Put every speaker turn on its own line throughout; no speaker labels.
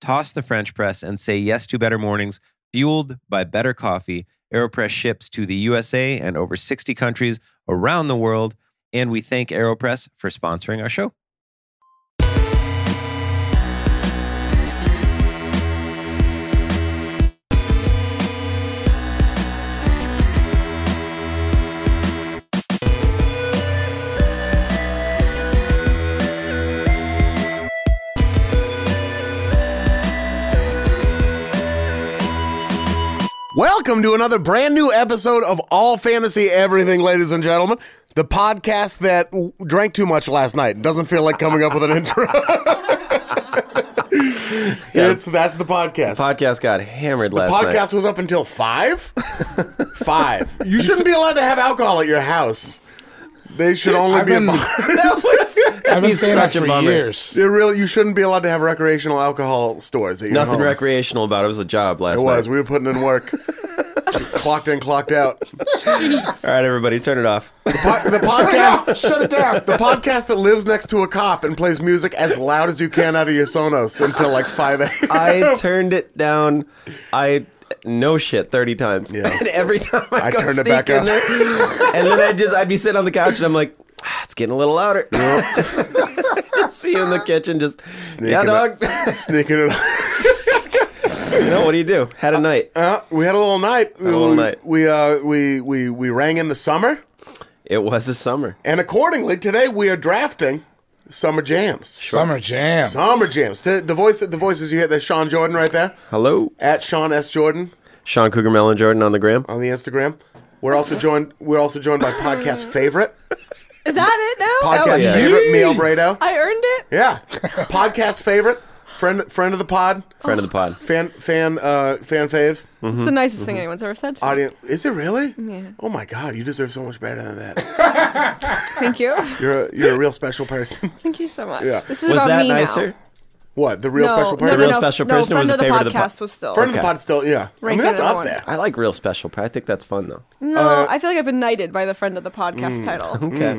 toss the french press and say yes to better mornings fueled by better coffee aeropress ships to the usa and over 60 countries around the world and we thank AeroPress for sponsoring our show.
Welcome to another brand new episode of All Fantasy Everything, ladies and gentlemen. The podcast that w- drank too much last night and doesn't feel like coming up with an intro. It's- that's the podcast.
Podcast got hammered last
podcast was up until five. five. You shouldn't be allowed to have alcohol at your house. They should only
I've
be. a
been-
bar.
I've been
He's
saying
such
that
a
for
bummer.
years.
It really, you shouldn't be allowed to have recreational alcohol stores. At your
Nothing
home.
recreational about it. It was a job last
Oh. It
night.
was. We were putting in work. clocked in, clocked out.
All right, everybody, turn it off.
Po- the podcast, shut it down. The podcast that lives next to a cop and plays music as loud as you can out of your Sonos until like five a.m.
I turned it down. I no shit thirty times,
Yeah.
and every time I,
I
go
turned
sneak
it back
in
up.
there, and then I just I'd be sitting on the couch and I'm like, "Ah, it's getting a little louder. See you in the kitchen, just yeah,
it
dog.
Sneaking it. Up.
you know what do you do? Had a night.
Uh, we had a little night. we,
little night.
We uh, we we we rang in the summer,
It was the summer.
and accordingly, today we are drafting summer jams.
Summer Jam.
Summer jams. The, the voice, the voices you hear. That's Sean Jordan right there
Hello,
at Sean S Jordan
Sean Cougar Melon Jordan on the gram.
on the Instagram. We're also joined. We're also joined by podcast favorite,
Is that it now?
podcast
yeah.
favorite, Neil Brado.
I earned it.
Yeah, podcast favorite, friend friend of the pod,
Friend of the pod.
fan fan uh, fan fave
It's the nicest thing anyone's ever said to me.
Mm-hmm. audience. Is it really?
Yeah.
Oh my god, you deserve so much better than that.
Thank you.
You're a, you're a real special person.
Thank you so much.
Yeah.
This is
Was
about
that
me
nicer?
now.
what the real
no,
special
no,
person?
no,
Real
no,
special
no,
person or
friend
was
of
it
the
favorite of the
podcast
pod-
was still.
friend of
Okay.
the pod still. Yeah, I mean
Ranking
that's
number
up
one.
there.
I like real special. I think that's fun though.
no,
uh,
I feel like I've been knighted by the friend of the podcast
Mm.
title.
Okay.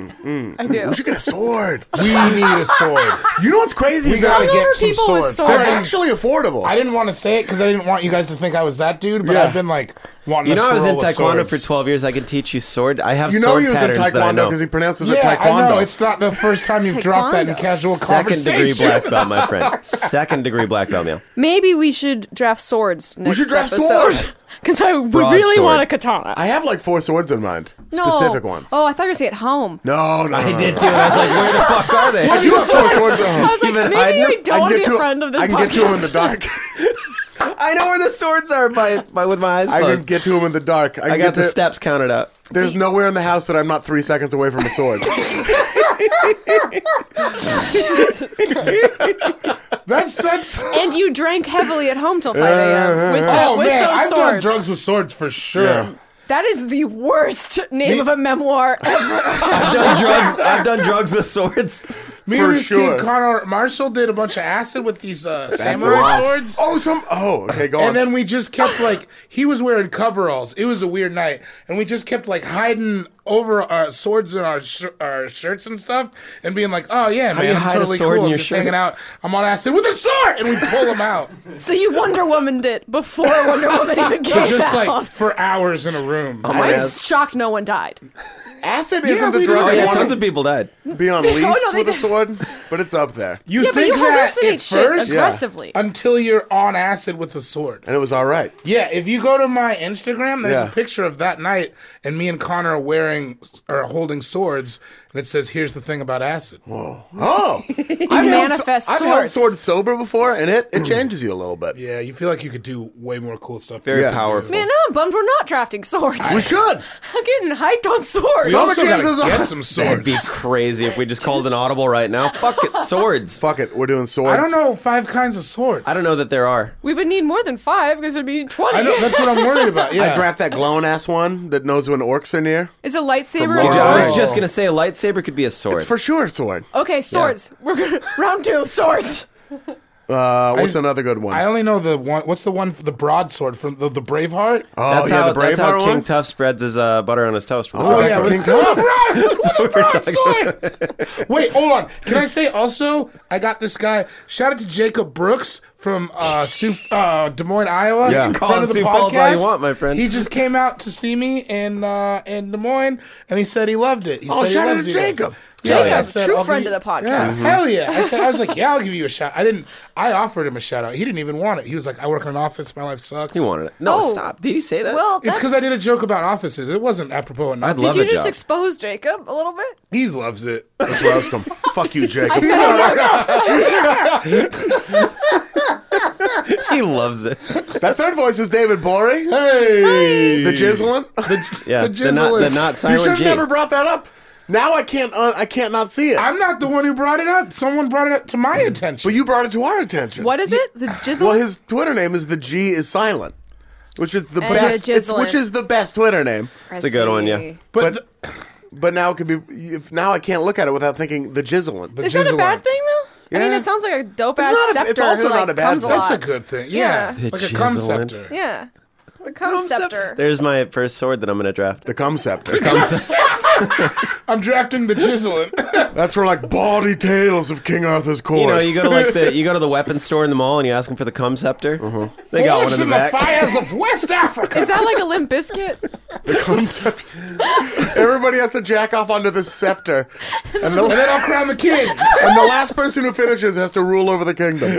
I do.
We Hmm. should get a sword.
We need a sword.
you know what's crazy?
We
is
gotta
they're,
Don't
get
order
some
people with
swords.
they're
swords.
I didn't,
actually affordable.
I didn't want to say it because I didn't want you guys to think I was that dude, but
Yeah.
I've been like, Wanting
You
to
know, I was in
swirl with
Taekwondo
swords.
for 12 years. I can teach you sword. I have
You know
sword
he was in
patterns that I
Taekwondo
know.
because he pronounces it
Yeah,
Taekwondo.
I know. It's not the first time you've dropped that in
Taekwondo.
casual
Second
conversation.
degree black belt, my friend. Second degree black belt, yeah.
Maybe we should draft swords next
should draft swords!
Because I would
Broadsword.
really want a katana.
I have like four swords in mind,
no.
specific ones.
Oh, I thought you were going to say at home.
No, no,
I did too, and I was like, where the fuck are they?
I do have four swords at home.
I was like,
Even
maybe
hiding
I
them?
don't want to
get
be
to
a friend of this
I can
podcast.
get to him in the dark.
I know where the swords are by, by with my eyes
I can
closed.
get to him in the dark. I, can
I
get
got the
to-
steps counted up.
There's nowhere in the house that I'm not three seconds away from a sword.
That's that's.
and you drank heavily at home till 5
Uh-huh.
a.m. with, that-
Oh
with
man,
those
I've
swords.
done drugs with swords for sure.
Yeah.
That is the worst name of a memoir ever.
I've done drugs. I've done drugs with swords.
Me
For
and this
sure.
kid Connor Marshall did a bunch of acid with these uh, samurai
wild.
swords.
oh, some. Oh, okay, go on.
And then we just kept like he was wearing coveralls. It was a weird night, and we just kept like hiding over our swords in our sh- our shirts and stuff, and being like, "Oh yeah,
do you
man, I'm
hide a
totally
sword in
cool. I'm
your
just
shirt?
hanging out. I'm on acid with a sword," and we pull him out,
so you Wonder Womaned it before Wonder Woman even came
just
out.
like for hours in a room.
Oh my
I'm
ass.
shocked no one died.
acid isn't the
we do
drug
Oh
that. Oh,
yeah,
that
tons
want
of people died.
to be on lease
no, they
with a
did.
sword, but it's up there.
You
Yeah, but you
think that at
hallucinate shit
first
aggressively.
until you're on acid with a sword.
And it was all right.
Yeah, if you go to my Instagram, there's
Yeah.
a picture of that night, and me and Connor are wearing or holding swords, and it says, "Here's the thing about acid."
Oh, I've
manifest
Held, I've held
swords.
swords sober before, and it it changes you a little bit.
Hmm. Yeah, you feel like you could do way more cool stuff.
Very
Yeah.
powerful.
Man, now I'm bummed we're not drafting swords.
We should.
I'm getting hyped on swords.
We also
Summer
gotta
Jams is on.
get some
That'd be
swords.
crazy if we just called an audible right now. Fuck it, swords.
Fuck it, we're doing swords.
I don't know five kinds of swords.
I don't know that there are.
we would need more than five because it'd be 20.
I know that's what I'm worried about. Yeah,
I draft that glowing ass one that knows when orcs are near.
Is a lightsaber a
From
sword?
Mars.
I
Oh.
was just gonna say a lightsaber could be a sword.
It's for sure a sword.
Okay, swords. We're gonna round two, swords.
Uh, what's another good one?
I only know the one. What's the one? The broadsword from the, the Braveheart.
oh
that's
yeah,
how,
the brave
that's how King
one.
Tough spreads his uh, butter on his toast.
Oh yeah,
what
with
King
oh,
Tut-
broad, with
we're
the broadsword. Wait, hold on. Can I say also? I got this guy. Shout out to Jacob Brooks from uh, Sioux, uh, Des Moines, Iowa.
Yeah.
in
Call
front
him
of the
Sioux Falls all
podcast.
you want, my friend.
He just came out to see me in uh, in Des Moines, and he said he loved it. He
Oh,
said he
shout out
loves
to
you guys.
Jacob.
Yeah,
Jacob,
I said,
true
"I'll
friend
give you-"
of the podcast.
Yeah.
Mm-hmm.
Hell yeah! I said I was like, yeah, I'll give you a shout. I didn't. I offered him a shout out. He didn't even want it. He was like, I work in an office. My life sucks.
He wanted it. No,
Oh.
stop. Did he say that?
Well,
It's
that's,
because I did a joke about offices. It wasn't apropos enough.
I'd
Did
love
you
a
just
job.
expose Jacob a little bit?
He loves it.
Let's roast him. Fuck you, Jacob.
he loves it.
that third voice is David Blory,
Hey.
the Jizzlin.
Yeah,
The
the not, the
jizzling.
not
you
silent
should have
G.
never brought that up. Now I can't. Uh, I can't not see it.
I'm not the one who brought it up. Someone brought it up to my attention.
but you brought it to our attention.
What is it? The jizzle?
Well, his Twitter name is the G is silent, which is the
And
best.
you're
It's,
Jizzlin.
which is the best Twitter name.
It's
a good one, yeah.
but
But but now it could be. If, now I can't look at it without thinking the Jizzlin.
the
Is that a
jizzling.
bad thing though? I mean,
Yeah.
it sounds like a dope ass
It's not a-
scepter.
it's also
who,
not
like,
a bad
comes
thing.
lot.
That's a good thing. Yeah.
Yeah.
The
Like a cum
jizzling.
scepter.
Yeah. The cum scepter.
There's my first sword that I'm gonna draft.
The cum scepter.
I'm drafting the jizzling.
That's for like bawdy tales of King Arthur's court.
You know, you go to like the you go to the weapons store in the mall and you ask them for the cum scepter.
Mm-hmm.
They got one
Forged
in the
in
back.
the fires of West Africa.
Is that like a limp biscuit?
the cum scepter. Everybody has to jack off under the scepter, and the,
and then I'll crown the king.
and the last person who finishes has to rule over the kingdom.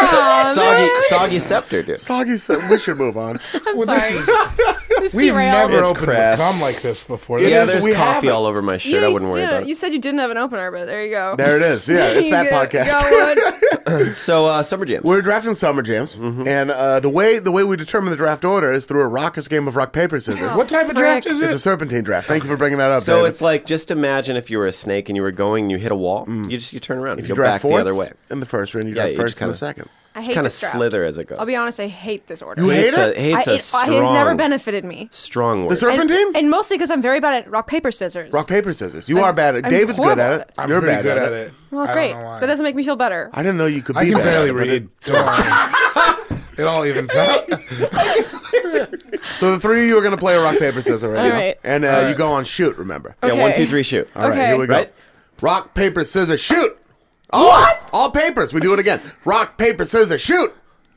Um,
Soggy, soggy scepter, dude.
Soggy said, "We should move on."
I'm
Well, this
sorry.
is-
This
We've
derailed.
never
It's
opened
crass.
with cum like this before.
Yeah,
This is-
there's
we
coffee
haven't.
all over my
You,
shirt. I wouldn't worry
said-
about
you
it.
said you didn't have an opener, but there you go.
There it is. Yeah, it's
You
that
got-
podcast.
got one.
So uh, summer jams.
We're drafting summer jams,
Mm-hmm.
and uh, the way the way we determine the draft order is through a raucous game of rock paper scissors.
Oh. what type of draft
Frick.
is
It's a
it?
serpentine draft. Thank you for bringing that up.
so
David.
it's like just imagine if you were a snake and you were going, and you hit a wall, you just you turn around, you,
Mm.
go
you draft
back
fourth
the other way,
in the first round. You
Yeah,
draft
you
first
just
in the
kinda-
second.
I hate
kind of
this draft.
slither as it goes.
I'll be honest, I hate this order.
hate
hates
it?
a, hates
I,
a
it, I-
strong,
it's never benefited me.
strong word.
The
And,
serpentine.
and mostly because I'm very bad at rock paper scissors.
rock paper scissors. You
I'm-
are bad at.
I'm
David's good
horrible
at
at
it.
it.
I'm
You're
pretty
bad
good
at,
at
it.
it.
Well,
I
great.
don't know why.
That doesn't make me feel better.
I didn't know you could be
I can
bad.
barely
at it, but
read. Don't worry. It all evens out.
it- So the three of you are going to play a rock paper scissors right
All
now,
right.
and uh, you go on shoot. Remember.
Yeah, one,
Okay.
two, three, shoot.
All right,
Okay.
here we go.
Right?
Rock paper scissors shoot. All, what? All papers. We do it again. Rock paper scissors shoot.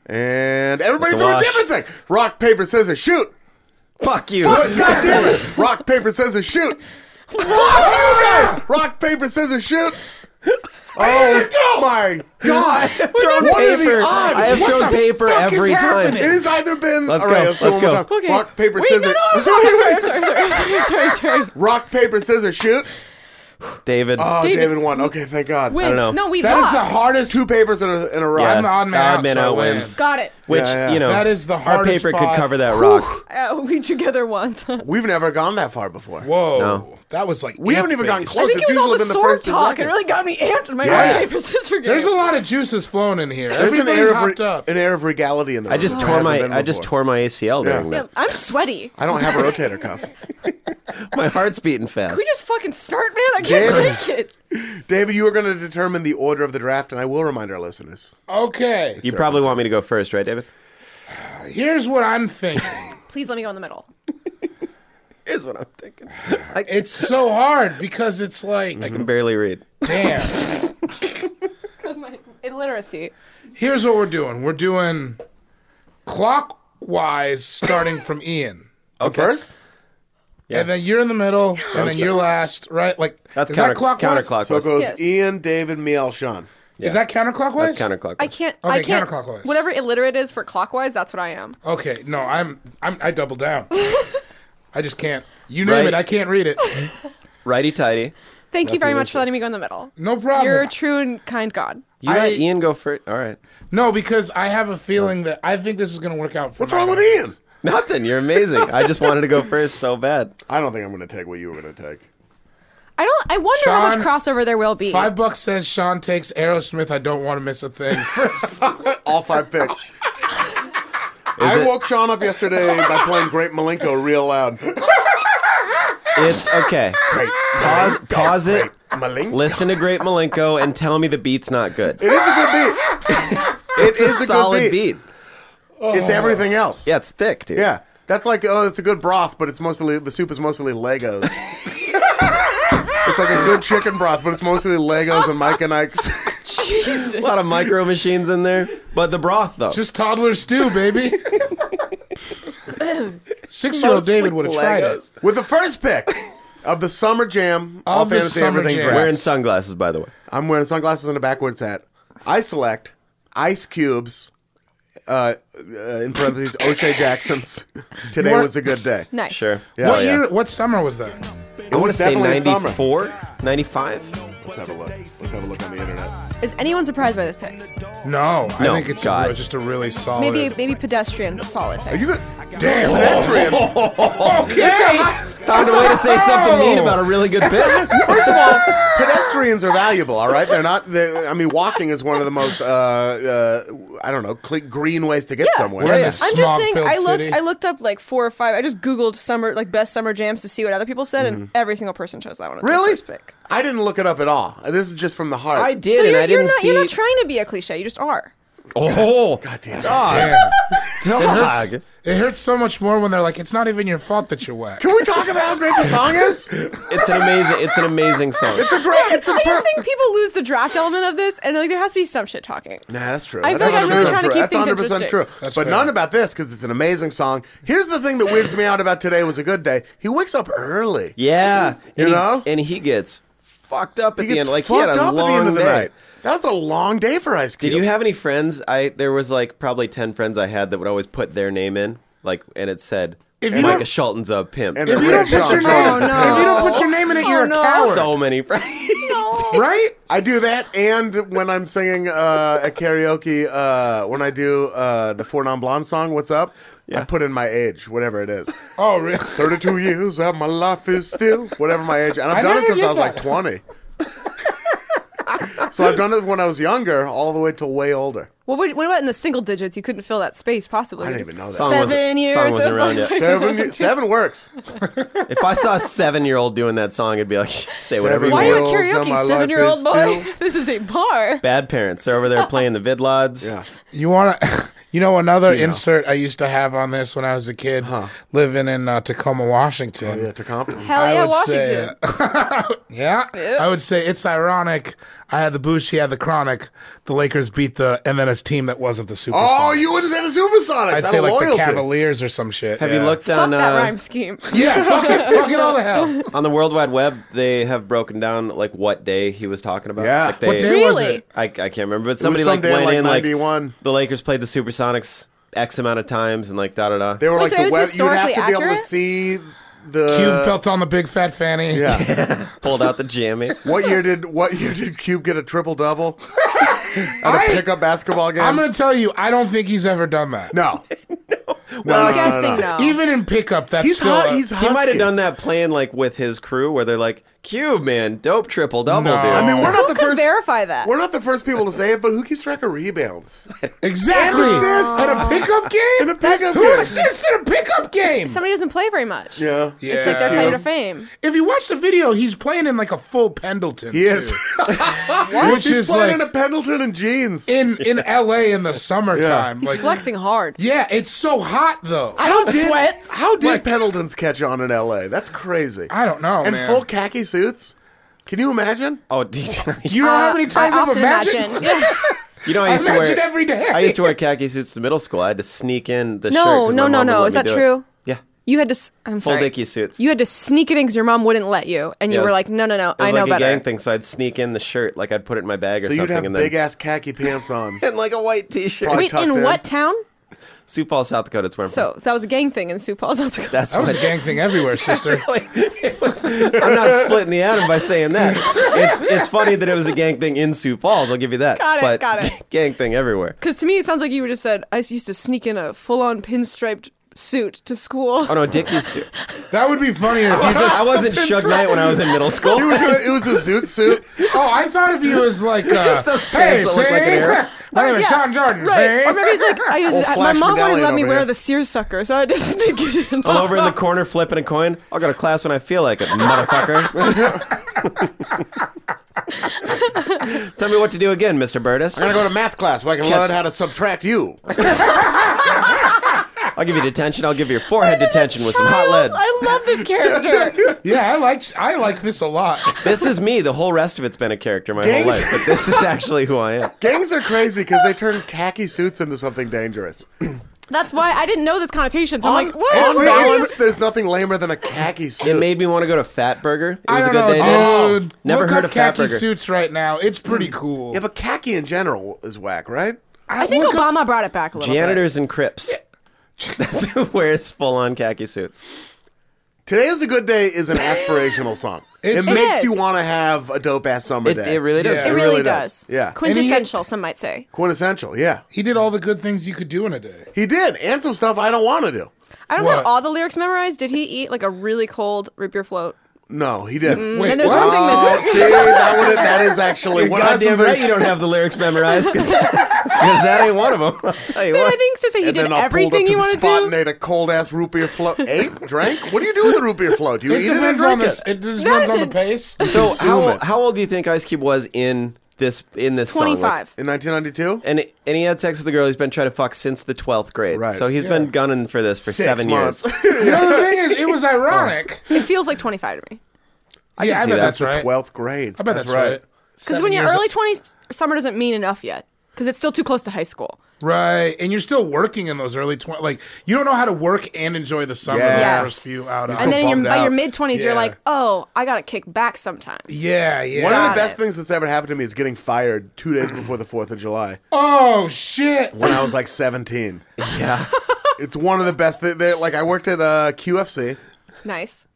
And everybody
It's a
threw a
wash.
different thing. Rock paper scissors shoot.
Fuck you.
God damn it! Rock, paper, scissors, shoot! Fuck you guys! Rock, paper, scissors, shoot! Oh my god!
thrown
what are
paper.
the odds?
I have
What
thrown
the
paper
fuck is
every time.
happening? It has either been.
Let's
all
go,
right, Let's, do it
let's
one
go.
more time. Rock, paper, scissors.
I'm sorry, I'm sorry, I'm sorry, I'm sorry, I'm sorry, I'm sorry.
Rock, paper, scissors, shoot.
David.
Oh,
David-
David, won. Okay, thank God.
Wait,
don't know.
no, we
That is
lost.
the hardest.
Two papers in a, in a row.
Yeah.
I'm the odd man
Odd
out.
man
so I
out
win.
wins.
Got it.
which,
Oh, yeah, yeah.
you know,
That is the
our
hardest
paper could
spot.
cover that rock.
Uh, we together once. I
We've never gone that far before.
Whoa,
No.
that was like
We haven't
ape
even gotten
face.
close.
think it
It's
was all
usually
the
been the
sword
first and
talk. It
second.
really got me amped in my
Yeah.
rock paper scissors game.
There's a lot of juices flowing in here.
There's an
Everybody's
air, of
hopped
re-
up.
an air of regality in the
I just tore my I just tore my ACL during
Yeah.
that.
Yeah, I'm sweaty.
I don't have a rotator cuff.
My heart's beating fast.
Can we just fucking start, man? I can't
Damn.
take it.
David, you are going to determine the order of the draft, and I will remind our listeners.
Okay,
you probably want me to go first, right, David?
here's what I'm thinking.
Please let me go in the middle.
Here's what I'm thinking.
it's so hard because it's like,
I can barely read.
damn.
That's my illiteracy.
Here's what we're doing. We're doing clockwise, starting from Ian.
Okay.
First,
Yeah.
And then you're in the middle, and then you're last, right? Like
That's
is
counter,
that clockwise?
counterclockwise.
so it goes
Yes.
Ian, David, me, Alshon.
Is that counterclockwise?
That's counterclockwise.
I can't.
Okay,
I can't.
counterclockwise.
Whatever illiterate is for clockwise, that's what I am.
Okay, no, I'm, I'm I double down. I just can't. You name
Right.
it, I can't read it.
Righty tighty.
Thank you very much for letting me go in the middle.
No problem.
You're a true and kind god.
You
I-
let Ian go first. All right.
No, because I have a feeling that I think this is going to work out. For
What's wrong with
Niners.
Ian?
Nothing. You're amazing. I just wanted to go first so bad.
I don't think I'm going to take what you were going to take.
I don't. I wonder how much
Sean,
crossover there will be.
Five bucks says Sean takes Aerosmith. I don't want to miss a thing. First,
All five picks.
Is
I
it-
woke Sean up yesterday by playing Great Malenko real loud.
It's okay.
Great.
Pause, pause it.
Malenko.
Listen to Great Malenko and tell me the beat's not good.
It is a good beat.
It's a solid beat.
It's everything else.
Yeah, it's thick, dude.
Yeah. That's like oh, it's a good broth, but it's mostly the soup is mostly Legos. it's like a good chicken broth, but it's mostly Legos and Mike and Ike's.
Jesus.
A lot of micro machines in there, but the broth though.
just toddler stew, baby. Six-year-old David would have tried it.
With the first pick of the summer jam, all
Of the
fantasy
Summer
everything
Jam.
draft.
wearing sunglasses, by the way.
I'm wearing sunglasses and a backwards hat. I select Ice Cubes. Uh, uh, in parentheses, O'Shea Jackson's. Today
You are-
was a good day.
Nice.
Sure.
Yeah,
what
yeah.
year? What summer was that?
It
I want
was
to say
definitely summer.
94, 95.
Let's have a look. Let's have a look on the internet.
Is anyone surprised by this pick?
No, I
No,
think it's a
God.
real- just a really solid.
Maybe maybe pedestrian, but solid
Are
pick.
you?
Damn. okay.
Found a way to say something mean about a really good bit.
First of all, pedestrians are valuable. All right, they're not. They're, I mean, walking is one of the most. Uh, uh, I don't know, cle green ways to get somewhere.
We're in this
I'm just saying.
smog-filled
I looked.
city.
I looked up like four or five. I just Googled summer like best summer jams to see what other people said, and every single person chose that one. As their
Mm-hmm. Really?
first pick.
I didn't look it up at all. This is just from the heart.
I did,
so
and
you're,
I didn't
you're not.
see.
You're not trying to be a cliche. You just are.
oh,
Goddamn.
dog,
Damn.
dog.
It hurts, it hurts so much more when they're like, "It's not even your fault that you're whack."
Can we talk about how great the song is? It's
It's an amazing. It's an amazing song.
a great. It's a
I
per-
just think people lose the draft element of this, and like there has to be some shit talking.
Nah, that's true.
I feel
That's
like I'm really
100%
trying to
true.
keep
That's
things
100%
interesting.
true.
That's
but
fair.
none about this because it's an amazing song. Here's the thing that weirds me out about today was a good day. He wakes up early.
Yeah,
You
and
know?
he, and he gets fucked up at
He
the
gets
end. Like he had
fucked
a
up
long
at the end of the
day.
night. That was a long day for Ice Cube.
Did you have any friends? I there was like probably ten friends I had that would always put their name in, like, and it said
If you
Micah
don't-
Shelton's a pimp.
And
If you don't
Sean
put your
Jordan.
name,
Oh, no.
if you don't put your name in it,
Oh,
you're a
no.
coward,
so many friends.
right?
I do that, and when I'm singing uh, at karaoke, uh, when I do uh, the Four Non Blonde song, "What's Up," I put in my age, whatever it is.
Oh, really?
Thirty-two years of my life is still whatever my age, and I've
I
done it
never
since
did
I was like
that.
twenty. so I've done it when I was younger, all the way till way older.
What, would, what about in the single digits? You couldn't fill that space, possibly.
I didn't even know that.
Song
Seven
wasn't-
years
Song wasn't
of
around
my-
yet.
Seven, seven works.
If I saw a seven-year-old doing that song, it'd be like, say whatever. you
Why are
want.
you at
Girls on my
karaoke,
life
seven-year-old
is
boy?
still-
This is a bar.
Bad parents. They're over there playing the vidlods.
Yeah.
You want to, you know, another insert I used to have on this when I was a kid, living in uh, Tacoma,
Oh,
Washington.
Yeah, to compliment.
Hell
I
yeah,
would
Washington.
say, yeah, I would say it's ironic. I had the Boosh. He had the Chronic. The Lakers beat the and then his team that wasn't the Super.
Oh, you would have said the Supersonics.
I'd
out
say
of
like
loyalty.
the Cavaliers or some shit.
Have
yeah.
you looked
Fuck
on
that
uh,
rhyme scheme.
Yeah, fuck it, fuck it all to hell.
on the World Wide Web? They have broken down like what day he was talking about.
Yeah.
like, they,
What day was
Really?
it?
I, I can't remember, but somebody
someday
like went
like
in
91.
like the Lakers played the Supersonics x amount of times and like da da da.
They were
Wait,
like
so
the
it was
web. You'd have to
historically
be able to
accurate?
see the
Cube felt on the big fat fanny.
Yeah.
Pulled out the jammy.
what year did What year did Cube get a triple double at
I-
a pickup basketball game?
I'm gonna tell you, I don't think he's ever done that.
no.
I'm
no, no,
guessing no.
Even in pickup, that's
He's
still.
hot.
a-
He's
He might have
husky.
done that playing like with his crew where they're like, Cube man, dope triple double
No.
dude.
I mean,
We're not
Who
the
could
first-
verify that?
We're not the first people to say it, but who keeps track of rebounds?
exactly
Assists.
at a pickup game.
In a pickup
Who
game.
assists in a pickup game?
Somebody doesn't play very much.
Yeah.
Yeah.
It's like their claim
Yeah.
to fame.
If you watch the video, he's playing in like a full Pendleton.
He is.
too. Which
He's
is
playing in
like
a Pendleton and jeans.
in in LA in the summertime.
He's
Like,
flexing hard.
yeah, it's so hot though. I,
How did,
sweat.
How did
Like-
Pendletons catch on in L.A.? That's crazy.
don't know,
and
man.
full khaki suits. Can you imagine?
oh, dude,
Do you know how
Uh,
many times
I
I've
often
imagined?
Yes.
you know I
I
used to
imagine
wear
every day.
I used to wear khaki suits to middle school. I had to sneak in the
No,
shirt. 'cause my
no,
mom
no,
wouldn't
no.
let
Is
me
that
do it.
true?
Yeah.
You had to. s- I'm
Full
sorry.
dicky suits.
You had to sneak it in because your mom wouldn't let you, and you
Yeah, it
were
was-
like, "No, no, no,
It was
I know
like a
better."
gang thing, so I'd sneak in the shirt, like I'd put it in my bag or
So you'd
something,
have
and
big
then
ass khaki pants on.
and like a white t-shirt.
Probably-
Wait, in
tucked in.
what town?
Sioux Falls, South Dakota. It's where I'm from.
So that was a gang thing in Sioux Falls. South Dakota.
That's
That was
what
a gang thing everywhere, sister.
Like, it was, I'm not splitting the atom by saying that. It's it's funny that it was a gang thing in Sioux Falls. I'll give you that.
Got it,
But
got it.
Gang thing everywhere.
Because to me, it sounds like you were just said, "I used to sneak in a full-on pinstriped suit to school."
Oh no, Dickie's suit.
That would be funnier if you just.
I wasn't Shug Knight when I was in middle school.
It was a, it was a zoot suit.
Oh, I thought if you was like, uh,
just does
hey,
pants that look like an
see?
arrow.
My name is
Yeah,
Sean Jordan.
Right.
see?
Or maybe it's like I used
Old
to, my
Flash
mom wouldn't
medallion
let me
over
wear
here.
the seersucker, so I just sneak it in.
I'm over in the corner flipping a coin. I'll go to class when I feel like it, motherfucker. Tell me what to do again, Mr. Burtis.
I'm gonna go to math class where I can learn
Catch-
how to subtract you.
I'll give you detention. I'll give you your forehead detention with some hot lead.
Child, I love this character.
Yeah, I like I like this a lot.
This is me. The whole rest of it's been a character my
Gangs-
whole life, but this is actually who I am.
Gangs are crazy because they turn khaki suits into something dangerous.
That's why I didn't know this connotation. So I'm like, what?
on
Where are you-
balance, there's nothing lamer than a khaki
It
suit.
made me want to go to Fat Burger. It was
I
a
don't
good
know,
day.
dude.
dude. Never
Look
heard
up
of Fat
khaki
Burger.
suits right now. It's pretty cool.
yeah, but khaki in general is whack, right?
I think
look up-
Obama brought it back a little bit.
Janitors and Crips. That's who wears full on khaki suits.
Today is a good day is an aspirational song.
It's-
it
It
makes
is.
you want to have a dope ass summer
It,
day.
it really does.
Yeah.
It
It
really,
really
does.
does. Yeah.
Quintessential, some might say.
quintessential. Yeah,
He did all the good things you could do in a day.
he did, and some stuff I don't want to do.
I don't
What?
have all the lyrics memorized. Did he eat like a really cold root beer float?
No, he didn't.
Wait,
and there's
what?
one thing
Oh,
missing.
see, that, would that is actually
You're
what
goddamn
I
right you don't have the lyrics memorized because that ain't one of them. I'll tell you
Man,
what.
I think to say he
And
did
then I pulled up
everything
to
you
the
want to
spot
do.
and ate a cold ass root beer float. Ate, drank. What do you do with a root beer float? Do you
It
eat it and
depends
drink
on this.
it?
It just depends on the
Doesn't-
pace.
So how,
Consume
ol-
it.
how old do you think Ice Cube was in this in this song? Like,
25.
In 1992,
and it- and he had sex with a girl he's been trying to fuck since the twelfth grade.
Right.
So he's
Yeah.
been gunning for this for
six
seven
months.
years.
You know, the thing is, it
Oh.
was ironic.
It feels like 25 to me.
I yeah, I
see
bet
that.
that's
It's a
right.
Twelfth grade.
I bet that's, right.
Because when you're
Seven
early
years-
20s, summer doesn't mean enough yet. Because it's still too close to high school.
right, and you're still working in those early twenties, like you don't know how to work and enjoy the summer.
Yes.
Yeah.
Yes.
The first few out.
and then you're,
bummed
by your
out.
mid 20s, you're
Yeah.
like, oh, I got to kick back sometimes.
yeah, yeah.
One of the
Got
best
it.
things that's ever happened to me is getting fired two days before the Fourth of July
oh shit!
when I was like 17.
yeah.
It's one of the best. They, they're- like I worked at uh, QFC,
Nice.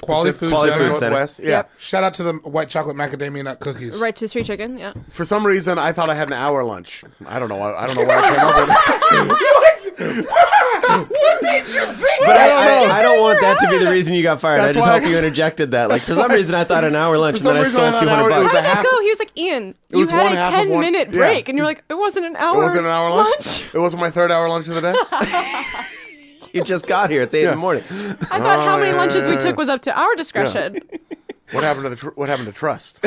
Quality food.
Quality
Center.
Food Center.
Northwest. Yeah.
Yep.
Shout out to the white chocolate macadamia nut cookies.
Right to street chicken. Yeah.
For some reason, I thought I had an hour lunch. I don't know. I, I don't know why I came up with. it.
what made you think?
But I,
don't
I,
know.
I don't want that to be the reason you got fired.
That's
I just
why
hope
I-
you interjected that. Like for some reason, I thought an hour lunch and
some
then I
reason I
stole
thought
two
an hour-
hundred
it was
bucks.
How
a
did that
half-
go? He was like, Ian, you
was
had
one
a
half of
10
one-
minute
yeah.
break. And you're like, it wasn't an hour.
It wasn't an hour lunch.
lunch?
It wasn't my third hour lunch of the day.
You just got here. It's eight in the morning.
I thought how many
yeah,
lunches
yeah,
we took was up to our discretion.
What happened to the tr- What happened to trust,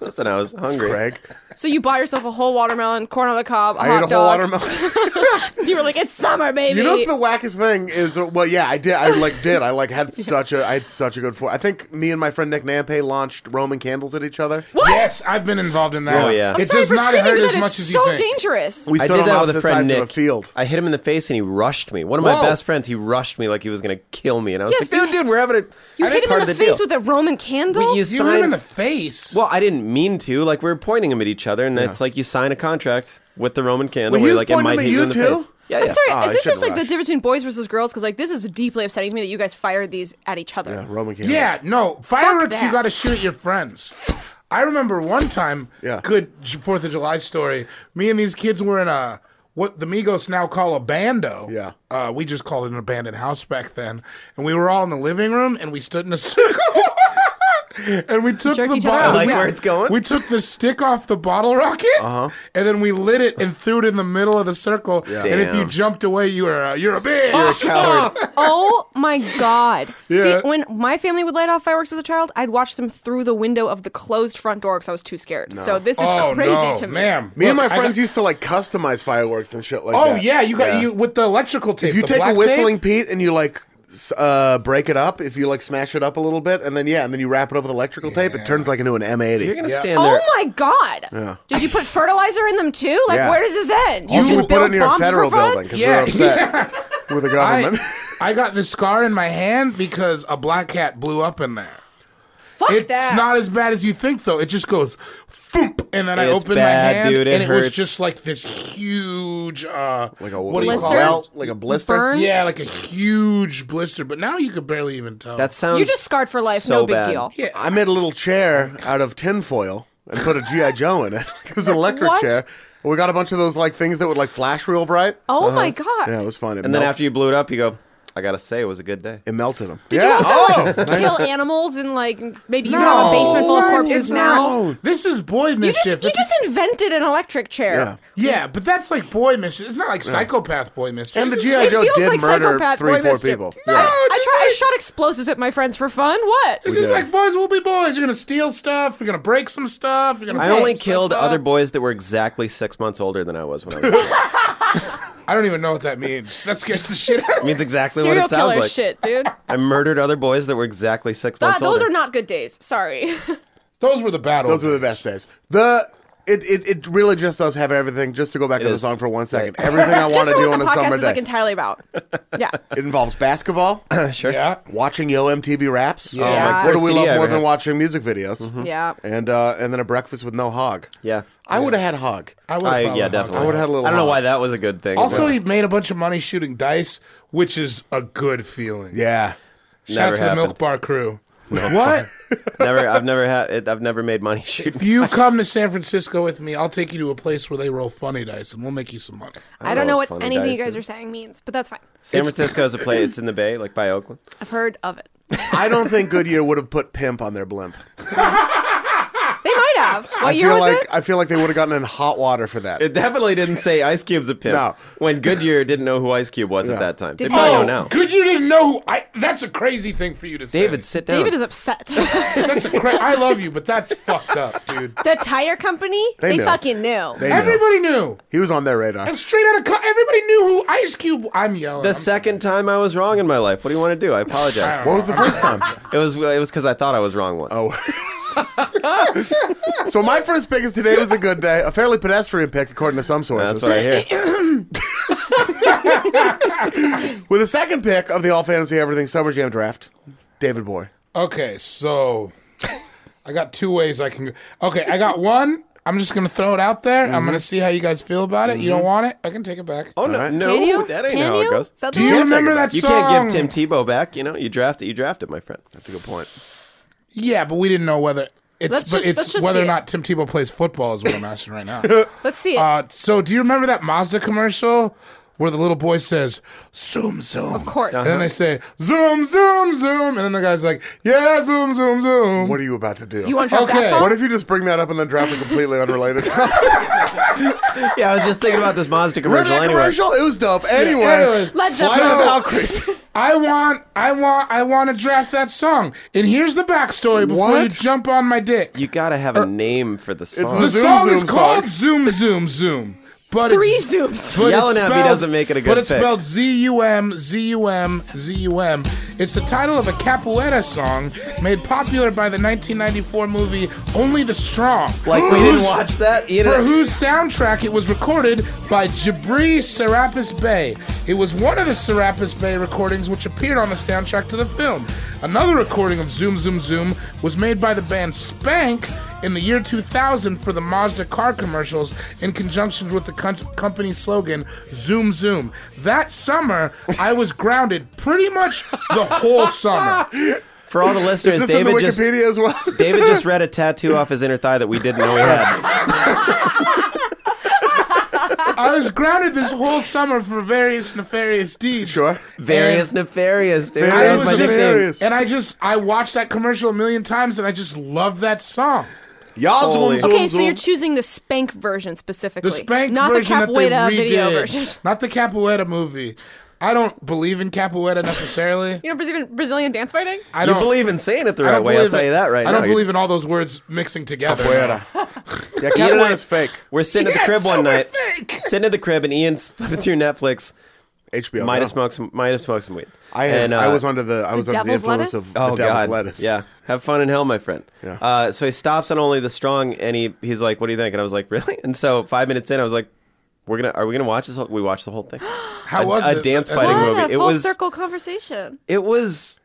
Listen, I was hungry.
Craig?
So you bought yourself a whole watermelon, corn on the cob, a
I
hot
ate a
dog.
whole watermelon.
you were like, it's summer, baby.
You know what's the wackest thing is? uh, Well, yeah, I did. I like did. I like had such a. I had such a good. For- I think me and my friend Nick Nampe launched Roman candles at each other.
what?
Yes, I've been involved in that.
Oh, yeah. I'm
It
Sorry
does
for
not
screaming,
hurt
but that
as
is
much as you
so
think.
dangerous.
We
I
stood
did
on
that with a
opposite
friend
sides
Nick.
of a field.
I hit him in the face and he rushed me. One of my
Whoa.
best friends, he rushed me like he was gonna kill me, and I was
Yes,
like, "Dude,
you-
dude, we're having a
you hit him
part
in the,
of
face
deal.
with a Roman candle.
We- you
You hit him in
sign.
the face.
well, I didn't mean to. Like we were pointing him at each other, and that's like you sign a contract with the Roman candle.
Wait, he
where,
was
like, it
pointing
might
him at
hit
you
in the
too?
face. Yeah,
I'm
yeah.
sorry.
Oh, I
is this
should've
just like the
rushed.
difference between boys versus girls? Because like this is deeply upsetting to me that you guys fired these at each other.
Yeah, Uh, Roman candles.
yeah, no. Fireworks, you
that.
got to shoot your friends. I remember one time,
Yeah.
good J- 4th of July story, me and these kids were in a, what the Migos now call a bando.
Yeah.
Uh, we just called it an abandoned house back then. And we were all in the living room and we stood in a circle. and we took
Jerked
the
each
bottle.
other around. I like
we-
where
it's going.
We took the stick off the bottle rocket and then we lit it and threw it in the middle of the circle. And if you
Damn.
jumped away, you were a, you're a bitch.
oh my god! See,
Yeah.
when my family would light off fireworks as a child, I'd watch them through the window of the closed front door because I was too scared. So this is
Oh,
crazy
no,
to me.
ma'am.
Me and my
Look, I got-
friends used to like customize fireworks and shit like
Oh
that.
yeah, you got you with the electrical tape.
If you
the
take a
black
whistling
tape.
Pete and you like s- uh, break it up, if you like smash it up a little bit, and then yeah, and then you wrap it up with electrical tape, it turns like into an M80.
You're gonna
Yeah.
stand there.
Oh my god! Did you put fertilizer in them too? Like,
Yeah.
where does this end?
you would put it
build
in your
bombs for
federal
fun?
building because
Yeah.
we're upset with the
I,
government.
I got the scar in my hand because a black cat blew up in there.
Fuck
It's
that!
not as bad as you think though. It just goes foomp and then I
It's
opened
bad,
my hand
dude. It
and it was
hurts.
just like this huge uh
like a
what do you
Blister?
call it?
well, like a blister.
Burn?
Yeah, like a huge blister, but now you could barely even tell.
That sounds.
You're just scarred for life.
so
no big
bad.
deal.
yeah.
I made a little chair out of tinfoil and put a GI Joe in it. It was an electric
What?
chair. We got a bunch of those like things that would like flash real bright.
Oh my god!
Yeah, it was fun. It
and then
melt-
after you blew it up, you go. I gotta say, it was a good day.
it melted them.
Did
yeah.
you
oh,
also kill animals and like maybe you have a basement full of
What?
corpses
It's
now?
not- This is boy
You just,
mischief.
you
It's-
just invented an electric
yeah.
chair.
yeah, but that's like boy mischief. It's not like psychopath boy mischief.
And the Oh,
It's
GI
It
Joe
feels
did
like
murder
psychopath
three,
boy Ah,
four
mischief.
people.
No,
Yeah.
I,
it's just
tried, I
like-
shot explosives at my friends for fun. What?
It's just like boys will be boys. You're gonna steal stuff. You're gonna break some stuff. You're gonna.
I
blow
only
some stuff
killed
up.
other boys that were exactly six months older than I was when I was. It
I don't even know what that means. That scares the shit out of me.
means exactly what
Serial
it sounds
killer
like.
shit, dude.
I murdered other boys that were exactly six
Ah,
months
those
older.
are not good days. Sorry.
Those were the battles.
Those were the best days. The it, it, it really just does have everything. Just to go back to the
is.
song for one second, everything I want
Just
to
for
do on
what the
a
podcast
summer
is like
day.
entirely about. Yeah.
It involves basketball,
Yeah.
watching Yo MTV Raps.
Oh, my
Yeah.
What do
First
we
CD I
love
ever
more than
had.
watching music videos?
Yeah.
And uh, and then a breakfast with no hog.
Yeah.
I would have had hog.
I would.
I,
probably
yeah,
have
definitely.
I would've had a little
I don't know
hot.
why that was a good thing.
Also,
but
he made a bunch of money shooting dice, which is a good feeling.
Yeah.
Shout out
Never
to the Milk
happened.
Bar crew. What?
never, I've never had, it, I've never made money shoot.
if you come to San Francisco with me, I'll take you to a place where they roll funny dice, and we'll make you some money.
I don't know what
funny
anything you
dice
guys
is.
are saying means, but that's fine.
San Francisco is a place. It's in the Bay, like by Oakland.
I've heard of it.
I don't think Goodyear would have put pimp on their blimp.
They might have. What
ah. I
year
feel
was
like
it?
I feel like they would have gotten in hot water for that.
It definitely didn't say Ice Cube's a pimp.
No.
When Goodyear didn't know who Ice Cube was
Yeah.
at that time. They
Did-
probably
oh,
know now.
good you didn't know. Who I, that's a crazy thing for you to say.
David, sit down.
David is upset. the
that's a cra- I love you, but that's fucked up, dude.
tire company,
They
they,
knew.
fucking knew.
They knew.
Everybody knew.
he was on their radar.
And straight out of co- everybody knew who Ice Cube. I'm yelling.
the
I'm
second time I was wrong in my life. What do you want to do? I apologize.
What was the first time?
it was it was because I thought I was wrong once. Oh,
so my first pick is today was a good day, a fairly pedestrian pick according to some sources.
that's what I hear.
With the second pick of the All Fantasy Everything Summer Jam Draft, David Boy.
Okay, so I got two ways I can go. Okay, I got one. I'm just gonna throw it out there. I'm gonna see how you guys feel about it. You don't want it? I can take it back.
Mm-hmm. Oh no,
All right.
no,
Can you?
that ain't
Can
how
you?
it goes.
Is that
Do
the
you
rule?
remember
it
that
You
song?
can't give Tim Tebow back. You know, you draft it. You draft it, my friend.
That's a good point.
Yeah, but we didn't know whether it's
Let's
but
just- let's
it's
just
whether
see
or
it.
not Tim Tebow plays football is what I'm asking right now.
Let's see it.
uh, so do you remember that Mazda commercial where the little boy says zoom zoom? Of
course.
And then they say zoom zoom zoom, and then the guy's like, yeah zoom zoom zoom.
What are you about to do?
you want to drop
okay.
that song?
what if you just bring that up and then draft a completely unrelated song?
Yeah, I was just thinking about this Mazda
Remember
commercial.
that
Anyway,
commercial? It was dope. Anyway,
Anyway.
Led
why
Zeppelin.
the
So-
Valkyries?
I want, I want, I want to draft that song. And here's the backstory before you
What?
jump on my dick.
you gotta have a name for the song.
Er, the
Zoom
song is
Zoom
called
song.
Zoom Zoom Zoom. But
Three
it's-
zoops.
but it's
Yelling at me
spelled-
doesn't make it a good
But it's
pick.
spelled Z U M Z U M Z U M. It's the title of a capoeira song made popular by the 1994 movie Only the Strong.
Like we didn't
Whose-
watch that. Ian
For
and I-
whose soundtrack it was recorded by Jabri Serapis Bay. It was one of the Serapis Bay recordings which appeared on the soundtrack to the film. Another recording of Zoom Zoom Zoom was made by the band Spank in the year 2000 for the Mazda car commercials in conjunction with the con- company slogan Zoom Zoom. That summer, I was grounded pretty much the whole summer.
for all the
Is
listeners,
this
David
in the
just
Wikipedia as well?
David just read a tattoo off his inner thigh that we didn't know he had.
I was grounded this whole summer for various nefarious deeds.
sure.
Various nefarious, dude.
Various
That
I
was my
was just,
nickname.
nefarious.
and I just I watched that commercial a million times, and I just love that song.
Y'all
Holy-
zoom, zoom,
Okay, so
zoom.
you're choosing the spank version specifically,
The Spank
not the
version that they
capoeira
redid,
video version.
not the Capoeira movie. I don't believe in Capoeira necessarily.
You know Brazilian Brazilian dance fighting?
I
You
don't
believe in saying it the
I
right
don't
way. I'll
believe
tell
it.
you that right
I
now.
don't
You-
believe in all those words mixing together.
Capoeira. Yeah,
Ian and I-
capoeira is fake.
We're sitting at the
Yeah,
crib
it's
one
super
night.
fake.
Sitting at the crib, and Ian's flipping through Netflix.
HBO.
Might
no.
have smoked some. Might have smoked some weed.
I,
And,
I
uh,
was under the I was under the
devil's
influence
lettuce?
of the
Oh
devil's
God!
lettuce.
Yeah, have fun in hell, my friend.
Yeah.
Uh, so he stops on only the strong, and he he's like, "What do you think?" And I was like, "Really?" And so five minutes in, I was like, "We're gonna are we gonna watch this? Whole, we watched the whole thing.
How
a,
was
a
it?
dance
That's-
fighting
what
movie?
a
it
full
was
circle conversation.
it was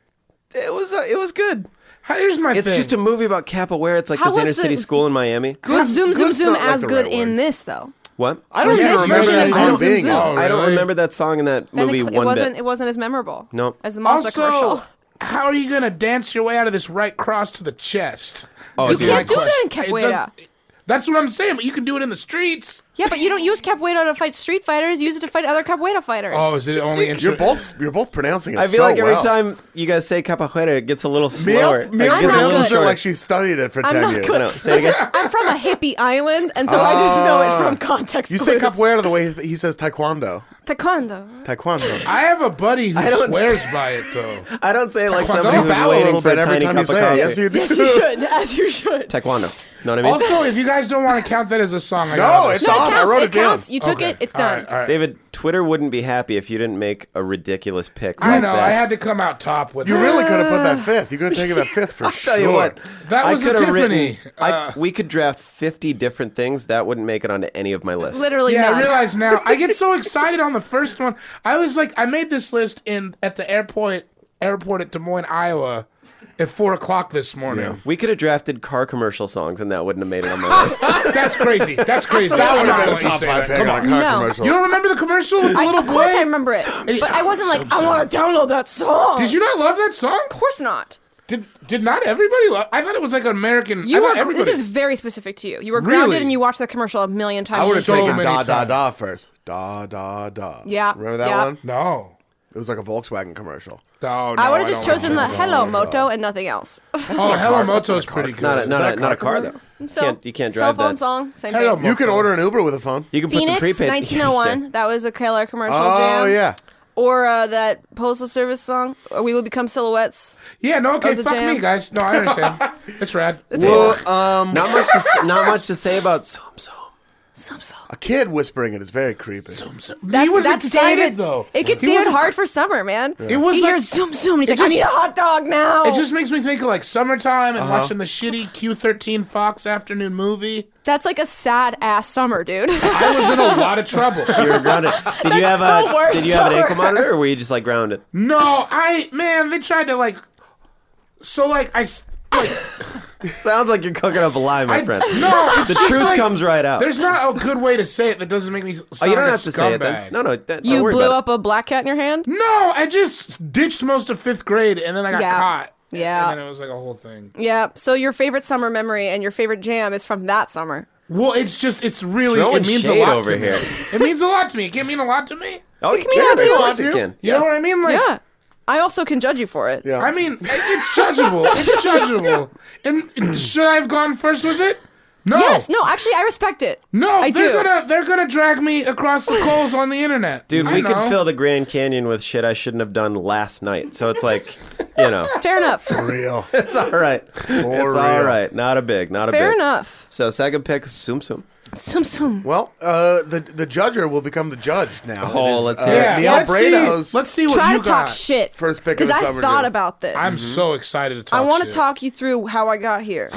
it was uh, it was good.
Here's my
It's
thing.
just a movie about capoeira. It's like
How
this
was
inner city
the-
school in Miami.
Was zoom zoom
good's
zoom
not, like,
as
the
good
right
in
word.
this though?
What?
I don't
Was
even
this
remember
version
that
of
song
Zoom Zoom
being.
Zoom?
out.
Oh,
I don't
really?
remember that song in that
And
movie
it, cl- it
one
wasn't
bit.
it wasn't as memorable.
No.
as the
also.
Mazda commercial.
How are you gonna dance your way out of this right cross to the chest?
Oh,
Is
dude.
my
You can't
do that in
question. It
capoeira.
does- That's what I'm saying. But you can do it in the streets.
Yeah, but you don't use capoeira to fight street fighters. You use it to fight other capoeira fighters.
Oh, is it only?
You're
inter-
both you're both pronouncing it.
I feel
so
like every
well.
time you guys say capoeira, it gets a little
Mia,
slower. it gets
Mia
a little
pronounces it
shorter.
like she studied it for
I'm
ten
not
years.
good.
No, say it again.
I'm from a hippie island, and so I just know it from
Ah.
context.
You say
clues.
capoeira the way he says taekwondo.
Taekwondo.
Taekwondo.
I have a buddy who
I don't
swears by it though.
I don't say it like
Taekwondo.
somebody
Bow
who's
a
waiting
Oh, little
for a
bit every
tiny
time
cup of
you say it.
coffee.
Yes, you do.
Yes, you should. As you should.
Taekwondo. Know what I mean?
Also, if you guys don't want to count that as a song, I
No,
got another
it's
song.
on.
no, it
I
counts.
wrote
it
it down.
counts. You took
Okay.
it. It's
All
done.
right, all right.
David, Twitter wouldn't be happy if you didn't make a ridiculous pick.
I
like
know.
That.
I had to come out top with
You
that.
really could have put that fifth. You could have taken that fifth for I'll sure.
Tell you what,
That
I
was a
coulda
Tiffany. Uh.
I, we could draft fifty different things that wouldn't make it onto any of my lists.
Literally
Yeah,
not.
I realize now. I get so excited on the first one. I was like, I made this list in at the airport airport at Des Moines, Iowa, at four o'clock this morning.
we could have drafted car commercial songs, and that wouldn't have made it on my list.
That's crazy. That's crazy.
That would have
I'm not
been a
letting you
top
say
five
that.
pick
Come
on a
on.
car
No.
commercial.
You don't remember the commercial with the
I,
little
of course
boy?
I remember it, but I wasn't like I want to download that song.
Did you not love that song?
Of course not.
Did did not everybody love? I thought it was like an American. I
You
thought
were. This
everybody-
is very specific to you. You were grounded,
Really?
and you watched the commercial a million times.
I would have
So
taken
many
da da
times.
da first. Da da da.
Yeah,
Remember that
yeah.
one?
no.
It was like a Volkswagen commercial.
No, Oh, no,
I would have
I
just
don't
chosen the
remember.
"Hello Moto" and nothing else.
Oh, Hello Moto's pretty good.
Not a, not, a, not a car though.
So
can't, you can't
cell
drive
phone
that.
song. Same
Hello,
thing.
Mo-
You can order an Uber with a phone.
You can put some
Phoenix,
prepaid.
1901. That was a killer commercial
Oh
jam.
yeah.
Or uh, that Postal Service song, uh, "We Will Become Silhouettes."
Yeah, no, okay,
That was a
fuck
jam.
me, guys. No, I understand. it's rad.
Well, um, not much. To, s- not much to say about Zoom Zoom.
Some song.
A kid whispering it is very creepy.
he was
that's
excited
David.
though.
It gets
He
David
was-
hard for summer, man.
It was
he
like-
hears zoom zoom. And he's
it
like,
just-
I need a hot dog now.
It just makes me think of like summertime and
Uh-huh.
watching the shitty Q13 Fox afternoon movie.
That's like a sad ass summer, dude.
I was in a lot of trouble.
You were grounded. Did you have a
the worst
Did you have an ankle
summer.
monitor, or were you just like grounded?
no, I man, they tried to like. So like I s- like
Sounds like you're cooking up a lie, my
I
friend.
no. It's
The
just
truth
like-
comes right out.
There's not a good way to say it that doesn't make me sound
Oh, you don't
like a
have to say it.
scumbag.
Then. No, no. That,
you
don't worry
blew
about
up a black cat in your hand.
No, I just ditched most of fifth grade and then I got
Yeah.
caught.
Yeah.
And then it was like a whole thing.
Yeah. So your favorite summer memory and your favorite jam is from that summer.
Well, it's just, it's really,
Throwing
it means a
shade
lot
over
to
here.
me. It means a lot to me. It can mean a lot to me.
It. Oh, you
can have
can.
two
Of
of
course
you.
you can.
You know what I mean? Like,
Yeah. I also can judge you for it.
Yeah.
I mean, it's judgeable. It's judgeable. And should I have gone first with it? No.
Yes. No. Actually, I respect it.
Oh. No,
I
they're
do.
gonna they're gonna drag me across the coals on the internet.
Dude,
I
we could
know.
fill the Grand Canyon with shit I shouldn't have done last night. So it's like, you know,
Fair enough.
Real.
it's all right. it's all
real.
right. Not a big, not a big.
Fair enough.
So second pick, Sum Sum.
Zoom, zoom.
Well, uh, the the judger will become the judge now.
Oh,
It is,
let's
uh,
hear it.
Yeah,
Neil
let's
Brados.
see. Let's see what
Try
you
to
got.
talk shit.
First pick of
Because
the
I
summer,
thought
dude.
about this.
Mm-hmm.
I'm so excited to talk.
I want to
shit.
talk you through how I got here.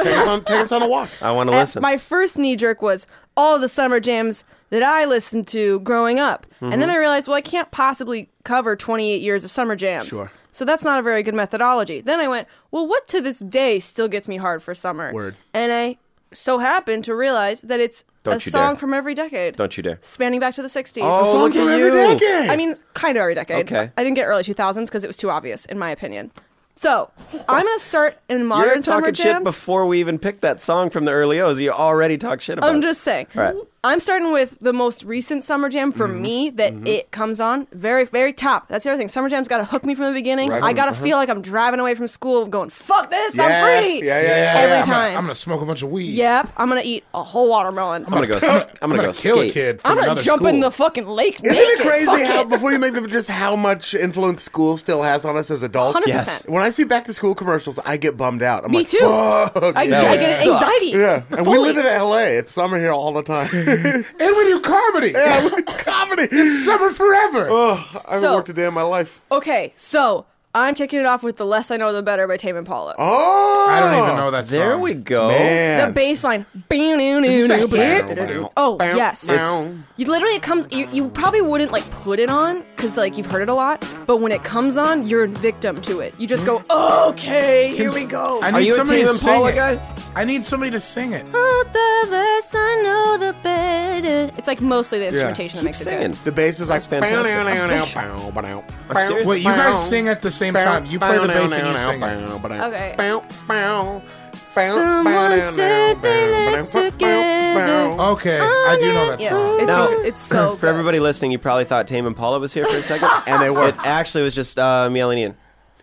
take, us on, take us on a walk.
I want to
at-
listen.
Uh, my first knee jerk was all the summer jams that I listened to growing up. And
Mm-hmm.
then I realized, well, I can't possibly cover 28 years of summer jams.
Sure.
So that's not a very good methodology. Then I went, well, what to this day still gets me hard for summer?
Word.
And I so happened to realize that it's
Don't
a
you
song
dare.
from every decade.
Don't you dare.
Spanning back to the 60s.
Oh, look at you.
I mean, kind of every decade.
Okay.
I didn't get early 2000s because it was too obvious, in my opinion. So I'm going to start in modern
You're
summer
talking
jams.
shit before we even picked that song from the early O's. You already talk shit about.
I'm
it.
just saying.
All right.
I'm starting with the most recent Summer Jam for
Mm-hmm.
me that it comes on very, very top. That's the other thing. Summer Jam's got to hook me from the beginning.
Right
I
on. Uh-huh.
got to feel like I'm driving away from school going, fuck this,
Yeah,
I'm free.
yeah, yeah, yeah,
Every
yeah.
I'm gonna-
time.
I'm gonna smoke a bunch of weed.
Yep, I'm going to eat a whole watermelon.
I'm gonna go. s- I'm gonna go
kill
skate.
a kid from
I'm going
another
to jump
school.
in the fucking lake.
Isn't
naked.
it crazy
Fuck
how
it.
before you make them just how much influence school still has on us as adults?
100%.
Yes.
When I see back to school commercials, I get bummed out. I'm
Me
like,
too.
Fuck.
I,
yeah.
I get
Suck.
anxiety.
Yeah. and we
Fully.
live in L.A. It's summer here all the time.
and we do comedy.
Comedy.
Summer forever.
Oh, I haven't
So-
worked a day in my life.
Okay, so I'm kicking it off with The Less I Know, The Better by Tame Impala.
Oh,
I don't even know that song.
There we go.
The
Man.
bass line.
Is this a
Bow-noon-noon-noon.
hit?
Oh, yes.
It's-
You literally it comes you, you probably wouldn't like put it on cuz like you've heard it a lot, but when it comes on, you're a victim to it. You just go, "Okay, here we go."
I
Are
need
you a
somebody
Tame
to sing
Impala
it.
guy?
I need somebody to sing it.
Oh, the less I know, the better. It's like mostly the instrumentation that
Keep
makes it
singing.
good.
the bass is like
fantastic. I'm serious.
Wait, you guys sing at the same time. You play the bass and you sing it.
Okay.
Someone
said they lived together.
Okay,
Oh,
I do know that
Yeah.
song.
It's,
Now,
it's so
For
good.
everybody listening, you probably thought Tame Impala was here for a second, and they were. It actually was just uh, Melanian.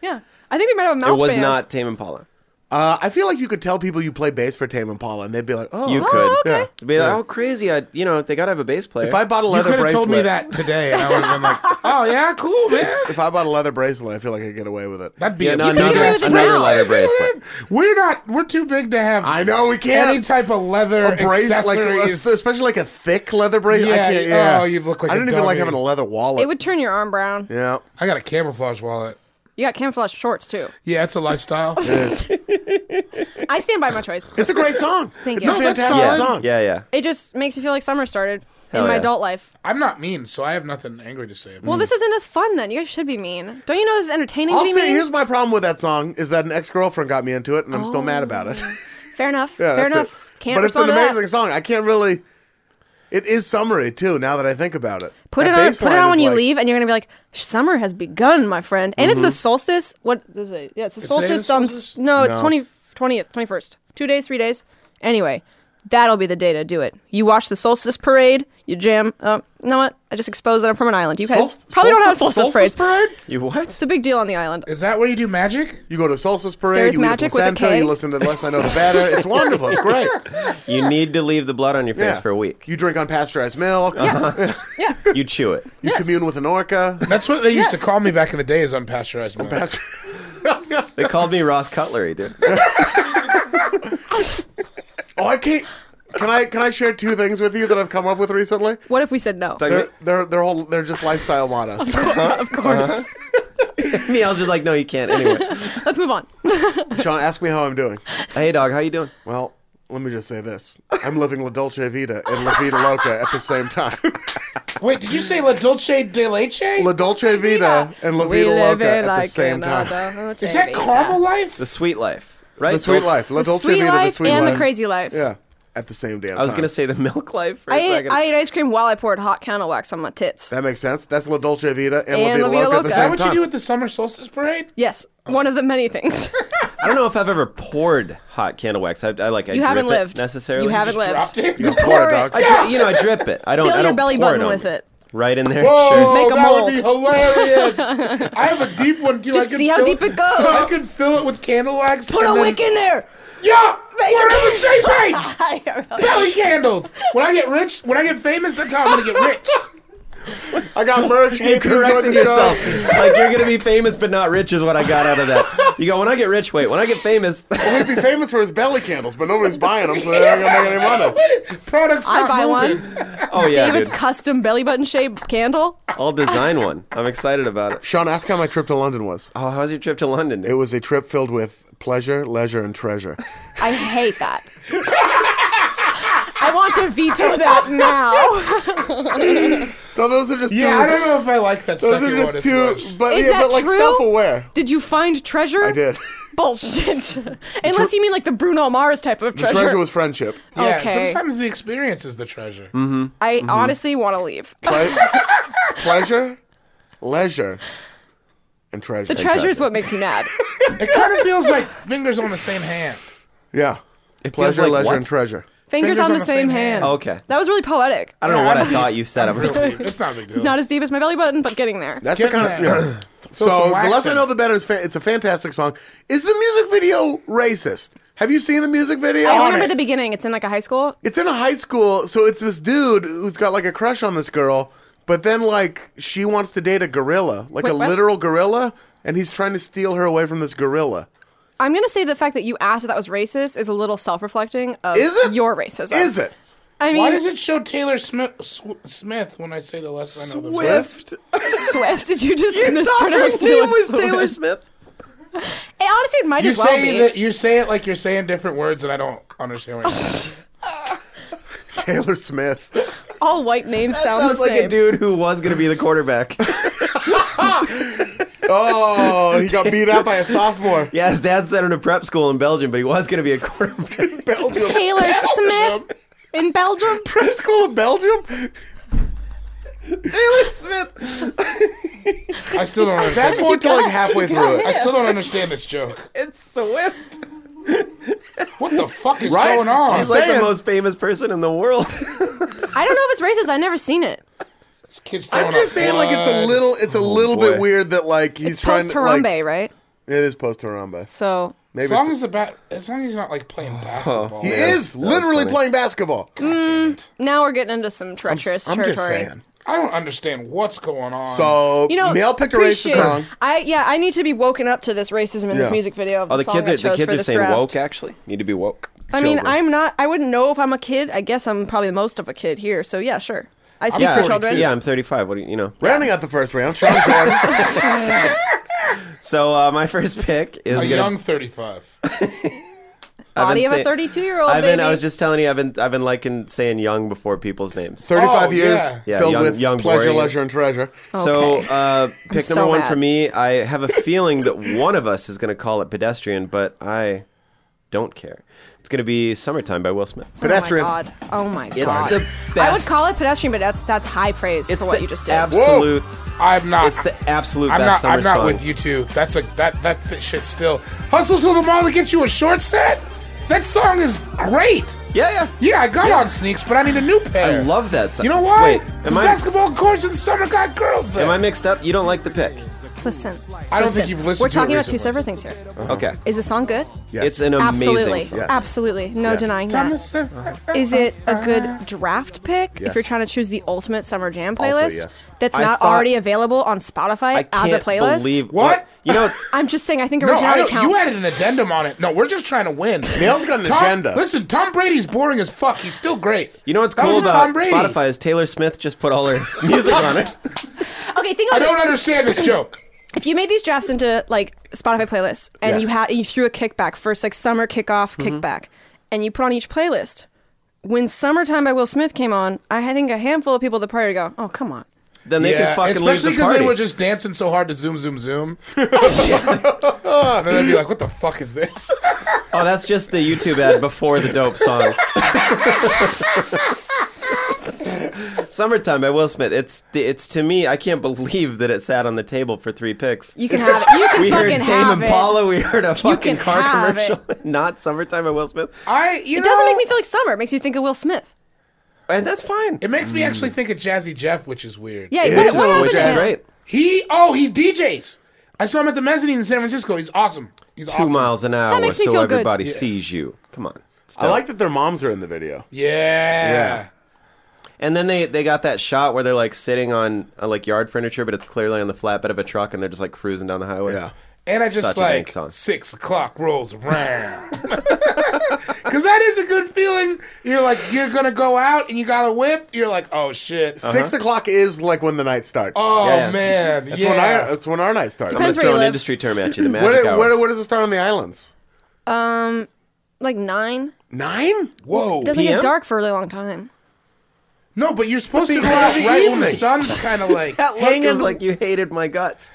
Yeah. I think we might have a mouth
It was
band.
not Tame Impala.
Uh, I feel like you could tell people you play bass for Tame Impala, and they'd be like, "Oh,
You
yeah.
could.
Oh, okay.
It'd be like, oh, crazy! I, you know, they gotta have a bass player.
If I bought a
You
leather
could have
bracelet,
told me that today, and I would have been like, "Oh yeah, cool, man."
If I bought a leather bracelet, I feel like I'd get away with it.
That'd be
yeah,
a
no,
could get
another,
away with it
another
now.
leather bracelet.
We're not. We're too big to have.
I know we can't.
any type of leather
a bracelet, like
accessories.
especially like a thick leather bracelet. I
Yeah,
can't,
oh,
yeah.
you'd look like
I
a
don't even like
dummy.
having a leather wallet.
It would turn your arm brown.
yeah.
I got a camouflage wallet.
You got camouflage shorts too.
Yeah, it's a lifestyle.
I stand by my choice.
It's a great song.
Thank
it's
you.
a
No,
that's
fantastic
Yeah,
song.
yeah, yeah.
It just makes me feel like summer started
Hell
in my
yeah.
adult life.
I'm not mean, so I have nothing angry to say. About
Well, this isn't as fun then. You guys should be mean. Don't you know this is entertaining
I'll
to be
say,
mean?
here's my problem with that song is that an ex girlfriend got me into it, and I'm still mad about it.
Fair enough.
Yeah,
Oh. Fair
that's
enough.
it.
Can't
but it's an
respond to that.
amazing song. I can't really. It is summery too. Now that I think about it,
Put
That
it on.
bass
Put it
line
on when
is
you
like- Mm-hmm.
leave, and you're gonna be like, "Summer has begun, my friend." And it's the solstice. What is it? Yeah, it's the
today the
solstice. on
solstice?
no, it's
No.
twenty twentieth, twenty first. Two days, three days. Anyway, that'll be the day to do it. You watch the solstice parade. You jam. Uh, you know what? I just exposed that I'm from an island. You guys
Solst-
probably don't have
solstice,
solstice,
solstice
parades.
parade.
You what?
it's a big deal on the island.
Is that where you do magic?
You go to solstice parade.
There's
you eat
magic with a
placenta,
K.
You listen to the less I know the better. It's wonderful. It's great.
You need to leave the blood on your face
Yeah.
for a week.
You drink unpasteurized milk. Uh-huh.
Yes. yeah.
You chew it.
You
Yes.
commune with an orca.
That's what they used to
Yes.
call me back in the days on pasteurized milk.
They called me Ross Cutlery, dude.
oh, I can't. Can I can I share two things with you that I've come up with recently?
What if we said no?
They're they're they're whole they're just lifestyle mottos.
of course.
Uh-huh.
me, I was just like, no, you can't. Anyway,
Let's move on.
Sean, ask me how I'm doing.
hey, dog, how you doing?
Well, let me just say this: I'm living La Dolce Vita and La Vida Loca at the same time.
Wait, did you say La Dolce de Leche?
La Dolce Vita and La Vida Loca at the same time.
Is that Carmel Life?
The sweet life, right?
The sweet life, La
The
Dolce
sweet
Vita,
life
the sweet
and
life,
the crazy life.
Yeah, at the same damn time.
I was gonna say the milk life for a
I ate,
second.
I ate ice cream while I poured hot candle wax on my tits.
that makes sense. That's La Dolce Vita and,
And
La Vida Loca, at the
Is
Is that
same
what
time.
you do at the summer solstice parade?
Yes, one of the many things.
I don't know if I've ever poured hot candle wax. I, I like. I
you haven't
drip it
lived
necessarily.
You haven't lived.
Dropped it.
You pour it,
Pour it.
dog.
I dri- you know, I drip it. I don't.
Fill
I
your
don't
belly
pour
button
on
with
me.
it.
Right in there.
Whoa,
Make
Oh,
a
that would be
mold.
hilarious. I have a deep one too.
Just
I could
see how
fill-
deep it goes.
I could fill it with candle wax.
Put a
and then-
wick in there.
Yeah, we're on the same page.
I don't know.
Belly candles. When I get rich, when I get famous, that's how I'm gonna get rich.
I got merch. Hey, you enjoy the
corrected yourself.
show.
like you're gonna be famous but not rich is what I got out of that. You go when I get rich. Wait, when I get famous,
Well, he'd be famous for his belly candles, but nobody's buying them, so they're not gonna make any money.
Products.
I'd
not
buy
molded.
one.
oh yeah,
David's
dude,
custom belly button shaped candle.
I'll design one. I'm excited about it.
Sean, ask how my trip to London was.
Oh, how's your trip to London?
It
Dude?
was a trip filled with pleasure, leisure, and treasure.
I hate that. I want to veto that now.
So those are just
Yeah,
two.
I don't know if I like that
those
second
are
one
just
as
two,
much.
but
Is
yeah,
that
but like
true?
self-aware.
Did you find treasure?
I did.
Bullshit. Unless you mean like the Bruno Mars type of
The
treasure.
treasure was friendship.
Yeah,
okay.
sometimes the experience is the treasure.
Mm.
I honestly want to leave.
Ple- pleasure, leisure, and treasure.
The treasure is what makes me mad.
It kind of feels like fingers on the same hand.
Yeah.
feels
Pleasure,
like
leisure,
what?
and treasure.
Fingers, on, the, same, hand.
Oh, Okay,
That was really poetic.
I don't know what I thought you said. I'm
Real
really-
deep. It's not a big deal.
Not as deep as my belly button, but getting there.
That's
Get
the kind
that.
of. Yeah. So
some
the
wax
less
in
I know,
it.
the better. It's, fa- it's a fantastic song. Is the music video racist? Have you seen the music video?
I
On
remember
it.
the beginning. It's in like a high school.
It's in a high school, so it's this dude who's got like a crush on this girl, but then like she wants to date a gorilla, like
Wait,
a
what?
literal gorilla, and he's trying to steal her away from this gorilla.
I'm gonna say the fact that you asked if that was racist is a little self-reflecting of
Is it?
your racism.
Is it?
I mean,
Why does it show Taylor Smith, Sw- Smith when I say the less I know? the better?
Swift.
Swift? Did you just
You thought her
mispronounce
name
Taylor
was
Swift?
Taylor Smith.
Hey, honestly, it might
You
as well
say
be.
that you say it like you're saying different words, and I don't understand what you're saying.
Taylor Smith.
All white names sound the
Sounds
same.
like a dude who was gonna be the quarterback.
Oh, he got beat out by a sophomore.
yeah, his dad sent him to prep school in Belgium, but he was gonna be a quarterback.
Belgium.
Taylor Smith in Belgium.
Prep school in Belgium?
Taylor Smith.
I still don't understand.
That's
this-
more to like halfway through
I
it.
still don't understand this joke.
It's Swift.
What the fuck is
Right?
going on?
He's like the
saying.
most famous person in the world.
I don't know if it's racist. I've never seen it.
This kid's throwing
I'm just
up
saying like it's a
blood. Oh,
little it's a little
boy.
bit weird that like he's
It's
trying
post
to like,
Harambe, right?
It is post Harambe.
So
Maybe
As long
it's,
as the bat, as long as he's not like playing basketball.
he
Yeah,
is
that was
literally
funny.
playing basketball.
now we're getting into some treacherous
I'm just
territory.
saying.
I don't understand what's going on.
So
You know,
male Oh, picked a
appreciate-
racist song.
I yeah, I need to be woken up to this racism in this
Yeah.
music video. Of
Oh, the
the, song
kids
I
are the
chose
kids
for
are
this
saying
draft.
woke. Actually, need to be woke.
I mean,
Children.
I'm not. I wouldn't know if I'm a kid. I guess I'm probably the most of a kid here. So yeah, sure. I speak
yeah,
for children.
Yeah, I'm 35. What do you, you know?
Rounding out the first round, Sean Jordan.
So uh, my first pick is
a
gonna-
young 35.
I've been
Body of a
say-
32 year old
I've
Oh, baby.
been. I was just telling you. I've been. I've been liking saying young before people's names.
35
Oh,
years
yeah.
Yeah,
filled
young-
with
young
pleasure,
boy.
leisure, and treasure.
So
Okay.
uh, pick
so
number one
mad.
for me. I have a feeling that one of us is going to call it pedestrian, but I don't care. It's going to be "Summertime" by Will Smith.
Pedestrian.
Oh my god. Oh my
It's
god.
the
I would
best.
call it pedestrian, but that's that's high praise
It's
for what
the
you just did.
absolute.
I'm not.
It's the absolute
I'm
best
not.
summer
I'm not
song.
with you two. That's a that that th- shit still. Hustle to the mall to get you a short set. That song is great.
Yeah, yeah.
Yeah, I got on sneaks, but I need a new pair.
I love that song.
You know why?
Wait,
These
am I
basketball courts in the summer got girls there.
am I mixed up? You don't like the pick?
Listen.
I don't think
listen,
you've listened.
We're
to
talking
it
about two
recently.
separate things here.
Okay.
Uh-huh. Is the song good?
Yes.
It's an amazing
Absolutely.
song.
Yes.
Absolutely. No
Yes.
denying that.
Thomas, uh, uh,
Is it a good draft pick if
Yes.
you're trying to choose the ultimate summer jam playlist
Also, yes.
that's
I
not
thought-
already available on Spotify
I can't
as a playlist?
believe
What?
You know,
I'm just saying I think
No, I
originality
don't,
counts.
you added an addendum on it. No, we're just trying to win.
Nail's got an
Tom,
agenda.
Listen, Tom Brady's boring as fuck. He's still great.
you know what's
That
cool
was a
about
Tom Brady.
Spotify is Taylor Smith just put all her music on it.
okay, think
I
about
don't
this.
understand this joke.
If you made these drafts into like Spotify playlists and
Yes.
you had you threw a kickback first, like summer kickoff
Mm-hmm.
kickback, and you put on each playlist. When "Summertime" by Will Smith came on, I think a handful of people at the party would go, "Oh, come on."
Then they
yeah,
can fucking leave
especially
the
because
party.
they were just dancing so hard to zoom, zoom, zoom. and then they'd be like, "What the fuck is this?"
Oh, that's just the YouTube ad before the dope song. Summertime by Will Smith. It's it's to me. I can't believe that it sat on the table for three picks.
You can have it. You can
we
fucking
heard Tame
have it.
Impala. We heard a
can
fucking car
have
commercial. Not Summertime by Will Smith,
I, you
It
know,
doesn't make me feel like summer. It makes you think of Will Smith.
and that's fine.
It makes me actually think of Jazzy Jeff, which is weird.
Yeah,
It
what,
is
what
a
happened
Which
to
is
him?
great.
He, oh, he DJs. I saw him at the mezzanine in San Francisco. He's awesome. He's
Two
awesome.
miles an hour,
makes me
so
feel good.
everybody sees you. Come on.
I like that their moms are in the video.
Yeah.
Yeah.
And then they, they got that shot where they're like sitting on uh, like yard furniture, but it's clearly on the flatbed of a truck, and they're just like cruising down the highway.
Yeah.
And I just
Such a
like
big song.
six o'clock rolls around. Cause that is a good feeling. You're like you're gonna go out and you got a whip. You're like, oh shit.
Six o'clock is like when the night starts.
Oh
Uh-huh. Yeah, yeah.
man,
that's
yeah.
when our that's when our night starts.
I'm gonna
Depends where you
throw an
live.
industry term at you. The magic
Where,
hour.
where, where does it start on the islands?
Like nine?
Nine?
Whoa.
Doesn't
PM?
get dark for a really long time.
No, but you're supposed to
the
go
end of
out
the
right when the
evening.
sun's kind of like.
that look
hanging-
is like you hated my guts.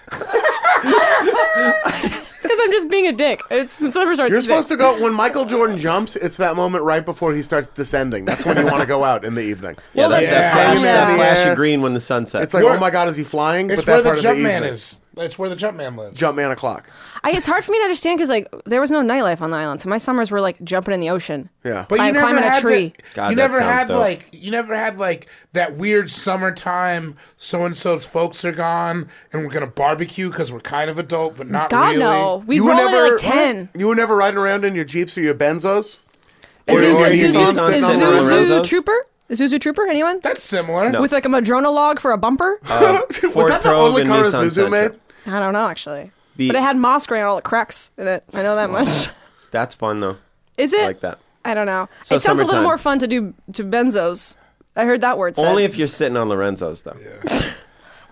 It's because I'm just being a dick. It's Slipper starts.
You're supposed to go when Michael Jordan jumps. It's that moment right before he starts descending. That's when you want to go out in the evening.
Yeah, that,
then-
that flash,
Yeah.
that flash
Yeah.
of green when the sun sets.
It's like,
Where-
oh my God, is he flying?
It's
but that
where the
part of
jump man
evening.
is. It's where the jump man lives.
Jump man o'clock.
I, it's hard for me to understand because like there was no nightlife on the island, so my summers were like jumping in the ocean.
Yeah.
But you
Climb-
never
climbing a
had
tree.
That,
God,
you
that
never
sounds
had
dope.
like you never had like that weird summertime. So and so's folks are gone, and we're gonna barbecue because we're kind of adult, but not
God
really.
no, we
You were
roll in at
never-
like ten.
You were never riding around in your jeeps or your Benzos.
A
Or-
Zuzu,
or
a
you
Zuzu,
saw
a
something on
Zuzu
Lorenzo's?
Trooper, a Zuzu Trooper, anyone?
That's similar.
With like a Madrona log for a bumper?
Uh, Was
Ford
that the
Probe
only
and
car
Nissan
Zuzu
Sentra.
made?
I don't know actually,
The-
but it had moss grain all the cracks in it. I know that much.
That's fun though.
Is it?
I like that.
I don't know.
So
it sounds a little
summertime.
more fun to do to benzos. I heard that word. Said.
Only if you're sitting on Lorenzo's though.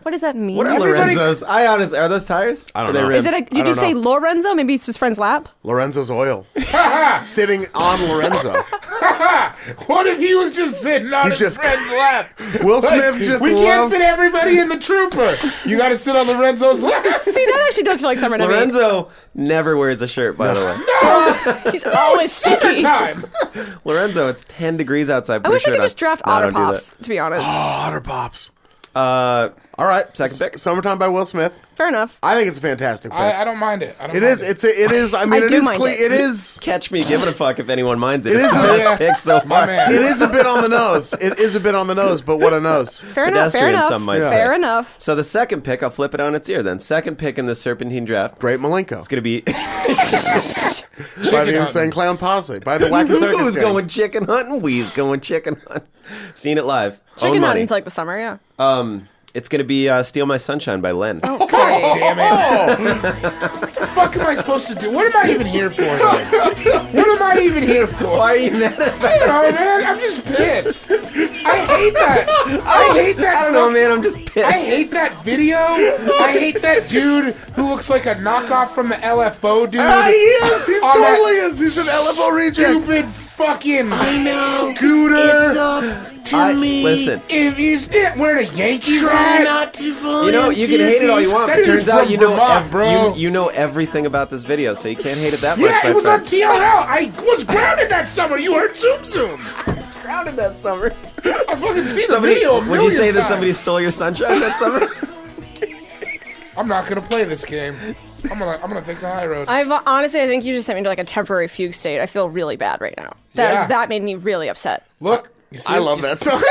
what does that mean?
What are
Everybody-
Lorenzo's? I honest are those tires? I
don't
they
know.
ribbed?
Is it? A,
I
did you
don't
say
know.
Lorenzo? Maybe it's his friend's lap.
Lorenzo's oil. Sitting on Lorenzo.
What if he was just sitting on his
He's just-
friend's lap?
Will Smith just
we can't
loved-
fit everybody in the trooper. You got to sit on Lorenzo's lap.
See, that actually does feel like summer to me.
Lorenzo never wears a shirt, by the way.
He's always Oh, sticky.
Summertime.
Lorenzo, it's 10 degrees outside.
I
Put a
wish I
shirt
could
on.
just draft
No,
Otter
don't do
Pops, to be honest.
Otter Pops.
that. Uh,
Oh, All right.
Second pick.
Summertime by Will Smith.
Fair enough.
I think it's a fantastic pick.
I, I don't mind it. I don't
it
mind
is. It's. A, it is. I mean,
I
it
do
is.
mind
Cle-
it.
it is.
catch me giving a fuck if anyone minds it.
It
It's
is
the
a-
best
Yeah.
pick so
my
far.
man.
It is a bit on the nose. It is a bit on the nose, but what a nose.
Fair enough. Fair
Pedestrian,
enough.
some might
Fair
say.
enough.
So the second pick, I'll flip it on its ear then. Second pick in the Serpentine draft.
Great Malenko.
It's going to be
by the
Chicken
Insane Clown Posse. By the Wacky Circus.
who's
Gang.
going chicken hunting? We's going chicken hunting. Seen it live. Own
Chicken
money.
hunting's like the summer, yeah.
um, it's going to be uh, Steal My Sunshine by Len.
Oh, damn it. what the fuck am I supposed to do? What am I even here for? then? what am I even here for?
Why are you mad at
I don't know, man. I'm just pissed. I hate that. I hate that.
I don't know, Oh, man. I'm just pissed.
I hate that video. I hate that dude who looks like a knockoff from the LFO dude.
Ah, he is. He's
On that
totally is. He's an LFO reject.
Stupid fucking scooter.
up to
I- listen,
if he's di- wearing a Yankees hat.
to fall
You know, you can hate it all you want,
That
but turns
dude's
out
from
you know
Vermont,
ev-
bro.
You, you know everything about this video, so you can't hate it that much.
yeah,
my
it was on
friend.
TRL. I was grounded that summer. You heard Zoom Zoom.
crowded that summer.
I fucking see the
Somebody,
video a
would you
million
say
times.
that somebody stole your sunshine that summer?
I'm not gonna play this game. I'm gonna I'm gonna take the high road.
I've honestly, I think you just sent me into like a temporary fugue state. I feel really bad right now. That
Yeah.
that made me really upset.
Look, you see,
I love
you
that
see-
song.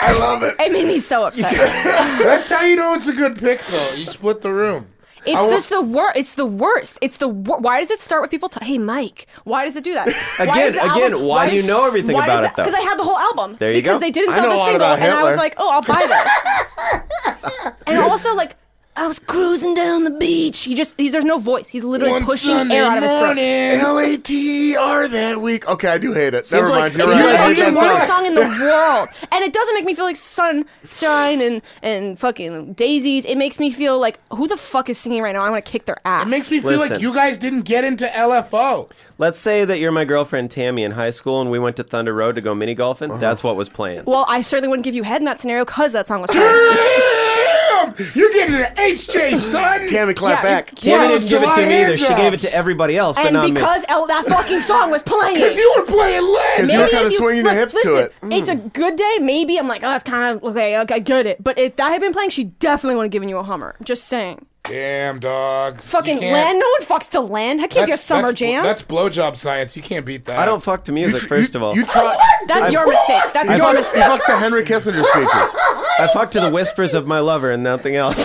I love it.
It made me so upset.
That's how you know it's a good pick, though. You split the room.
It's
I will-
this the worst. It's the worst. It's the wor- why does it start with people? T- hey, Mike, why does it do that?
Again- again, why do you know everything about it, though?
Because I had the whole album.
There you
because
go.
they didn't
I
sell
know a
the
lot
single,
about
and I was
Hitler.
like, oh, I'll buy this. and also like. I was cruising down the beach. He just, he's, there's no voice. He's literally
One
pushing
Sunday
air out of his throat.
morning.
L A T E R that week. Okay, I do hate it. Never
like-
mind. You're
seems
right.
You
like
I
know,
hate
every
that
one
song.
song in the world, and it doesn't make me feel like sunshine and and fucking daisies. It makes me feel like who the fuck is singing right now? I want to kick their ass.
It makes me feel like
Listen.
you guys didn't get into LFO.
Let's say that you're my girlfriend Tammy in high school, and we went to Thunder Road to go mini golfing. That's what was playing.
Well, I certainly wouldn't give you head in that scenario because that song was. Hard.
Damn, you're getting an HJ, son.
Tammy, clap
Yeah, you-
back.
yeah.
Tammy didn't give it
July
to me either.
hand
She gave it
jobs.
to everybody else, but not
and because
me.
El, that fucking song was playing.
Because you were playing lead.
Because you were
Maybe
kinda
if
swinging your hips to
listen,
it. Mm.
It's a good day. Maybe I'm like, oh, that's kind of okay. okay, I get it. But if that had been playing, she definitely would have given you a Hummer. Just saying.
Damn, dog. You
Fucking
can't-
Len. No one fucks to Len. I can't be a summer
that's,
jam.
That's blowjob science. You can't beat that.
I don't fuck to music. First of all,
You try.
That's your mistake. That's
He
your
fucks, he
mistake.
fucks to Henry Kissinger speeches.
I fuck to the whispers of my lover and nothing else.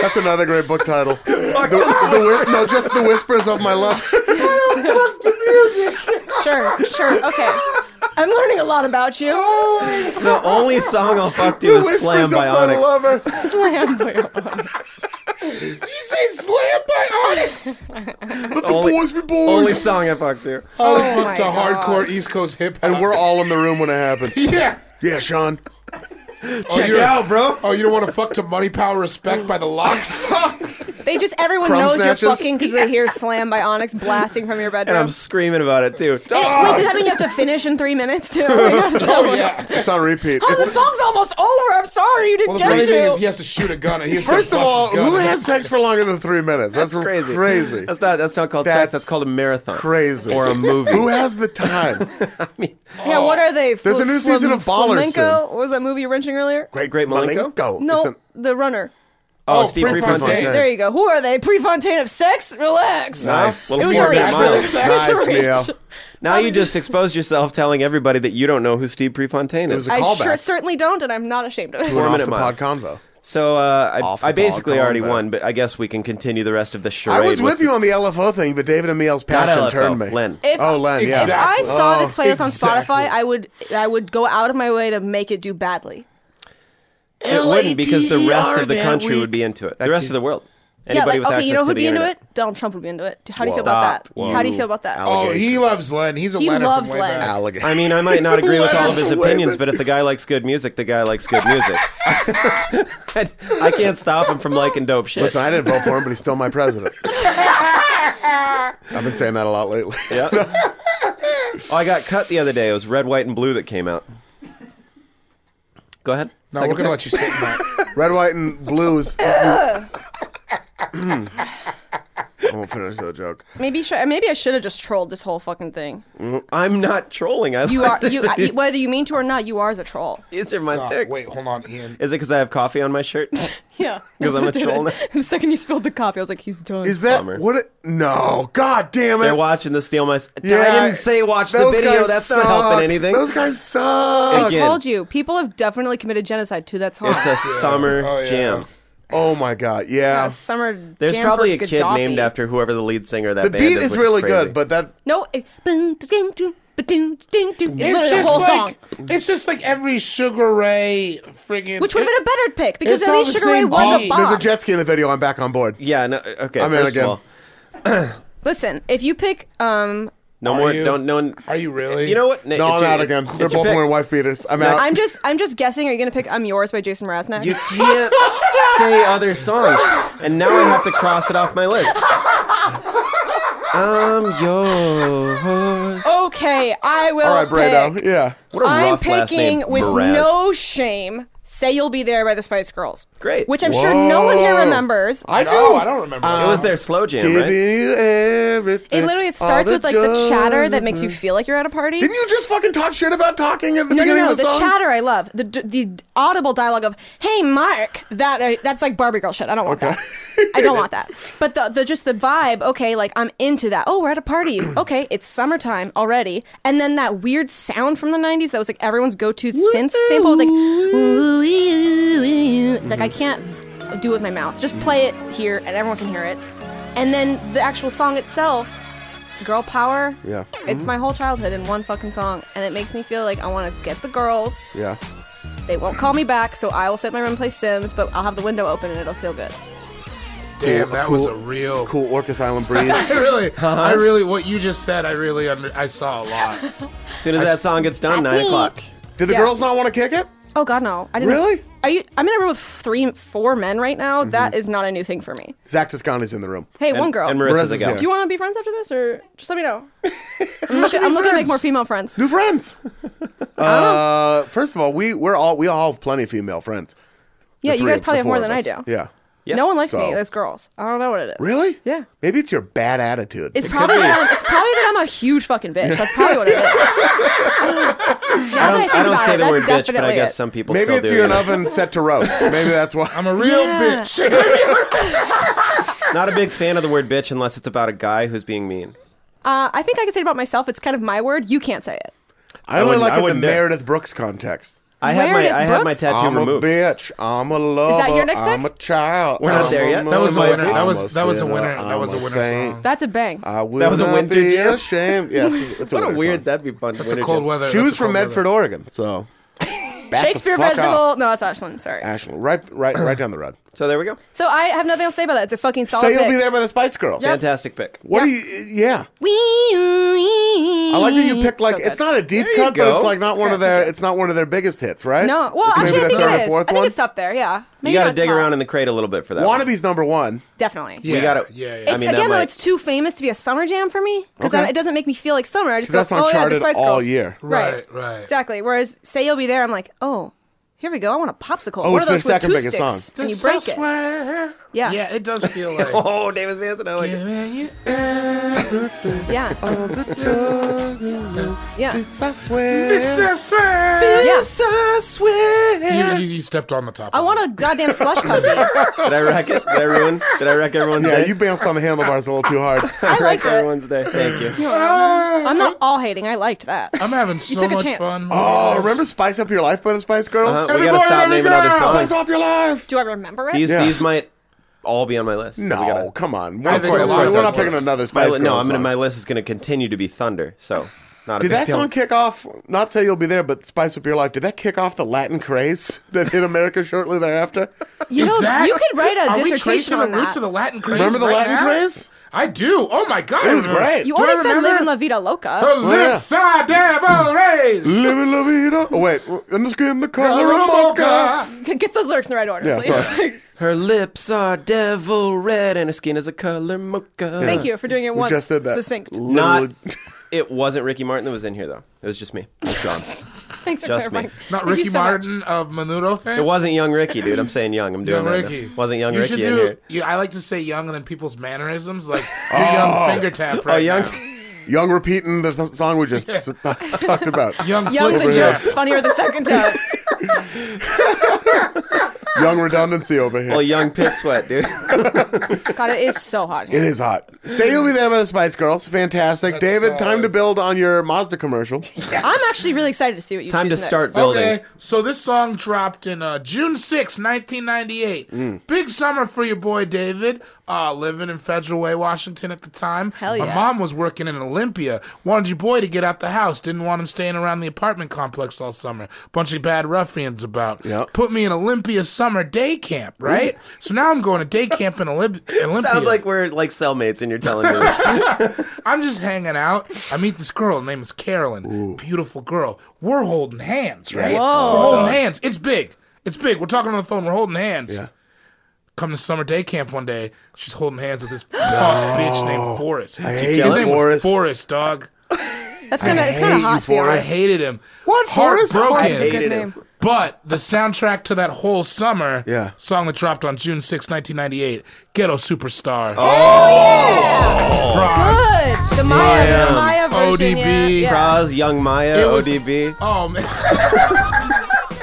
That's another great book title. The, the whi- no, just the whispers of my love.
Sure, sure, okay. I'm learning a lot about you.
The only song I'll fuck to is Slam by Onyx.
Lover.
Slam. Boy.
Did you say slam by Onyx?
Let the
Only-
boys be boys.
Only song I fuck to.
Oh,
my
to
God.
hardcore East Coast hip hop.
and we're all in the room when it happens.
yeah.
Yeah, Sean.
Oh, you don't-
bro.
Oh, you don't want to fuck to money, power, respect by the locks?
They just everyone
Crumb
knows
snatches?
you're fucking because they hear "Slam" by Onyx blasting from your bedroom.
And I'm screaming about it too.
Wait, does that mean you have to finish in three minutes too? oh
yeah.
It's on repeat.
the
It's,
song's almost over. I'm sorry you didn't
Well, the
get
funny thing is,
to.
he has to shoot a gun, and he has to
first of
bust his
all,
gun.
who has sex for longer than three minutes? That's,
That's crazy.
Crazy.
That's not. That's not called
That's
sex. That's called a marathon.
crazy.
Or a movie.
Who has the time?
yeah, what are they?
There's a new season of Ballers soon.
Flamenco. What was that movie you were mentioning earlier?
Great Malenko?
No,
It's an-
the runner.
Oh,
Oh,
Steve
Prefontaine.
Prefontaine.
There you go. Who are they? Prefontaine of sex? Relax.
Nice.
It was
Well,
a reach.
Forbidden
It
Mile.
was a reach.
Nice, Mia.
Now
Um,
you just exposed yourself telling everybody that you don't know who Steve Prefontaine is.
was a-
I
Callback.
sure certainly don't, and I'm not ashamed of it.
Four
Off
minute
the
mile.
pod convo.
So uh,
Off the
I, I basically
ball,
already
Colin,
won, but I guess we can continue the rest of the
I
charade.
was with you on the LFO thing, but David Amiel's
Not
passion
LFO,
turned me.
Len.
If-
oh, Len, yeah.
If I
Exactly.
saw this playlist
exactly.
on Spotify, I would I would go out of my way to make it do badly.
It wouldn't because the rest of the country would be into it. The rest of the world. Anybody
yeah, like
with
okay, you
access
know
to
who'd
the
be into
internet.
it? Donald Trump would be into it. How do you
Whoa.
feel about
Stop.
that? How do you
You
feel about that?
alligator.
Oh, he loves Len. He's a
He
Lenner
loves
from way
Len.
back.
Alligator.
I mean, I might not agree with all of his
Wait a
opinions,
minute.
but if the guy likes good music, the guy likes good music. I, I can't stop him from liking dope shit.
Listen, I didn't vote for him, but he's still my president. I've been saying that a lot lately.
Yeah. oh, I got cut the other day. It was red, white, and blue that came out. Go ahead.
No,
Second
we're going to
pick.
let you sit in that.
Red, white, and blues. I won't finish the joke.
Maybe you should, maybe I should have just trolled this whole fucking thing.
I'm not trolling. I
You are
like
you,
this.
I, whether you mean to or not, you are the troll.
These are my
Oh,
picks.
wait, hold on, Ian.
Is it because I have coffee on my shirt?
Yeah,
'Cause I'm a troll now.
The second you spilled the coffee, I was like, he's done.
Is that
Bummer.
what? It, no, god damn it!
They're watching the steal my.
Yeah,
I didn't say watch the
those
video.
guys
That's
suck.
not helping anything.
Those guys suck.
I
Again.
told you, people have definitely committed genocide to that song.
it's a summer
Oh, yeah.
jam.
Oh my god, yeah.
A summer.
um, There's
jam
probably a
for
kid
Gaddafi.
named after whoever the lead singer of that
the
band
beat
is,
is
which
really
crazy.
good, but that
No, it, it's
It's
literally the
just
whole song.
like it's just like every Sugar Ray friggin'
Which would have been a better pick because
it's
at
all
least
the
Sugar Ray
same
was a
beat.
bomb.
Oh, there's a jet ski in the video. I'm back on board.
yeah. No. Okay.
I'm in
first
again.
of all,
Listen, if you pick, um,
no
Are
more.
you-
Don't. No one.
Are you really?
You know what? Nick,
No,
it's
I'm
your-
out again.
it's
They're
your
both
pick.
wearing wife beaters. I'm out.
I'm just, I'm just guessing. Are you gonna pick "I'm Yours" by Jason Mraz
You
next?
can't say other songs, and now I have to cross it off my list. Um, I'm yours.
Okay, I will.
All right, Brado.
pick-
Yeah.
What a
I'm
rough last name,
picking with
Mraz.
no shame. Say you'll be there by the Spice Girls.
Great.
Which I'm sure no one here
Whoa.
remembers.
I do.
No, I don't remember.
Uh, It was their slow jam,
Giving
right?
you everything.
It literally it
all
starts with like the
joy.
chatter that makes you feel like you're at a party.
Didn't you just fucking talk shit about talking at the
no, no,
beginning
no.
of the,
The
song?
chatter I love. The d- the audible dialogue of "Hey, Mark," that uh, that's like Barbie girl shit. I don't want that. I don't want that. But the the just the vibe. Okay, like I'm into that. Oh, we're at a party. okay, it's summertime already. And then that weird sound from the '90s that was like everyone's go-to synth sample was like, "Ooh, ee, ee, ee." like I can't do it with my mouth. Just play it here, and everyone can hear it. And then the actual song itself. Girl power.
Yeah.
It's my whole childhood in one fucking song, and it makes me feel like I want to get the girls.
Yeah.
They won't call me back, so I will sit in my room and play Sims, but I'll have the window open and it'll feel good.
Damn, that was a
Cool.
real.
Cool Orcas Island breeze.
I really,
Uh-huh.
I really, what you just said, I really, under, I saw a lot.
As soon as that song gets done,
That's
nine
me.
o'clock.
Did the
Yeah.
girls not want to kick it?
Oh God, no! I didn't.
Really? Mm-hmm.
Are you? I'm in a room with three, four men right now. That is not a new thing for me.
Zach Toscani's in the room.
Hey, one
And-
girl.
And Marissa's a
Marissa's
gal.
here.
Do you want to be friends after this, or just let me know? I'm looking, I'm looking to make more female friends.
New friends. uh,
Oh.
first of all, we we're all we all have plenty of female friends.
Yeah,
The
you
three
guys
of-
probably
the
have more
four
than
of
I
us.
do.
Yeah.
Yeah.
No one likes
So-
me. That's girls. I don't know what it is.
Really?
Yeah.
Maybe it's your bad attitude.
It's probably that I'm, it's probably that I'm a huge fucking bitch. That's probably what it is. now
I
that I think
don't, I don't
about
say
it,
the
that's
word bitch, but I
definitely
guess
it.
some people
Maybe
still
it's
do.
you're an
yeah.
oven set to roast. Maybe that's why.
I'm a real
Yeah.
bitch.
Not a big fan of the word bitch unless it's about a guy who's being mean.
Uh, I think I can say it about myself. It's kind of my word. You can't say it.
I only
wouldn't-
like
I
it in the
wouldn't do it.
Meredith Brooks context.
I had
Where
my
did
I had my
Brooks-
tattoo
I'm
removed.
a bitch. I'm a lover.
your next
I'm
pick?
a child.
We're not
I'm
there yet.
a
That was a
mother,
winner. That
I'm
was- that was a
sinner,
winner. That
I'm
was a winner
saint.
song.
That's a bang.
I will
That was a
not
win,
be
did you?
ashamed. Yeah, it's, it's a
What a
winner
weird.
song.
That'd be fun.
That's a cold weather.
She
that's
was
a
from
cold weather.
Medford, Oregon, so Back the
Shakespeare
fuck Uh,
Festival.
off.
No, that's Ashland. Sorry.
Ashland, right, right, right down the road.
So there we go.
So I have nothing else to say about that. It's a fucking solid.
Say you'll
pick.
be there by the Spice Girls.
Fantastic pick.
What
Yeah.
do you? Yeah,
Wee,
I like that you picked like
So
it's
good.
not a deep
There you
cut, but it's
go.
like not
It's
one of
good.
their it's not one of their biggest hits, right?
No. Well,
It's maybe
actually, I
their
think
third
it
or
is. I
fourth
think
one.
it's up there. Yeah. Maybe
you got to
not
dig
top.
around in the crate a little bit for that. one.
Wannabe's number one.
Definitely.
Yeah,
We gotta-
Yeah, yeah.
I
It's,
mean, that
again, though,
might-
it's too famous to be a summer jam for me because
Okay.
it doesn't make me feel like summer. I just go,
That's not
oh yeah, the
charted
Spice
all
Girls.
year.
Right,
Right, right.
exactly. Whereas, say you'll be there, I'm like, oh, here we go. I want a popsicle.
Oh,
One
it's their
of those with
second
two
biggest
sticks,
song.
and you
This
break
is
it.
where-
Yeah.
Yeah, it does feel like.
Oh, Davis Hanson. I like it.
Yeah, yeah,
This I swear.
This is where-
yeah.
I swear.
You, you, you stepped on the top.
I
of
want a goddamn slush puppy. I
Did I wreck it? Did I ruin? Did I wreck everyone's
Yeah,
day?
you bounced on the handlebars a little too hard.
liked
wrecked
it.
everyone's day. Thank you.
I'm not all hating. I liked that.
I'm having so
took a
much
chance.
fun.
Oh, remember "Spice Up Your Life" by the Spice Girls?
Uh-huh, uh, we gotta stop naming other
Spice
songs.
up your life.
Do I remember it?
These
Yeah.
these might all be on my list. So we
No,
gotta-
come on.
I
We're,
think a lot of
we're
those
not picking
were.
another
My,
Spice
li-
Girls.
no, I'm gonna.
song.
My list is gonna continue to be Thunder. So not a
Did
big
that
deal.
song kick off? Not say you'll be there, but "Spice Up Your Life." Did that kick off the Latin craze that hit America shortly thereafter?
You
Is
know,
that-
you could write a
Are we
dissertation
tracing
on
the roots
that.
of the Latin craze?
Remember the
right
Latin
now?
craze?
I do. Oh my god,
It was
I remember.
great. Oh,
you
Do I
already said
remember?
"Living La Vida Loca."
Her
yeah.
lips are devil
Living la vida. Oh, wait, in the skin, the color of mocha.
raised.
G- Get those lyrics in the right order,
Yeah,
please.
sorry.
Her lips are devil red and her skin is a color mocha.
Thank you for doing it
We
once.
just said that.
Succinct.
Not.
Little-
It wasn't Ricky Martin that was in here though. It was just me. John.
Thanks for
Just
clarifying.
me.
Not
Thank you
Ricky
so much.
Martin of Menudo fame.
It wasn't young Ricky, dude. I'm saying young. I'm doing
Young
that. now.
Ricky.
Wasn't young
you
Ricky
should
in
do,
here?
You, I like to say young and then people's mannerisms, like your young finger tap right
oh, young.
now.
Young repeating the th- song we just s- talked about.
Young,
Young
flick
the
Over
tap.
joke's funnier the second time.
Young redundancy over here.
Well, Oh, young pit sweat, dude.
God, it is so hot.
it
Here.
is hot. Say you'll be there by the Spice Girls. Fantastic. David,
uh,
time to build on your Mazda commercial.
I'm actually really excited to see what you
Time to
choose next.
start building.
Okay, so this song dropped in uh, June 6, 1998.
Mm.
Big summer for your boy David, uh, living in Federal Way, Washington at the time.
Hell
My
yeah.
mom was working in Olympia. Wanted your boy to get out the house. Didn't want him staying around the apartment complex all summer. Bunch of bad ruffians about.
Yep.
Put me in Olympia summer day camp, right? So now I'm going to day camp in Olymp- Olympia.
Sounds like we're like cellmates, and you're telling me.
I'm just hanging out. I meet this girl. Her name is Carolyn. Beautiful girl. We're holding hands, right?
Whoa.
We're holding hands. It's big. It's big. We're talking on the phone. We're holding hands.
Yeah.
Come to summer day camp one day. She's holding hands with this punk bitch named Forrest.
hate
His
you,
name
Forrest.
was Forrest, dog.
That's kind of it's
hate
kind of
you,
hot to be
Forrest.
honest.
I hated him.
What, Forrest?
Forrest is a
Heartbroken.
good
Hated
name.
But the soundtrack to that whole summer
Yeah.
song that dropped on June 6, 1998, Ghetto Superstar.
Oh, Good. The Maya, the Maya version. Yeah.
ODB.
yeah.
Roz, Young Maya,
It was-
ODB.
Oh, man.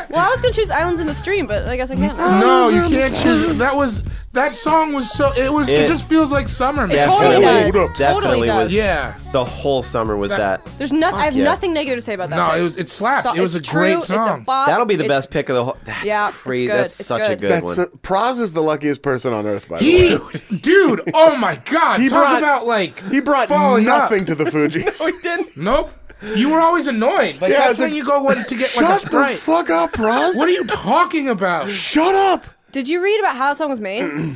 Well, I was gonna choose Islands in the Stream, but I guess I can't. Um,
No, you can't choose. That was that song was so. It was. It,
It-
just feels like summer, man.
Totally
Definitely-
does. Totally
definitely
does.
was-
Yeah.
The whole summer was that.
There's nothing. I have
yeah.
nothing negative to say about that.
No,
record.
it was. It slapped.
So-
it was a
it's
great
true, It's
song.
a bop,
That'll be the
Uh, it's-
best pick of the whole. That's
Yeah, it's
crazy.
good,
That's
it's
such a
good.
good
That's
one.
uh, Praz is the luckiest person on earth, by the way.
he, dude. Oh my God.
He
Talk
brought-
about like
He brought
falling
nothing
Up.
to the Fugees.
Nope. You were always annoyed. Like
Yeah,
that's
it's
when
like,
you go when to get like a
Shut the
sprite.
fuck up, Praz.
what are you talking about?
Shut up.
Did you read about how the song was made?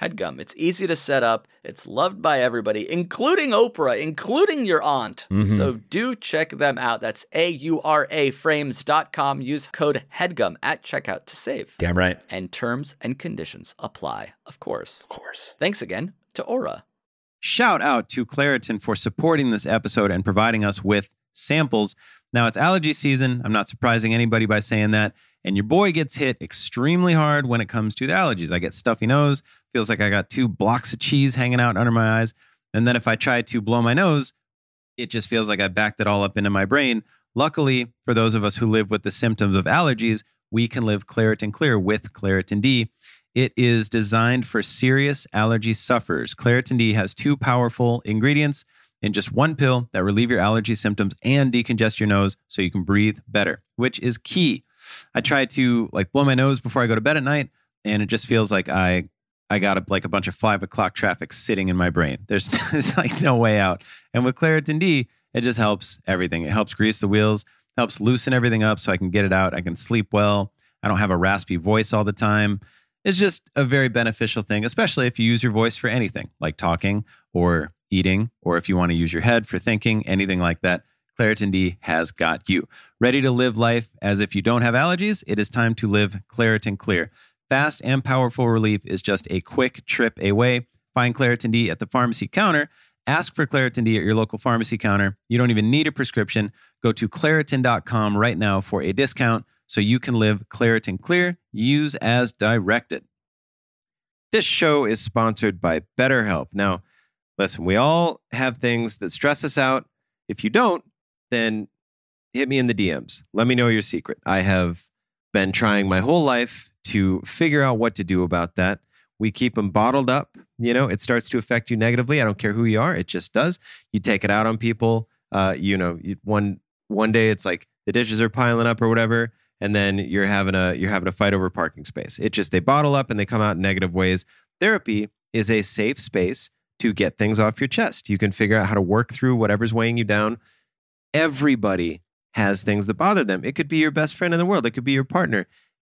HEADGUM. It's easy to set up, it's loved by everybody, including Oprah, including your aunt. So do check them out. That's A U R A frames.com. Use code HEADGUM at checkout to save.
Damn right.
And terms and conditions apply, of course. Of course. Thanks again to Aura.
Shout out to Claritin for supporting this episode and providing us with samples. Now it's allergy season. I'm not surprising anybody by saying that. And your boy gets hit extremely hard when it comes to the allergies. I get stuffy nose, feels like I got two blocks of cheese hanging out under my eyes. And then if I try to blow my nose, it just feels like I backed it all up into my brain. Luckily, for those of us who live with the symptoms of allergies, we can live Claritin Clear with Claritin D. It is designed for serious allergy sufferers. Claritin D has two powerful ingredients in just one pill that relieve your allergy symptoms and decongest your nose so you can breathe better, which is key. I try to like blow my nose before I go to bed at night, and it just feels like I I got a, like a bunch of five o'clock traffic sitting in my brain. There's, there's like no way out. And with Claritin D, it just helps everything. It helps grease the wheels, helps loosen everything up so I can get it out. I can sleep well. I don't have a raspy voice all the time. It's just a very beneficial thing, especially if you use your voice for anything like talking or eating, or if you want to use your head for thinking, anything like that. Claritin D has got you. Ready to live life as if you don't have allergies? It is time to live Claritin Clear. Fast and powerful relief is just a quick trip away. Find Claritin D at the pharmacy counter. Ask for Claritin D at your local pharmacy counter. You don't even need a prescription. Go to Claritin.com right now for a discount so you can live Claritin Clear. Use as directed. This show is sponsored by BetterHelp. Now, listen, we all have things that stress us out. If you don't, then hit me in the DMs. Let me know your secret. I have been trying my whole life to figure out what to do about that. We keep them bottled up. You know, it starts to affect you negatively. I don't care who you are; it just does. You take it out on people. Uh, you know, you, one one day it's like the dishes are piling up or whatever, and then you're having a you're having a fight over parking space. It just they bottle up and they come out in negative ways. Therapy is a safe space to get things off your chest. You can figure out how to work through whatever's weighing you down everybody has things that bother them. It could be your best friend in the world, it could be your partner.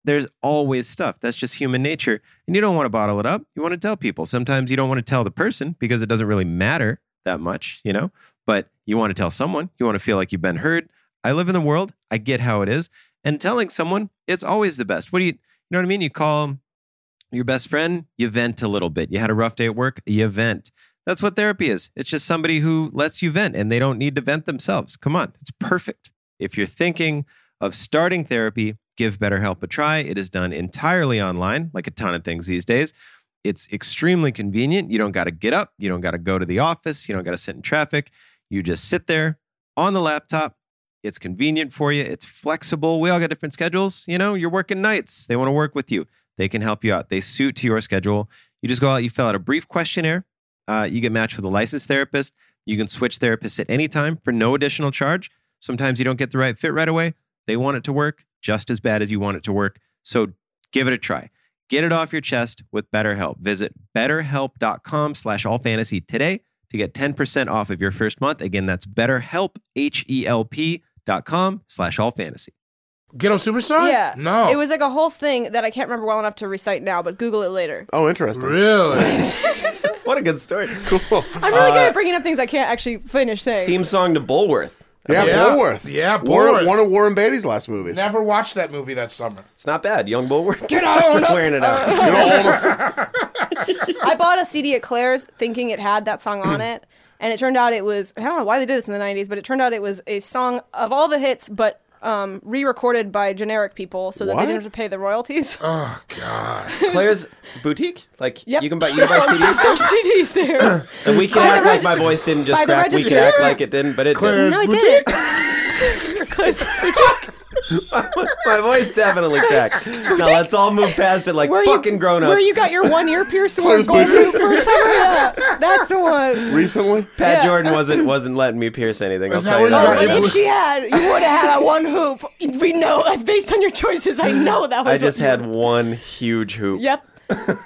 There's always stuff. That's just human nature. And you don't want to bottle it up. You want to tell people. Sometimes you don't want to tell the person because it doesn't really matter that much, you know, but you want to tell someone. You want to feel like you've been heard. I live in the world. I get how it is. And telling someone, it's always the best. What do you, you know what I mean? You call your best friend, you vent a little bit. You had a rough day at work, you vent. That's what therapy is. It's just somebody who lets you vent and they don't need to vent themselves. Come on, it's perfect. If you're thinking of starting therapy, give BetterHelp a try. It is done entirely online, like a ton of things these days. It's extremely convenient. You don't got to get up, you don't got to go to the office, you don't got to sit in traffic. You just sit there on the laptop. It's convenient for you, it's flexible. We all got different schedules. You know, you're working nights, they want to work with you, they can help you out. They suit to your schedule. You just go out, you fill out a brief questionnaire. Uh, you get matched with a licensed therapist. You can switch therapists at any time for no additional charge. Sometimes you don't get the right fit right away. They want it to work just as bad as you want it to work. So give it a try. Get it off your chest with BetterHelp. Visit betterhelp.com slash allfantasy today to get 10% off of your first month. Again, that's betterhelp, H-E-L-P dot com slash allfantasy.
Ghetto Superstar?
Yeah.
No.
It was like a whole thing that I can't remember well enough to recite now, but Google it later.
Oh, interesting.
really.
What a good story.
Cool.
I'm really
Uh,
good at bringing up things I can't actually finish saying.
Theme song to Bullworth.
Yeah,
Yeah.
Bulworth.
Yeah, Bulworth.
Warren, one of Warren Beatty's last movies.
Never watched that movie that summer.
It's not bad. Young Bullworth.
Get on up.
Wearing it
Uh,
out.
You know,
I bought a CD at Claire's thinking it had that song on it. And it turned out it was, I don't know why they did this in the 90s, but it turned out it was a song of all the hits, but um, re recorded by generic people so that
What?
they didn't have to pay the royalties.
Oh God.
Claire's boutique. Like
Yep.
Uh, you can buy you can buy
I sold- I
CDs.
sold CDs there.
And we can
By the
act like my
register.
voice didn't just
By the
crack. We can
register.
act like it didn't, but it
Claire's
no, I
boutique.
did it. Claire's boutique.
did. My voice definitely cracked. Now let's all move past it like
Where you-
fucking grown
Where
ups.
you got your one ear pierced and
Claire's
your gold
baby.
loop or something? Yeah, that's the one.
Recently?
Pat Jordan wasn't wasn't letting me pierce anything. I'll
That's
tell
how
you
it
that
Oh,
is.
right
but
now.
if she had, you would have had a one hoop. We know, based on your choices, I know that
I
was.
just
what you
had
were-
one huge hoop.
Yep.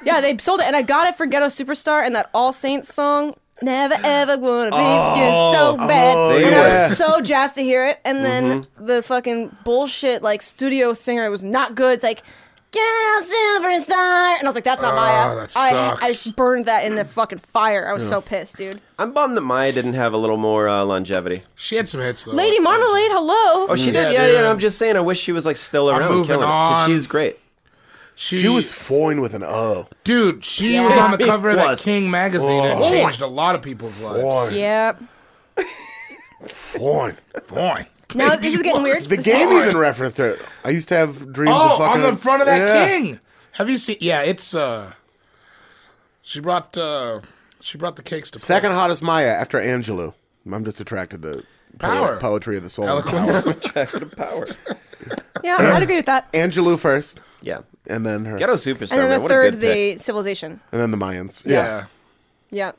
Yeah, they sold it, and I got it for Ghetto Superstar and that All Saints song. Never ever wanna be you so bad. and I
yeah.
was so jazzed to hear it, and then the fucking bullshit like studio singer was not good. It's like Ghetto Superstar, and I was like, that's not
Ah,
Maya.
that
I, I
sucks.
just burned that in the fucking fire. I was so pissed, dude.
I'm bummed that Maya didn't have a little more uh, longevity.
She had some hits though.
Lady Marmalade, hello.
Mm.
Oh, she
Yeah,
did. Yeah,
dude.
yeah. and I'm just saying. I wish she was like still around,
moving
killing it, 'cause
on.
She's great.
She,
She was foying with an O.
dude. She was on the cover of that
Was.
King magazine and
Boy.
changed a lot of people's lives.
Foying.
Yeah.
Foying.
Boy.
Now this is getting weird.
The game even referenced her. I used to have dreams of
Oh,
fucking
on the front of that
Yeah.
king. Have you seen? Yeah, it's uh. She brought uh, she brought the cakes to play.
Second hottest Maya after Angelou. I'm just attracted to po-
Power.
poetry of the soul. and
eloquence.
power.
Power.
Yeah, I'd agree with that.
Angelou first,
Yeah.
and then her,
Ghetto superstar.
And
man,
then the
what a
third,
good pick. Uh,
the civilization.
and then the Mayans. Yeah,
yeah.
Yeah.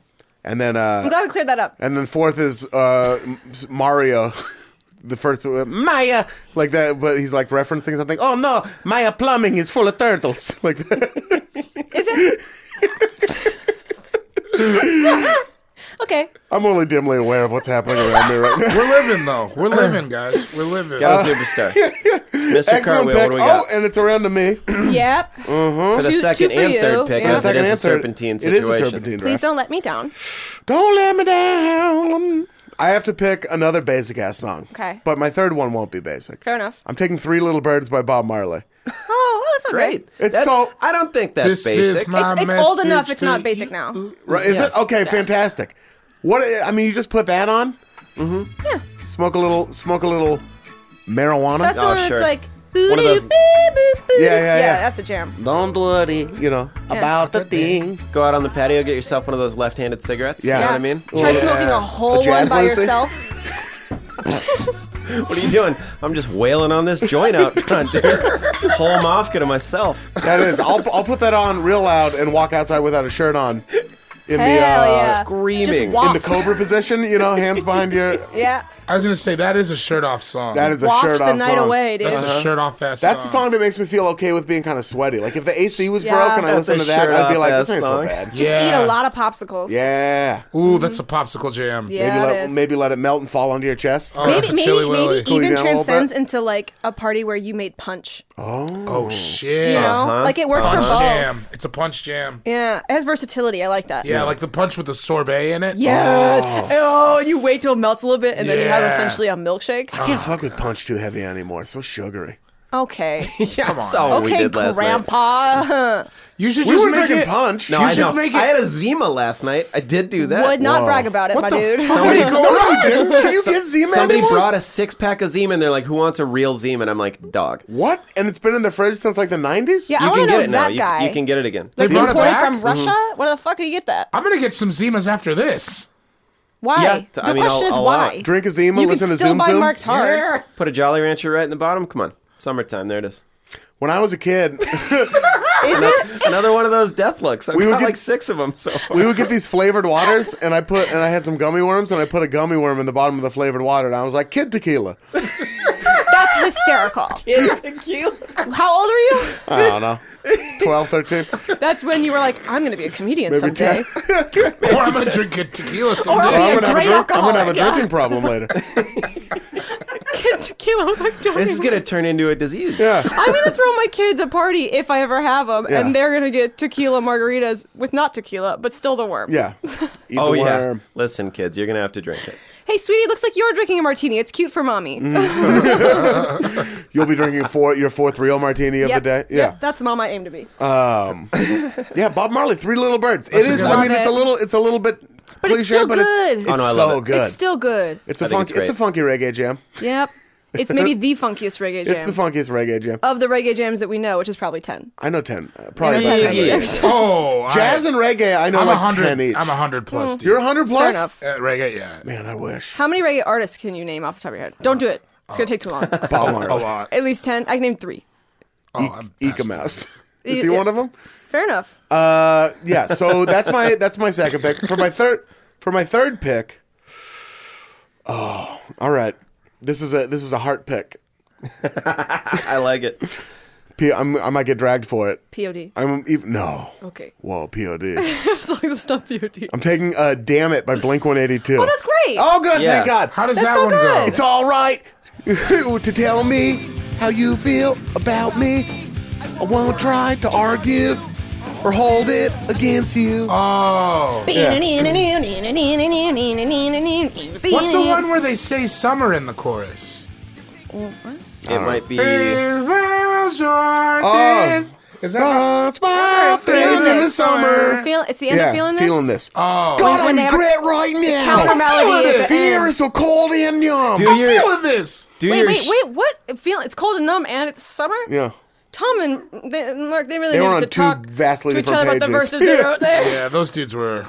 and then
I'm
uh,
glad we cleared that up.
and then fourth is uh, M- Mario. The first uh, Maya, like that, but he's like referencing something. Oh no, Maya plumbing is full of turtles, like that.
Is it? okay.
I'm only dimly aware of what's happening around me right now.
We're living though. We're living, guys. We're living. Uh,
Ghetto superstar. Mr. Cartwheel.
Excellent
What
pick.
do we
Oh,
got
and it's around to me.
Yep.
for the
two- two
second
for
and
you,
third pick?
yeah.
Yes, it
Second
is a
and third.
serpentine
It is
situation.
a serpentine draft.
Please don't let me down.
Don't let me down. I have to pick another basic ass song.
Okay.
But my third one won't be basic.
Fair enough.
I'm taking Three Little Birds by Bob Marley.
Oh, well, that's okay.
Great.
It's
That's-
so-
I don't think that's
This is
basic.
my-
It's, it's old
message
enough. It's
to
not
you.
basic now.
Right? Is it? Okay, fantastic. What I mean, you just put that on? Mm-hmm. Yeah. Smoke a little smoke a little marijuana.
That's the
Oh,
one that's
sure.
like.
One of those-
"Boo-doo-boo, boo-boo."
Yeah, yeah, yeah.
that's a jam.
Don't worry, you know, about the thing.
Go out on the patio, get yourself one of those left-handed cigarettes.
Yeah.
You know
yeah.
what I mean?
Try
Yeah.
smoking a whole one
jazz
by
Lucy?
yourself.
What are you doing? I'm just wailing on this joint out front, dude. Whole mafka to myself.
That is. I'll I'll put that on real loud and walk outside without a shirt on. In
Hell
the uh,
yeah. Just
Screaming.
in
waft.
the cobra position, you know, hands behind your
yeah.
I was gonna say that is a shirt off song.
that is a
Waft
shirt
the
off
night
song.
away, dude.
That's a shirt off ass.
That's a song that makes me feel okay with being kind of sweaty. Like if the AC was
Yeah.
broke and I
That's
listened to
a
that, I'd be like,
shirt-off
"This ain't so
ass
bad."
Just
Yeah.
eat a lot of popsicles.
Yeah.
Ooh, that's a popsicle jam.
Yeah,
maybe
it
let
is.
maybe let it melt and fall onto your chest.
Oh, that's
Maybe
a chilly
maybe,
willy.
maybe
Cool you
even
down a little
transcends
bit?
into like a party where you made punch.
Oh shit.
You know, like it works for
Punch
both.
Uh-huh. jam. It's a punch jam.
Yeah, it has versatility. I like that.
Yeah, like the punch with the sorbet in it.
Yeah. Oh, you wait till it melts a little bit, and then you have
Yeah.
essentially a milkshake.
I can't fuck with punch too heavy anymore. It's so sugary.
Okay.
Yeah, that's all we
okay,
did last night.
Grandpa.
You should
We
just
were
make
drinking
it.
punch.
No,
You
I
should
know.
make
I
it-
had a Zima last night. I did do that.
Would not brag about it, my dude.
Somebody,
no, you didn't. Can you get Zima?
somebody
anymore?
brought a six pack of Zima, and they're like, "Who wants a real Zima?" And I'm like, "Dog, you
what? And it's been in the fridge since like the nineties.
Yeah, I
can
want to
get
know
it now.
that
You-
guy.
You, can get it again."
like,
They brought it
imported
back?
from Russia? Where the fuck do you get that?
I'm gonna get some Zimas after this.
Why?
Yeah,
the
I mean,
question
I'll-
is
I'll allow
why.
it.
Drink a Zima.
you can
listen
still
to Zoom
buy
Zoom.
Mark's Hard.
Put a Jolly Rancher right in the bottom. Come on, summertime. There it is.
When I was a kid,
Is it?
Another one of those death looks. I've
We would
got
get-
like six of them. So far.
we would get these flavored waters, and I put and I had some gummy worms, and I put a gummy worm in the bottom of the flavored water, and I was like, "Kid tequila."
That's hysterical. How old are you?
I don't know, 12, 13.
That's when you were like, I'm going to be a comedian
Maybe
someday.
Or I'm gonna drink a tequila
Or I'll
someday.
be
I'm
a
gonna, have a
great
drink- I'm gonna have a
alcoholic. Yeah.
drinking problem later.
Get tequila with like, don't
this is
even-
gonna turn into a disease.
Yeah.
I'm gonna throw my kids a party if I ever have them,
Yeah.
and they're gonna get tequila margaritas with not tequila, but still the worm.
Yeah. Eat
Oh
the
yeah.
worm.
Listen, kids, you're gonna have to drink it.
Hey, sweetie, looks like you're drinking a martini. It's cute for mommy.
Mm-hmm. Oh, You'll be drinking four, your fourth real martini of
Yep.
the day. Yeah. Um,
Yep, that's the mom I aim to be.
Yeah, Bob Marley, Three Little Birds. It is.
good
I
one.
mean, it's a little. It's a little bit.
But
cliche,
it's still
but
good.
It's,
Oh, no, I
it's
love
so
it.
good.
It's still good.
It's a
think
funky.
it's
It's, a
great.
funky reggae jam.
Yep. It's maybe the funkiest reggae
It's
jam
the
Oh.
funkiest reggae jam.
of the reggae jams that we know, which is probably ten.
I know ten. Uh, probably
Yeah,
about
yeah,
ten.
yeah,
reggae
yeah.
jams.
Oh, I-
Jazz and reggae, I know
I'm a
like ten
hundred.
each.
I'm a hundred
Mm.
plus. Dude.
You're a hundred plus.
enough.
Uh, reggae, yeah.
Man, I wish.
How many reggae artists can you name off the top of your head? Don't do it. It's gonna take too long.
Bob a lot.
At least ten. I can name three.
Oh,
Eek, Eka Mouse. Is he
Y- yeah.
one of them?
Fair enough.
Uh, yeah. So that's my that's my second pick. For my third for my third pick. Oh, all right. This is a this is a heart pick.
I like it.
P- I'm, I might get dragged for it.
Pod.
I'm even no.
Okay.
Whoa, Pod.
as long as it's not pod.
I'm taking uh, "Damn It" by Blink 182.
Oh, that's great.
Oh, good.
Yeah.
Thank God.
How does
That's
that
so
one go?
good.
It's all right to tell me how you feel about me. I won't try to argue or hold it against you.
Oh. What's the one where they say summer in the chorus?
It
Uh-huh.
might be.
Oh.
It was your days. Is that
That's my
Feeling
thing in the
this.
summer.
Feel, it's the end of feeling this.
Oh.
God,
When- when they
I
have
regret right now.
counter melody
I'm
at
feeling it.
the
Fear
end.
is so cold and
Oh.
young.
Do your
feeling this.
do
Wait,
your
wait,
sh-
wait! What? Feel it's cold and numb, and it's summer.
Yeah.
Tom and they, Mark, they really
They were
needed
on
to
two
talk
vastly
to each
different
other about the
pages.
verses they wrote there.
Yeah, those dudes were.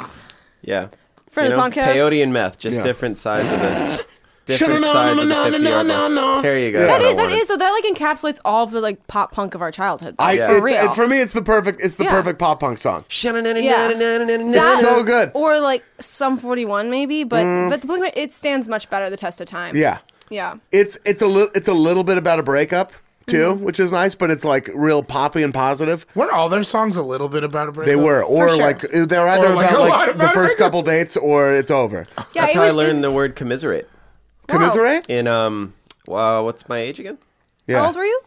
Yeah.
For
You
the
know,
podcast.
Peyote and meth, just
Yeah.
different sides of it. Different
Shunna-
sides of the
na- na-
50
na-
yard
na-
line.
na- na.
There you go.
Yeah.
I
That
don't
is, that
want it.
is, so that like encapsulates all of the like pop punk of our childhood.
I,
Yeah.
for
it's,
real.
it's- for me, it's the perfect. It's the
Yeah.
perfect pop punk song.
Yeah.
It's
That-
so good. Mm.
Or like some 41 maybe, but but the Blink it stands much better the test of time.
Yeah.
Yeah.
It's it's a little it's a little bit about a breakup too, which is nice, but it's like real poppy and positive.
Weren't all their songs a little bit about a breakup?
They were, or
sure.
like they're either
Or, like,
about
a
like
lot
the
about
first
it.
couple dates or it's over.
yeah
That's
it
how I
was-
learned the
it's-
word commiserate.
wow.
Commiserate.
In um, wow, what's my age again?
Yeah.
How old were you?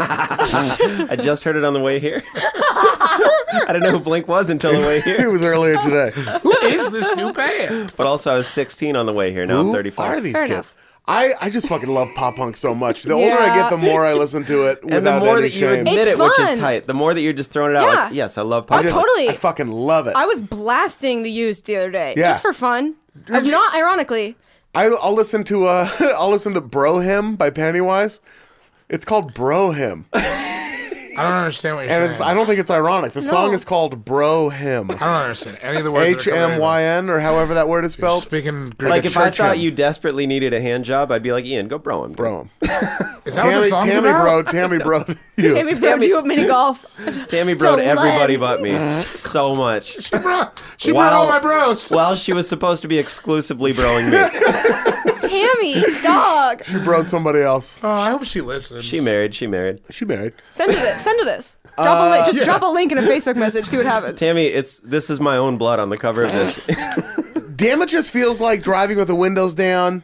I just heard it on the way here. I didn't know who Blink was until the way
It
here.
was earlier today.
Who is this new band?
But also, I was 16 on the way here. Now I'm
Who
35.
are these
Fair
kids?
enough.
I, I just fucking love pop punk so much. The older I
Yeah.
get, the more I listen to it without
And the more
any
that you
shame.
admit
It's
it, which
fun.
is tight, the more that you're just throwing it out.
Yeah.
Like, yes, I love
Oh,
pop.
Just-
totally.
I fucking love it.
I was blasting the used the other day
Yeah.
just for fun. I'm not ironically.
I, I'll listen to uh, I'll listen to Bro Him by Pennywise. It's called Bro Him,
I don't understand what you're
and
saying.
it's, I don't think it's ironic. The song
No.
is called Bro Him.
I don't understand any of the words.
H
that are coming out
M
of your mouth.
Y N or however that word is spelled.
Speaking Greek
Like if I
church
thought
hymn.
you desperately needed a hand job, I'd be like, Ian, go bro him. dude.
Bro him.
is that what
Tammy,
the song's
Tammy
about?
bro, Tammy bro, you.
Tammy brought you at mini golf.
Tammy broed
Don't
everybody
let-
but me so much.
Bro, she brought
Wow.
all my bros.
While she was supposed to be exclusively broing me.
Tammy, dog.
She broed somebody else.
Oh, I hope she listens.
She married, she married.
She married.
Send her this. Send her this. Drop a
Uh,
link. Just drop a link in a Facebook message. See what happens.
Tammy, it's this is my own blood on the cover of this.
Damn, it just feels like driving with the windows down,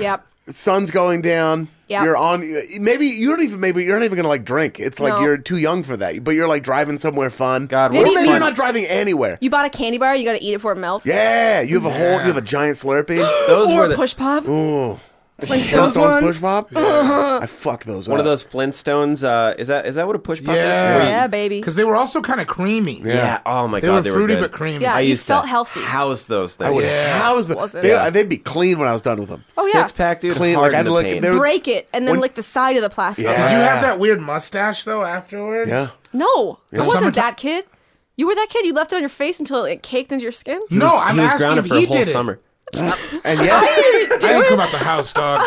Yep.
sun's going down.
Yeah.
You're on. Maybe you don't even. Maybe you're not even gonna like drink. It's like
No.
you're too young for that. But you're like driving somewhere fun.
God, what
Or
Maybe-
maybe
maybe-
you're not driving anywhere.
You bought a candy bar. You got to eat it before it melts.
Yeah, you have a whole. You have a giant Slurpee.
those
Or
were
a
the,
push pop.
Ooh,
Flintstones
Flintstones
one.
push pop. I fuck those.
one
up.
of those Flintstones. Uh, is that is that what a push pop
Yeah.
is? Where you-
Yeah, baby.
Because they were also kind of creamy.
yeah. Oh my
They
god,
were
they
fruity
were good.
but creamy.
Yeah.
I
You
used
felt
to
healthy.
house those things.
I would
Yeah.
house them.
Wasn't-
They,
Yeah.
They'd be clean when I was done with them.
Oh yeah.
Six pack, dude. Clean,
Clean, like,
hard
I'd
in the
look-
pain.
they were-
Break it and then
When-
lick the side of the plastic.
Yeah.
Did you have that weird mustache though afterwards?
Yeah.
No, I
Summertime-
wasn't that kid. You were that kid. You left it on your face until it caked into your skin.
No, I'm
he was
asking
grounded
if
for a
he
whole
did it.
summer.
And yes,
I didn't come out the house, dog.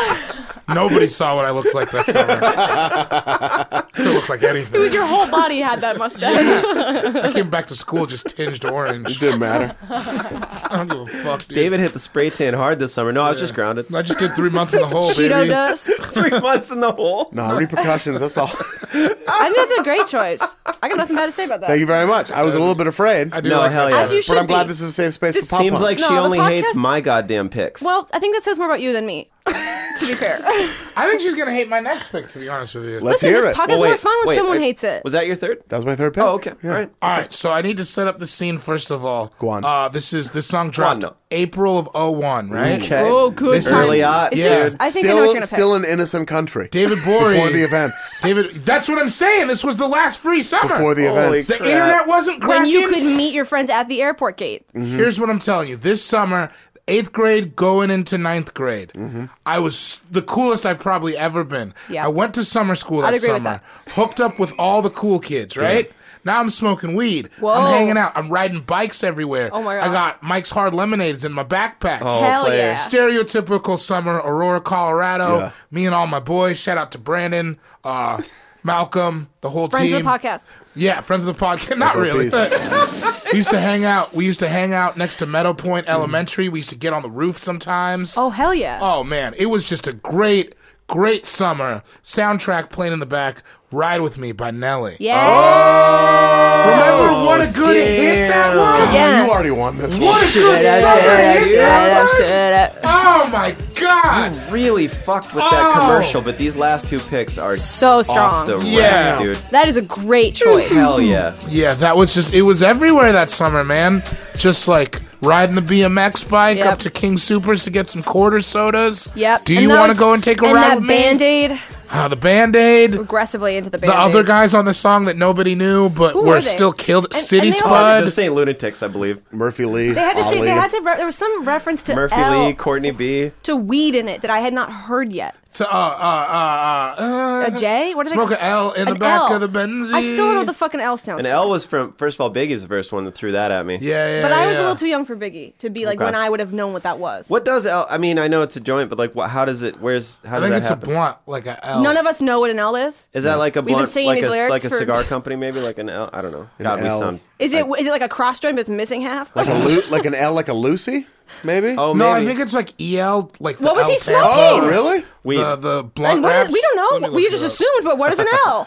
Nobody saw what I looked like that summer. I didn't look like anything.
It was your whole body had that mustache.
I came back to school just tinged orange.
didn't matter.
I don't give a fuck, dude.
David hit the spray tan hard this summer. No, I was just grounded.
I just did three months in the
Oh,
hole,
Cheeto
baby.
dust.
Three months in the hole.
No repercussions. That's all.
I think that's a great choice. I got nothing bad to say about that.
Thank you very much. I was a little bit afraid.
I do
No,
like
hell
that.
yeah.
As you should
But I'm glad
be.
this is a safe space
Just
for pop
Seems like
No,
she
the
only hates
podcast-
my goddamn picks.
Well, I think that says more about you than me. To be fair,
I think she's gonna hate my next pick, to be honest with you.
Let's
listen,
hear it.
this podcast
Well,
is more fun when
wait,
someone
I-
hates it.
Was that your third?
that was my third pick.
Oh, okay. All right.
All right, so I need to set up the scene first of all.
Go on.
Uh, this is this song dropped
no.
April of 01, right?
Okay.
oh, good.
This is-
time.
Early on,
It's
yeah.
just- I think
still,
I know what you're gonna
still
pick.
an innocent country.
David Bory.
Before the events.
David, that's what I'm saying. This was the last free summer.
Before the
Holy
events.
the
crap.
internet wasn't cracking.
When you could meet your friends at the airport gate.
Mm-hmm.
Here's what I'm telling you: this summer, eighth grade going into ninth grade,
Mm-hmm.
I was the coolest I've probably ever been.
Yeah.
I went to summer school that
I'd agree with
summer, hooked up with all the cool kids, right? Now I'm smoking weed.
Whoa.
I'm hanging out. I'm riding bikes everywhere.
Oh my God.
I got Mike's Hard Lemonades in my backpack.
Oh,
Hell
players.
yeah.
Stereotypical summer, Aurora, Colorado.
Yeah.
Me and all my boys. Shout out to Brandon, uh, Malcolm, the whole
Friends
team.
of the podcast.
Yeah, friends of the podcast. Not really. we used to hang out. We used to hang out next to Meadow Point Elementary. We used to get on the roof sometimes.
Oh hell yeah.
Oh man, it was just a great, great summer. Soundtrack playing in the back. Ride with me by Nelly.
yeah.
Oh, Remember what a good hit that was.
Yeah.
You already won this
What
one.
a good summer hit that was. Oh my god.
Really fucked with that
Oh.
commercial, but these last two picks are
So
off
strong.
the
Yeah.
rack, dude.
That is a great choice.
Hell yeah.
Yeah, that was just it was everywhere that summer, man. Just like riding the BMX bike
Yep.
up to King Supers to get some quarter sodas.
Yep.
Do
And
you
that
want
was-
to go and take a
and
ride
that
with
Band
me?
Aid
Ah, the band aid.
aggressively into the band.
The other guys on the song that nobody knew, but
Who
were
were they?
still killed.
And-
City
and they also-
Uh,
Spud.
the St. Lunatics, I believe.
Murphy Lee.
They had to say
Ollie.
they had to. Re- there was some reference to
Murphy
L,
Lee, Courtney B.
to weed in it that I had not heard yet.
to, uh, uh, uh, uh,
A J? What is
Smoke
it?
a L in the
An
back
L.
of the Benzie.
I still don't know what the fucking L stands.
And
for.
L was from, first of all, Biggie's the first one that threw that at me.
Yeah, yeah.
But I was
yeah.
a little too young for Biggie to be like
Okay.
when I would have known what that was.
What does L, I mean, I know it's a joint, but like, what, how does it, where's, how
I
does
think
that
it's
happen?
a blunt, like a L.
None of us know what an L is.
Is that like a
been
blunt,
singing
like
these
a,
lyrics
like a
for-
cigar company, maybe like an L? I don't know. God, we
L.
sound.
Is it is it like a cross joint but it's missing half?
like, a Lu- like an L, like a Lucy, maybe.
Oh,
No, I
maybe.
think it's like EL. Like the
What was he
L
smoking?
tab.
Oh, really?
Weed.
The, the blunt
and what is,
wraps.
we don't
Let
know.
me
We
look
just
it up.
assumed, but what is an L?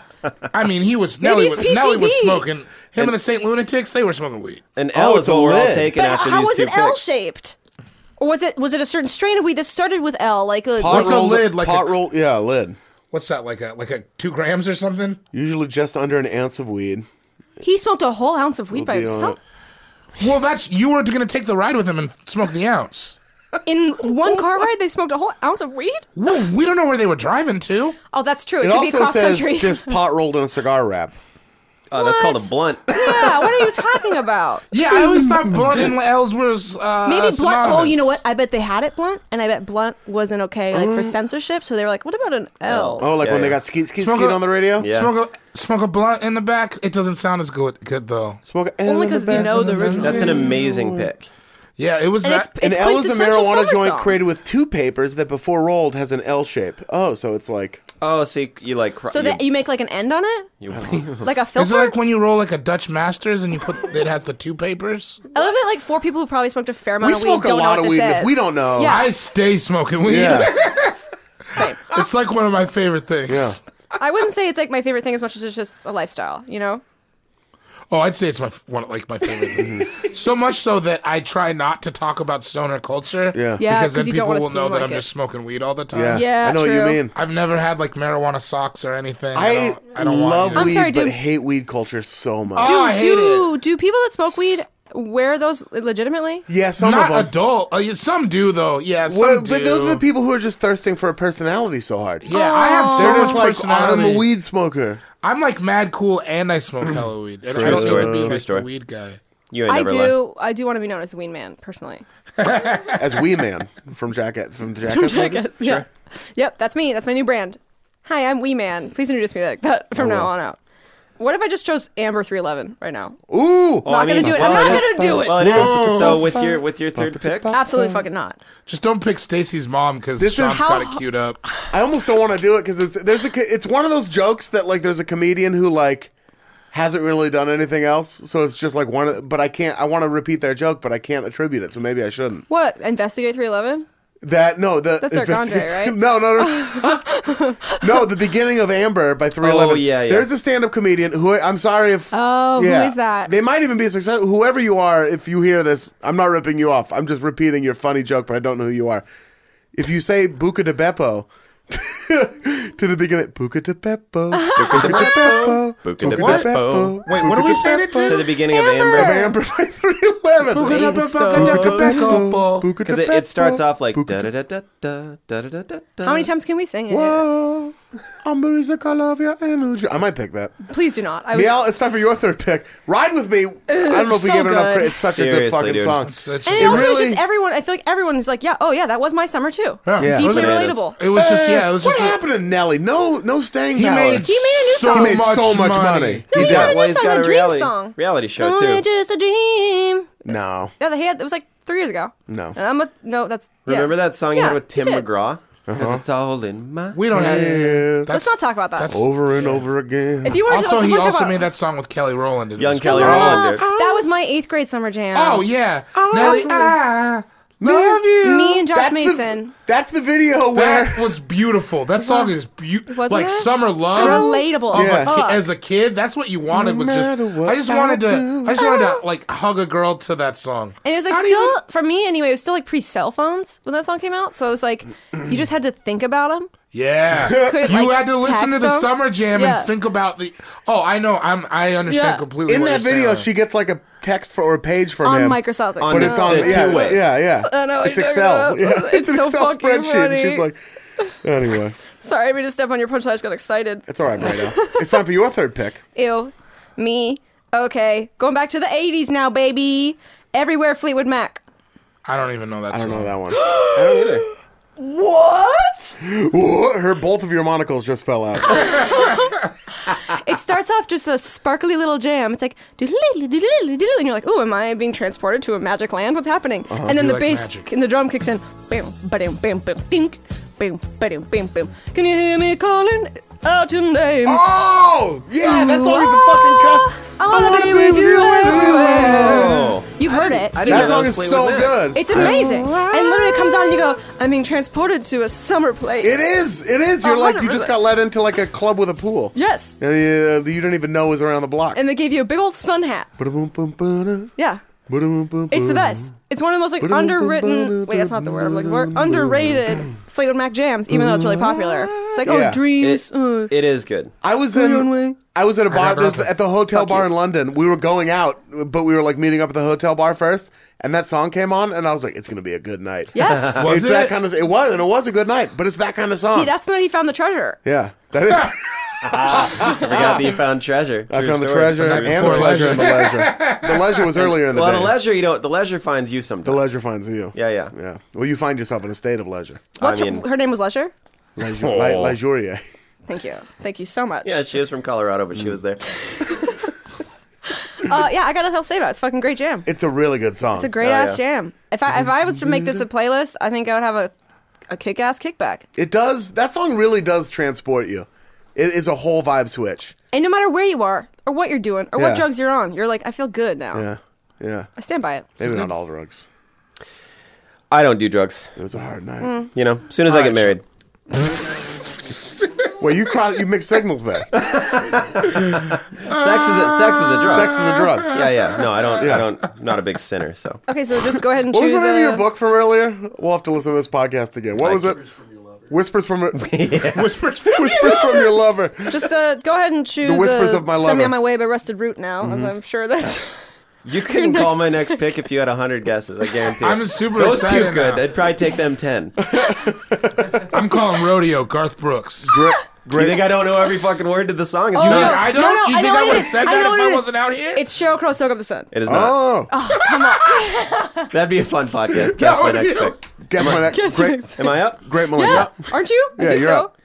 I mean, he was
Maybe
Nelly.
it's
Was, Nelly was
PCP.
smoking. Him and, the Saint Lunatics, they were smoking weed.
An
Oh,
L
it's
is
a
what we're all
lid.
taking
But
after
how
these
was
two
it L
picks.
shaped? Or was it was it a certain strain of weed that started with L? Like a
Pot
like,
a
roll-
lid, like
pot
a-
roll. Yeah, a lid.
What's that? Like a like a two grams or something?
Usually just under an ounce of weed.
he smoked a whole ounce of weed by
be on
himself
Well, that's you were going to take the ride with him and smoke the ounce.
in one car ride. They smoked a whole ounce of weed.
Well, we don't know where they were driving to.
Oh, that's true. It,
It
could be
also
cross
says
country.
just pot rolled in a cigar wrap.
Uh, that's called a
What?
blunt.
yeah, what are you talking about?
Yeah, I always thought blunt and L's were uh,
Maybe blunt. Oh,
synonymous.
you know what? I bet they had it blunt, and I bet blunt wasn't okay like for censorship. So they were like, "What about an L?"
Oh, like
Yeah,
when they
yeah.
got skeet skeet
Smoke
skeet
a-
on the radio.
Yeah.
Smoke a smoke a blunt in the back. It doesn't sound as good good though.
Smoke a-
Only 'cause you know the original.
That's an amazing pick.
Yeah, it was
And it's,
that.
it's
An L is a
quintessential
marijuana
summer
joint
song.
created with two papers that before rolled has an L shape. Oh, so it's like
Uh,
Oh, so you, you like. Cr-
So that you make like an end on it,
you,
like a
Is
filter.
it like when you roll like a Dutch Masters and you put it has the two papers?
I love that like four people who probably smoked a fair amount
we
of weed
smoke a
don't know
lot of
what this
weed. and
is.
If we don't know.
Yeah.
I stay smoking weed.
Yeah.
Same.
it's like one of my favorite things.
Yeah.
I wouldn't say it's like my favorite thing as much as it's just a lifestyle, you know.
Oh, I'd say it's my f- one like my favorite. thing. so much so that I try not to talk about stoner culture.
Yeah.
Yeah,
because
'cause
then
you
people
don't wanna
will know
seem
that
like
I'm
it.
just smoking weed all the time.
yeah,
Yeah,
I know what you
true.
mean.
I've never had like marijuana socks or anything. I
I,
don't, I don't
love
want
I'm
weed,
sorry,
but
dude.
hate weed culture so much.
Oh, I hate
do do people that smoke weed wear those legitimately?
yeah,
it.
some of
Not
them.
adult. Uh, yeah, some do though. Yeah, some
Well,
do.
but those are the people who are just thirsting for a personality so hard.
Yeah, I have so
They're
much
just like, I'm
personality.
a weed smoker.
I'm like mad cool, and I smoke hella weed. And I don't
story.
even be
True
like the
story.
weed guy.
you ain't
I
never
do. I do want to be known as a weed man personally.
As Wee Man from Jacket. From E- Jacket. movies?
Jacket, Yeah. Yep, that's me. That's my new brand. Hi, I'm Wee Man. Please introduce me like that
Oh,
from now on out. What if I just chose Amber 311 right now?
Ooh.
Not gonna do it. I'm not gonna do it.
Oh, Well, Mm. it is. So with your with your third pick,
Absolutely fucking not.
Just don't pick Stacy's mom because
This is-
Sean's
How-
got it queued up.
I almost don't want to do it because it's there's a co- it's one of those jokes that like there's a comedian who like hasn't really done anything else, so it's just like one. Of, but I can't. I want to repeat their joke, but I can't attribute it, so maybe I shouldn't.
What? Investigate 311?
That no, the
That's our Gondre,
investigate-
right?
No, no, no, no. The beginning of Amber by three eleven.
Oh, yeah, yeah.
There's a stand-up comedian who I- I'm sorry if.
Oh, who is that?
They might even be a success. Whoever you are, if you hear this, I'm not ripping you off. I'm just repeating your funny joke, but I don't know who you are. If you say Buca de Beppo to the beginning, Buca de Beppo, Buca de Beppo,
Buca de
Buca
Beppo.
Wait, what are we saying it
to
to?
the beginning of Amber.
Amber by three eleven.
Because it, it starts off like da da da da da da da da da.
How many times can we sing it?
Whoa, Amber is the color of your energy. I might pick that.
Please do not. I was
Meow, it's time for your third pick. Ride with me. I don't know if we
so
gave it enough
good.
credit. It's such a good
Seriously,
fucking
dude.
song.
It's- it's
And
just-
it,
It
also
really-
is just everyone. I feel like everyone was like, "Yeah, oh yeah, that was my summer too."
Yeah.
Deeply
Bananas.
relatable.
it was just yeah. It was
what
just a-
happened to Nelly? No, no staying
He
power.
made
He made a new song.
He made so
Much
much money.
money.
No, he already
well,
did
he's
song,
got
the
a
dream
reality,
song.
reality
It's
show,
only
too.
just a dream.
No.
Yeah, he had. It was like three years ago.
No.
And I'm a no. That's yeah.
Remember that song you
Yeah,
had with Tim
he did.
McGraw?
Uh-huh.
'Cause it's all in my.
We don't have.
Yeah.
Let's not talk about that.
that's-
Over and over again.
If you were
Also,
to,
he
look
also
about-
made that song with Kelly Rowland. and it
Young
was
Kelly
great.
Rowland, dude.
That was my eighth grade summer jam.
Oh yeah, Nelly,
absolutely.
I love you.
me and Josh
That's the-
Mason.
that's the video where
That was beautiful. That song is beautiful.
Wasn't
Like
it?
summer love,
Relatable.
Of a
Yeah.
ki-
Fuck.
as a kid, that's what you wanted. Was just
matter what
I just
I
wanted to.
do.
I just wanted
Ah.
to like hug a girl to that song.
And it was like
How do you
still for me anyway. It was still like pre cell pnes when that song came out. So it was like you just had to think about them.
Yeah,
Could it,
you
like,
had to listen to
text
the
them?
summer jam
Yeah.
and think about the. Oh, I know. I'm. I understand
Yeah.
completely.
in
what
that
you're
video
saying.
she gets like a text for, or a page from
On
him.
Microsoft Excel.
But it's on
The
yeah,
two-way.
yeah, yeah.
I know what
it's
you're talking
Excel.
about.
Yeah,
It's
an
so
Excel
fucking
spreadsheet. And she's
funny.
like, anyway,
Sorry, I made a step on your punch. I just got excited.
it's all right, right now. It's time for your third pick.
Ew, me. Okay, going back to the '80s now, baby. Everywhere Fleetwood Mac.
I don't even know that.
I
song.
don't know that one. I don't either.
What?
Whoa, Her both of your monocles just fell out.
It starts off just a sparkly little jam. It's like doodle doodle doodle, and you're like, "Ooh, am I being transported to a magic land? What's happening?" And then
You
the
like
bass
magic.
and the drum kicks in. Bam, bam, bam, bam, dink, bam, bam, bam, bam. Can you hear me calling out your name?
oh yeah, that's always a fucking
Oh,
cut.
I wanna be with you everywhere. You heard it.
I
You
didn't
That
know
song
it.
know
is
Fleetwood
so
Mac.
good.
It's amazing. And literally it comes on and you go, I'm being transported to a summer place.
It is. It is. You're
Oh,
like you just
100%.
got let into like a club with a pool.
Yes.
And uh, you don't even know was around the block.
And they gave you a big old sun hat.
Ba-da-boom-boom-ba-da,
Yeah.
ba-da-boom-boom-ba-da.
It's the
Mm.
best. It's one of the most like underwritten. Wait, that's not the word I'm looking for. Underrated Fleetwood Mac jams, even though it's really popular. It's like,
Yeah.
oh, dreams.
It,
uh.
it is good.
I was in. I was at a bar
never
this,
opened.
at the hotel bar in London. We were going out, but we were like meeting up at the hotel bar first, and that song came on, and I was like, "It's gonna be a good night."
Yes.
Was
it's that
it?
kind of. It was, and it was a good night, but it's that kind of song.
He, that's the night he found the treasure.
yeah, that is.
I
Ah.
forgot that you found treasure.
I
True
found the
story.
treasure
True
and
story.
the pleasure and the leisure. The leisure was earlier in the
Well,
day.
the leisure, you know, the leisure finds you sometimes.
The leisure finds you.
Yeah, yeah.
yeah. Well, you find yourself in a state of leisure.
What's
I mean,
her, her name was Lesher?
Leisure, le- leisure.
Thank you. Thank you so much.
yeah, she was from Colorado, but she
Mm.
was there.
Uh, yeah, I gotta tell Save It. It's a fucking great jam.
It's a really good song.
Oh,
It's a great ass jam. If I if I was to make this a playlist, I think I would have a a kick ass kickback.
It does. That song really does transport you. It is a whole vibe switch.
And no matter where you are or what you're doing or
Yeah.
what drugs you're on, you're like, I feel good now.
Yeah, yeah.
I stand by it.
Maybe not all drugs.
I don't do drugs.
It was a hard night.
You know, as soon as I get married.
Well, you cross, you mix signals there. Sex
Sex is a, sex is a drug.
is a drug.
yeah, yeah. No, I don't.
Yeah.
I don't. I'm not a big sinner, so
Okay, so just go ahead and
What was
choose.
the name of
a-
your book from earlier? We'll have to listen to this podcast again. What was it? Whispers from your
Whispers from
Whispers from your lover.
Just uh, go ahead and choose.
Whispers
uh,
of My
Send me
Lover. Mm-hmm.
on my way by Rusted Root now, as I'm sure that's.
you couldn't call my next pick if you had hundred guesses. I guarantee. it.
I'm super
Those
excited
two good.
now.
They'd probably take them ten.
I'm calling rodeo Garth Brooks.
Great,
You
great.
think I don't know every fucking word to the song? It's not.
Oh, no.
I don't.
no,
you
I
think
know
I
what it
would have
is.
said
I know
that
what
if
it
I
is.
wasn't out here?
It's Cheryl Crow, Soak Up the Sun.
It is not.
oh,
Oh.
That'd be a fun podcast. Guess my next pick.
guess my next. Great,
Am I up?
great Melinda.
Yeah, aren't you? I
Yeah,
think
you're
so.
up.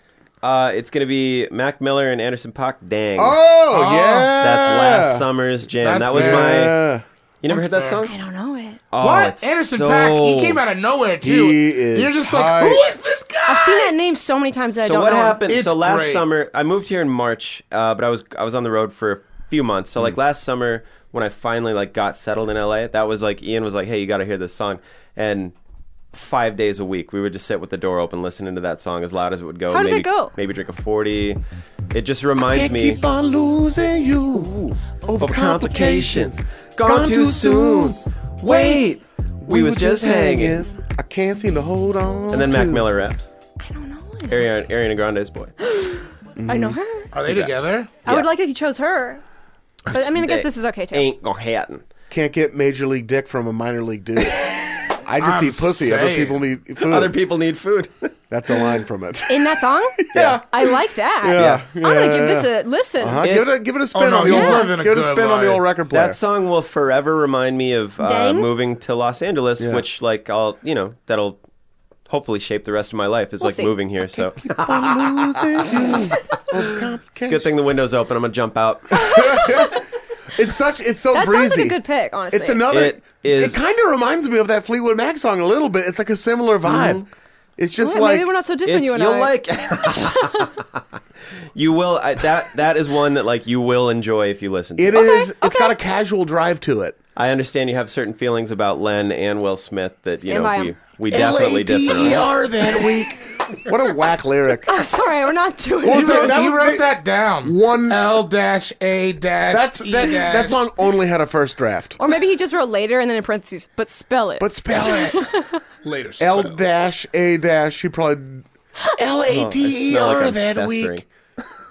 Uh, it's gonna be Mac Miller and Anderson Paak. Dang.
Oh,
Oh,
yeah.
That's last summer's jam.
That's
that was
fair.
my.
Yeah.
You never heard that
fair.
song?
I don't know it.
Oh,
What?
it's
Anderson
so-
Pack? He came out of nowhere too.
He is
You're just
tight.
like, who is this guy?
I've seen that name so many times that I
So
don't
what
know.
happened?
It's
so last
great.
summer, I moved here in March, uh, but I was I was on the road for a few months. So like last summer, when I finally like got settled in LA, that was like Ian was like, "Hey, you got to hear this song," and five days a week we would just sit with the door open, listening to that song as loud as it would go.
How does
maybe,
it go?
Maybe drink a forty. It just reminds me
Keep on losing you over
of complications
complications.
gone too soon. Wait, we was just hanging,
I can't seem to hold on.
and then Mac
to-
Miller raps.
I don't know it.
Ariana, Ariana Grande's boy.
I
Mm-hmm.
know her.
Are they together?
I would like it if you chose her. But I mean, I guess this is okay too.
Ain't gonna happen.
Can't get major league dick from a minor league dude. I just
I'm
need pussy. Other
saying.
people need food.
Other people need food.
That's a line from it.
In that song?
Yeah.
I like that.
Yeah.
I'm gonna give this a listen.
Uh, give it a give it a spin
Oh, no,
on the
he's
old
living a
give it a
good
spin on the
life.
old record player.
That song will forever remind me of uh,
Dang.
moving to Los Angeles,
Yeah.
which like I'll you know that'll hopefully shape the rest of my life is
We'll
like
see.
moving here. So it's a good thing the window's open. I'm gonna jump out.
It's such. It's so
That
breezy.
sounds like a good pick, honestly.
It's another.
It
It,
is-
kind of reminds me of that Fleetwood Mac song a little bit. It's like a similar
Mm-hmm.
vibe. It's just
Yeah,
like
maybe we're not so different,
It's,
you
you'll
and I.
like. you will. I, that that is one that like you will enjoy if you listen. to
it
it.
is- It's
okay.
got a casual drive to it.
I understand you have certain feelings about Len and Will Smith that you
Stand by
know
'em.
we, we definitely differ. on.
L-A-D-E-R E that week. what a whack lyric.
I'm sorry, we're not doing
Well,
it.
You wrote,
That
you
was-
wrote
they-
that down.
One-
E
L dash A dash.
That's
E
that.
dash.
That song only had a first draft.
Or maybe he just wrote later and then in parentheses, but spell it.
But spell it
later. spell.
L dash A dash. He probably L A D E
Oh,
Smell like
R
I'm
that
festering.
week.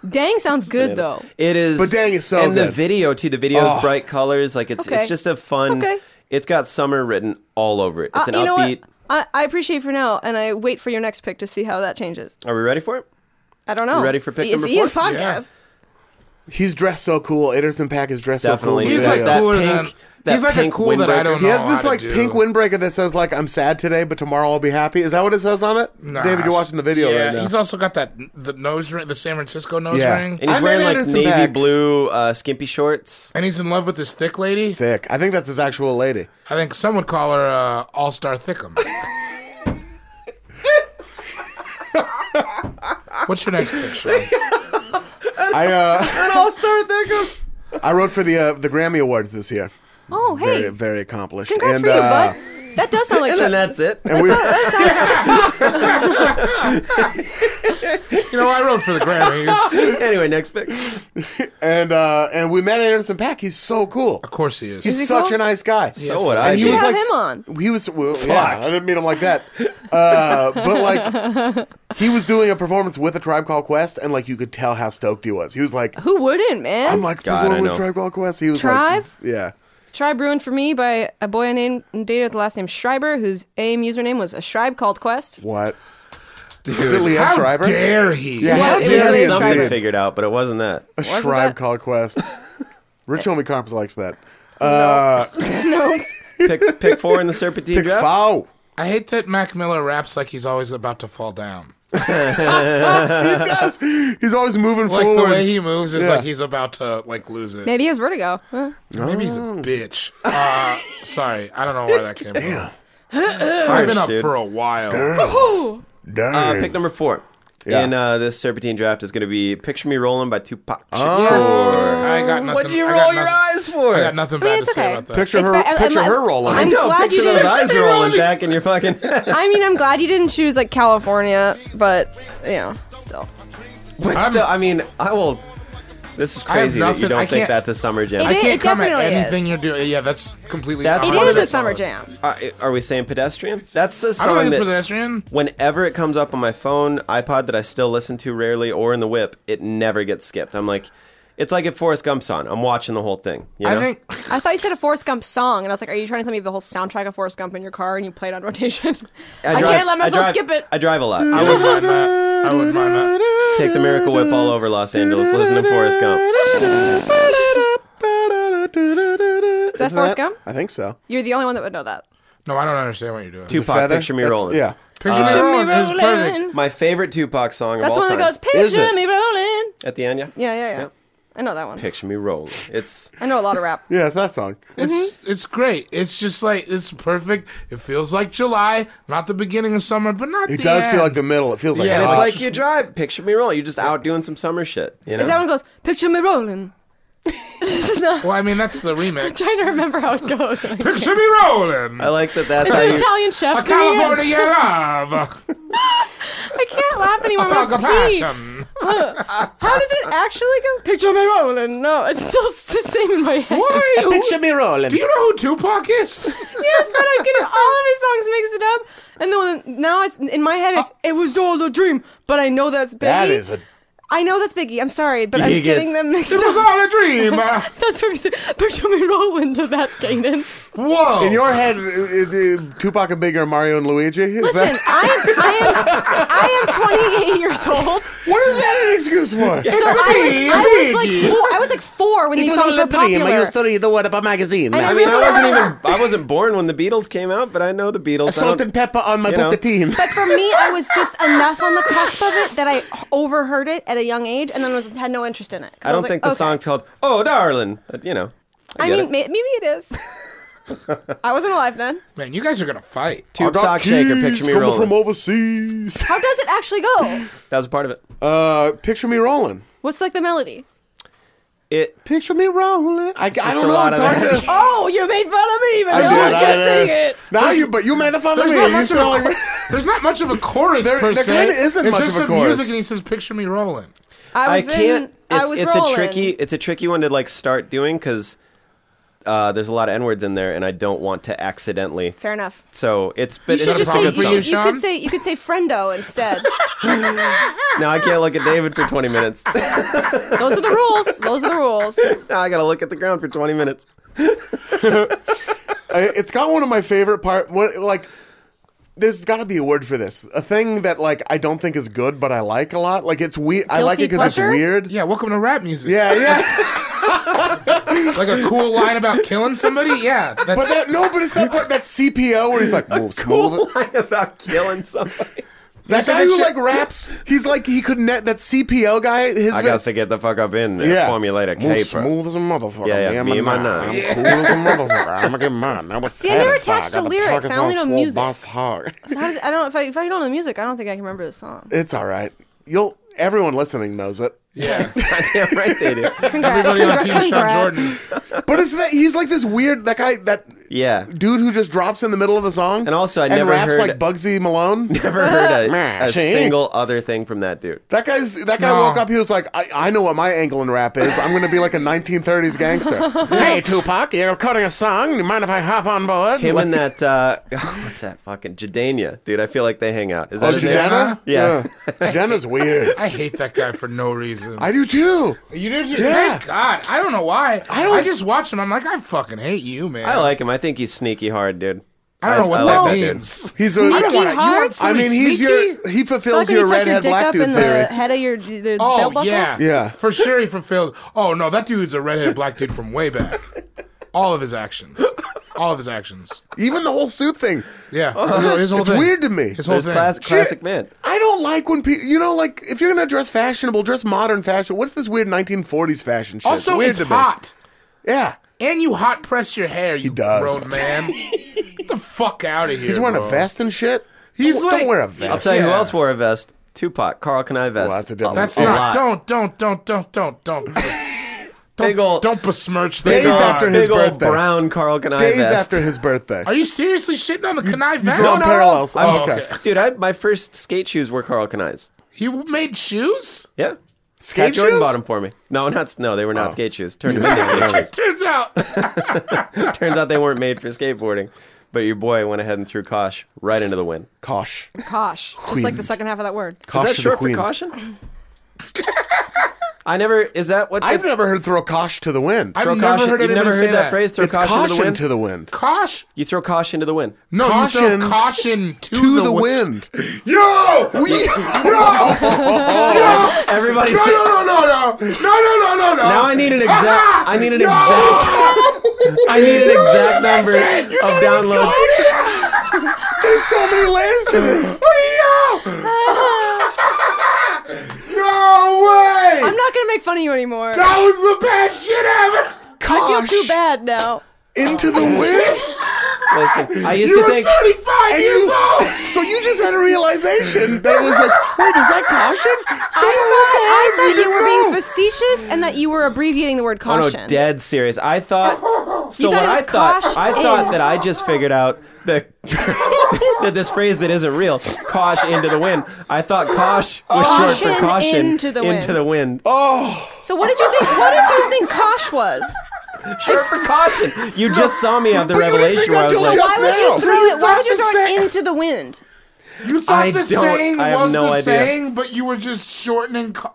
Dang sounds good though.
It is,
But dang, it's so
And the
good.
video too. The video's bright colors. Like it's
Okay.
it's just a fun.
Okay.
It's got summer written all over it. It's
Uh,
an
you know
upbeat.
what? I, I appreciate for now, and I wait for your next pick to see how that changes.
Are we ready for it?
I don't know.
You ready for pick
it's
number
Ian's
four?
podcast.
He's dressed so cool. Anderson Pack is dressed
Definitely.
so cool.
He's
Yeah.
like
That
cooler
pink- that
than. He's like a
pink
cool that I don't
windbreaker.
know.
He has this
how
like
to do.
pink windbreaker that says like I'm sad today, but tomorrow I'll be happy. Is that what it says on it?
Nah,
David, you're watching the video
yeah,
right now.
He's also got that the nose ring, the San Francisco nose
Yeah.
ring,
And he's
I'm
wearing
Ed
like
Anderson
navy
back.
blue uh, skimpy shorts.
and he's in love with this thick lady.
Thick. I think that's his actual lady.
I think some would call her uh, All Star Thickum. What's your next picture?
I uh,
I'll start thinking.
I wrote for the uh, the Grammy Awards this year.
Oh, hey,
Very very accomplished.
congrats
and
for you,
uh,
bud. That does sound like
And then
Chuck.
that's it.
and we,
You know, I wrote for the Grammys.
anyway, next pick.
and uh, and we met Anderson Pack. He's so cool.
Of course he is.
He's
he
such
cool?
a nice guy.
So what? I
And
do.
was have like-
s-
him
He was. Well, Yeah, I didn't mean him like that. Uh, but like, he was doing a performance with a Tribe Called Quest, and like you could tell how stoked he was. He was like,
Who wouldn't, man?
I'm like
God, I
performing
know.
with Tribe Called Quest. He was
Tribe?
like, yeah.
Tribe ruined for me by a boy named dated with the last name Schreiber, whose AIM username was a Schreibe called Quest.
What? Is it Liam
How
Schreiber?
dare he?
Yeah,
What?
how
It was
dare he
Liam Schreiber.
Something
indeed.
Schreiber.
figured out, but it wasn't that.
A Shribe
that-
called Quest. Rich Homie Carps likes that. Uh,
Pick pick four in the serpentine
pick
draft.
foul.
I hate that Mac Miller raps like he's always about to fall down.
He does. He's always moving
Like the
forward.
way he moves is
Yeah.
like he's about to like lose it.
Maybe he has vertigo. Huh?
Maybe he's a bitch. Uh, sorry, I don't know where that came from. I've been up
dude.
for a while.
Uh, pick number four.
Yeah.
In uh, this serpentine draft is going to be "Picture Me Rolling" by Tupac.
Oh.
I got nothing.
What'd you
I
roll
got
your
nothing-
eyes for?
I got nothing
mean,
bad to
it's
say
okay.
about that.
Picture
It's
her.
ba- I-
picture
I'm-
her rolling.
I'm
No,
glad
picture
you
those
didn't.
eyes rolling back in your fucking.
I mean, I'm glad you didn't choose like California, but you know, still.
But
I'm-
still, I mean, I will. This is
have
crazy that you
nothing-
don't
I
think
can't-
that's a summer jam.
It
I
is-
can't comment
definitely is.
anything you're doing. Yeah, that's completely.
That's
It
What
is
is
a
it?
summer jam.
Are, Uh, are we saying pedestrian? That's a
I don't
song
think it's
that
pedestrian.
whenever it comes up on my phone, iPod that I still listen to rarely, or in the whip, it never gets skipped. I'm like, it's like if Forrest Gump's on. I'm watching the whole thing. You know?
I think
I thought you said a Forrest Gump song, and I was like, "Are you trying to tell me you have the whole soundtrack of Forrest Gump in your car and you play it on rotation?" I,
drive-
can't let myself
I drive-
skip it.
I drive a lot.
I
I
wouldn't mind that. I wouldn't mind that.
take the miracle whip all over Los Angeles, listening to Forrest Gump.
Is
that Forrest Gump?
I think so.
You're the only one that would know that.
No, I don't understand what you're doing.
Tupac,
Feather?
picture me
That's-
rolling.
Yeah.
Picture me rolling Oh, is perfect.
My favorite Tupac song
That's
of
the
all
one that
time.
goes
Is
"Picture
it?
me rolling."
At the end, yeah.
Yeah, yeah, yeah.
Yep.
I know that one.
Picture me rolling. It's
I know a lot of rap.
Yeah, it's that song.
Mm-hmm.
It's it's great. It's just like it's perfect. It feels like July, not the beginning of summer, but not
It
the
does feel
end.
like the middle. It feels like
Yeah,
and it's
Oh,
March.
like you drive. Picture me rolling. You're just out doing some summer shit. You know.
Is that one that goes "Picture me rolling"?
Well, I mean that's the remix.
I don't remember how it goes. It's
Picture me rolling.
I like that. That's how
an
you.
Italian
A
chef. singing it.
California love.
I can't laugh anymore.
A
I'm
fog of
gonna pee.
passion.
How does it actually go? Picture me rolling. No, it's still s- the same in my head.
Why? Who-
Picture me rolling.
Do you know who Tupac is?
Yes, but I'm getting all of his songs mixed it up. And then now it's in my head. It's it was all a dream, but I know that's Biggie.
That is a
I know that's Biggie. I'm sorry, but I'm
Big
getting
it's-
them mixed
It was
up.
all a dream. Uh,
That's what he said. But don't we roll into that cadence?
whoa.
In your head, is, is Tupac and Big are Mario and Luigi? Is
Listen,
that-
I am, I am, I am 28 years old.
what is that an excuse for?
So I, was, I was like four. I was like four when these songs were popular.
story the word about magazine.
And I
I mean, I
really-
wasn't even I wasn't born when the Beatles came out, but I know the Beatles. I
salt
don't-
and pepper on my
you know.
book team.
But for me, I was just enough on the cusp of it that I overheard it at a young age, and then was, had no interest in it. 'Cause
I don't
was like,
think the
okay.
song's called "Oh Darling," but, you know.
I
get
mean,
it.
may- maybe it is. I wasn't alive then.
Man, you guys are going to fight.
Tube sock shaker, picture me rolling.
from overseas.
How does it actually go?
that was part of it.
Uh, picture me rolling.
What's like the melody?
It
Picture me rolling. I, I don't
a
know.
lot
It's
of
hard
that.
to.
Oh, you made fun of me, but
I
I
did,
was
I
gonna
did.
sing it.
Now you, but you made the fun of
There's
me.
not
You
much of
sound
a,
like
there's not much of a chorus
There-
per
there
se.
kinda isn't
it's
much
just
of a
the
chorus.
music, and he says, "Picture me rolling."
I
I
was
can't.
in. I
It's,
was
it's
rolling.
a tricky. It's a tricky one to like start doing because uh, there's a lot of n words in there, and I don't want to accidentally.
Fair enough.
So it's. But
You should
it's
just
a
say
good
you,
problem
song.
for you,
should- you could
Sean.
say you could say friendo instead.
Now I can't look at David for 20 minutes. now
Those are the rules. Those are the rules.
I gotta look at the ground for 20 minutes.
I- it's got one of my favorite part. What like. There's got to be a word for this. A thing that like I don't think is good, but I like a lot. Like it's weird. I like it because it's
pleasure?
weird.
Yeah, welcome to rap music.
yeah, yeah.
like a cool line about killing somebody. Yeah, that's
But that no, but it's that part that CPO where he's like, move, smooth.
Line about killing somebody.
That
said
guy
that
who like
shit-
raps, he's like he could net that CPO guy. His
I got to get the fuck up in there. Formulate a
Move
caper.
smooth as a motherfucker.
Yeah, yeah, me
Me and
and
my
my
nine.
nine.
I'm cool as a motherfucker. I'm a good man. I was
See, I never
satisfied.
attached to
Got the
lyrics.
pockets
I only
all
know
full,
music.
boss hog.
How does, I don't. If I if I don't know the music, I don't think I can remember the song.
It's all right. You'll. Everyone listening knows it.
yeah.
Goddamn right they do.
Congrats.
Everybody on
Congra-
Team Sean
congrats.
Jordan.
But it's that he's like this weird that guy that
Yeah.
dude who just drops in the middle of the song
And also, I
and
never
raps
heard-
like Bugsy Malone.
Never heard a,
Meh,
a
see?
single other thing from that dude.
That guy's that guy
No.
woke up. He was like, I, I know what my angle in rap is. I'm going to be like a 1930s gangster. hey Tupac, you're recording a song. You mind if I hop on board?
Him
Like-
and that uh, what's that fucking Jadania dude? I feel like they hang out. Is
Oh,
that his name?
Jadena?
Yeah.
Jadena's weird.
I hate that guy for no reason.
I do too.
you did,
Yeah.
thank God. I don't know why. I,
don't-
just watch him. I'm like, I fucking hate you, man.
I like him. I think he's sneaky hard, dude.
I don't know what
like
that
dude.
means.
He's
Sneaky
a. I don't wanna- you
hard?
want- I mean,
Somebody
he's
sneaky?
your. He
It's like
fulfills
when you
your
tuck your
redhead
dick
black
up in
dude
the
theory.
head of your the belt
Oh
buckle.
yeah,
Yeah.
For sure, he fulfilled. Oh no, that dude's a redheaded black dude from way back. All of his actions. All of his actions.
Even the whole suit thing.
Yeah, his, his whole
It's
thing.
weird to me.
His whole
There's
thing.
classic, classic man.
I don't like when people, you know, like if you're gonna dress fashionable, dress modern fashion. What's this weird 1940s fashion shit?
Also,
weird
it's
to me.
hot.
Yeah,
And you hot press your hair, you
does.
grown man. Get the fuck out of here.
he's wearing
bro.
a vest and shit.
He's
don't,
like,
don't wear a
I'll
vest.
tell you who
Yeah.
else wore a vest. Tupac, Carl Kanai vest.
Well, that's a different-
That's
a lot.
not. Don't, don't, don't, don't, don't, don't. Don't,
Big ol-
don't besmirch the
Days
God.
after his
big old
birthday.
brown Carl Kanai
Days
vest.
after his birthday.
Are you seriously shitting on the Kanai vest?
No, no. parallels.
I'm-
Oh, okay.
Dude, I, my first skate shoes were Carl Kanai's.
He made shoes?
Yeah.
Skate
Pat Jordan
shoes?
bought them for me. No, not no. They were
Oh.
not skate shoes. Turned into skate shoes.
Turns out.
Turns out they weren't made for skateboarding. But your boy went ahead and threw Kosh right into the wind.
Kosh.
Kosh. Just like the second half of that word.
Is
Kosh
that
to the
short for
queen.
caution? I never. Is that what?
I've
the-
never heard throw Kosh to the wind.
I've
throw
never
caution-
heard
You've
anybody
never
say
heard that,
that.
phrase. Throw
it's
caution
caution
to the wind.
to the wind.
Kosh?
you throw caution to the wind.
No, you
Caution
throw caution to,
To the
wi-
wind.
Yo!
We-
Everybody.
No,
sit-
no, no, no, no. No, no, no, no, no.
Now I need an exact. I need an
No!
exact. I need an exact number of downloads.
There's so many layers to this.
No way!
I'm not gonna make fun of you anymore.
that was the best shit ever!
I
Kosh
feel too bad now.
into the wind.
Listen, I used
You
to
were
think.
35
And
years
you-
old!
So you just had a realization that it was like, wait, is that caution? So
I thought you were
know.
being facetious and that you were abbreviating the word
Oh no,
caution.
dead serious. I thought. So
You thought
what
it was
I thought,
Kosh
I thought
in.
that I just figured out that that this phrase that isn't real, Kosh into the wind. I thought Kosh was short for
Caution
caution
into the
Into
wind.
the wind.
Oh,
So what did you think? What did you think Kosh was?
Short for caution. You just saw me have the
you didn't
revelation
think
where I
that
was
till
like,
just
Why would
now.
you throw it? Why would you
the
throw
same-
it into the wind?
You thought
I
the
don't-
saying
I have
was
no
the
idea.
saying, but you were just shortening. Co-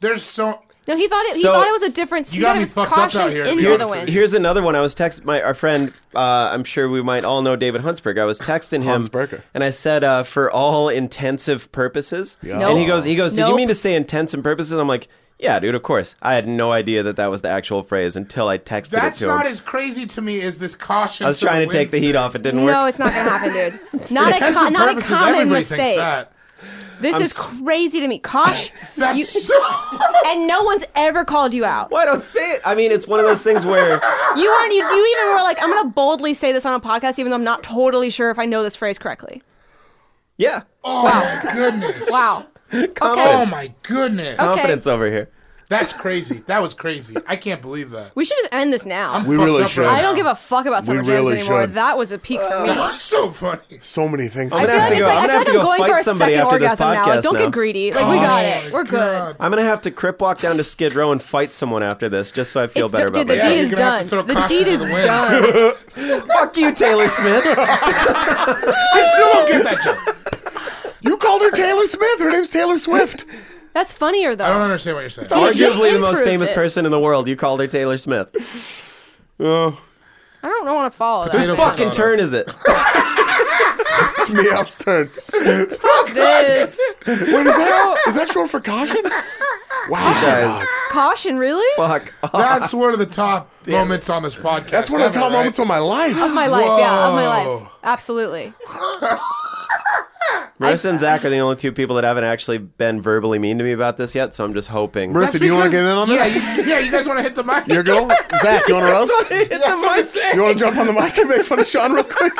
There's so
No, he thought it. He
So-
thought it was a different.
You
he
got
thought it
me
was
fucked up out
caution
here, to be
into the
honest with
wind.
Here's another one. I was text my our friend. Uh, I'm sure we might all know David Huntsberger. I was texting him,
Huntsberger.
and I said, uh, "For all intensive purposes." And he
Nope.
goes, "He goes, did you
Nope.
mean to say intents and purposes?" I'm like, "Yeah, dude, of course." I had no idea that that was the actual phrase until I texted
that's
it to him.
not as crazy to me as this caution.
I was trying to take the heat off. It didn't work.
No, it's not gonna happen, dude. It's not a
Intents
co-
and
not a
purposes,
common
everybody thinks
mistake.
That.
This is crazy to me. Kosh,
That's
you-
so.
and no one's ever called you out.
Why don't say it? I mean, it's one of those things where
You aren't. You, you even were like, I'm gonna boldly say this on a podcast, even though I'm not totally sure if I know this phrase correctly.
Yeah.
Oh my goodness!
Wow.
Oh
Okay.
my goodness!
Confidence over here.
That's crazy. That was crazy. I can't believe that.
We should just end this now.
I'm
We
fucked
really
up
should.
right
I don't
now.
give a fuck about summer
We
jams
really
anymore.
should.
That was a peak for me.
That's so funny.
So many things.
I'm gonna have to
it's
go.
like,
I'm
I
gonna
feel
have to
like
go
I'm going for
fight
a
somebody
second
after this
orgasm now. Like,
podcast.
don't
now.
get greedy. Like, we got
Oh,
it. We're
God.
good.
I'm gonna have to crip walk down to Skid Row and fight someone after this, just so I feel
It's
better
done-
about
dude, the
myself.
deed
you're
is
gonna have to throw
done. The
caution
deed
to
is
the wind.
done.
Fuck you, Taylor Smith.
I still don't get that joke.
You called her Taylor Smith. Her name's Taylor Swift.
That's funnier
I don't
though.
understand what you're saying.
You- you
Arguably the most
improved
famous
it.
person in the world. You called her Taylor Smith.
Oh.
I don't want to follow
Potato-
that.
Potato.
Fucking turn is it?
It's Meow's turn.
Fuck this.
Wait, is that is that short for caution? Wow, guys.
Caution, really?
Fuck. off.
That's one of the top moments on this podcast.
That's one of the top
ever, right?
moments of my life.
Of my life, yeah, of my
Whoa.
life. Absolutely.
Marissa and Zach are the only two people that haven't actually been verbally mean to me about this yet, so I'm just hoping.
Marissa, do you want to
because-
get in on this?
Yeah, you, yeah, you guys want to hit the mic?
Your girl, Zach. You want to roast?
That's what I'm saying.
You want to jump on the mic and make fun of Sean real quick?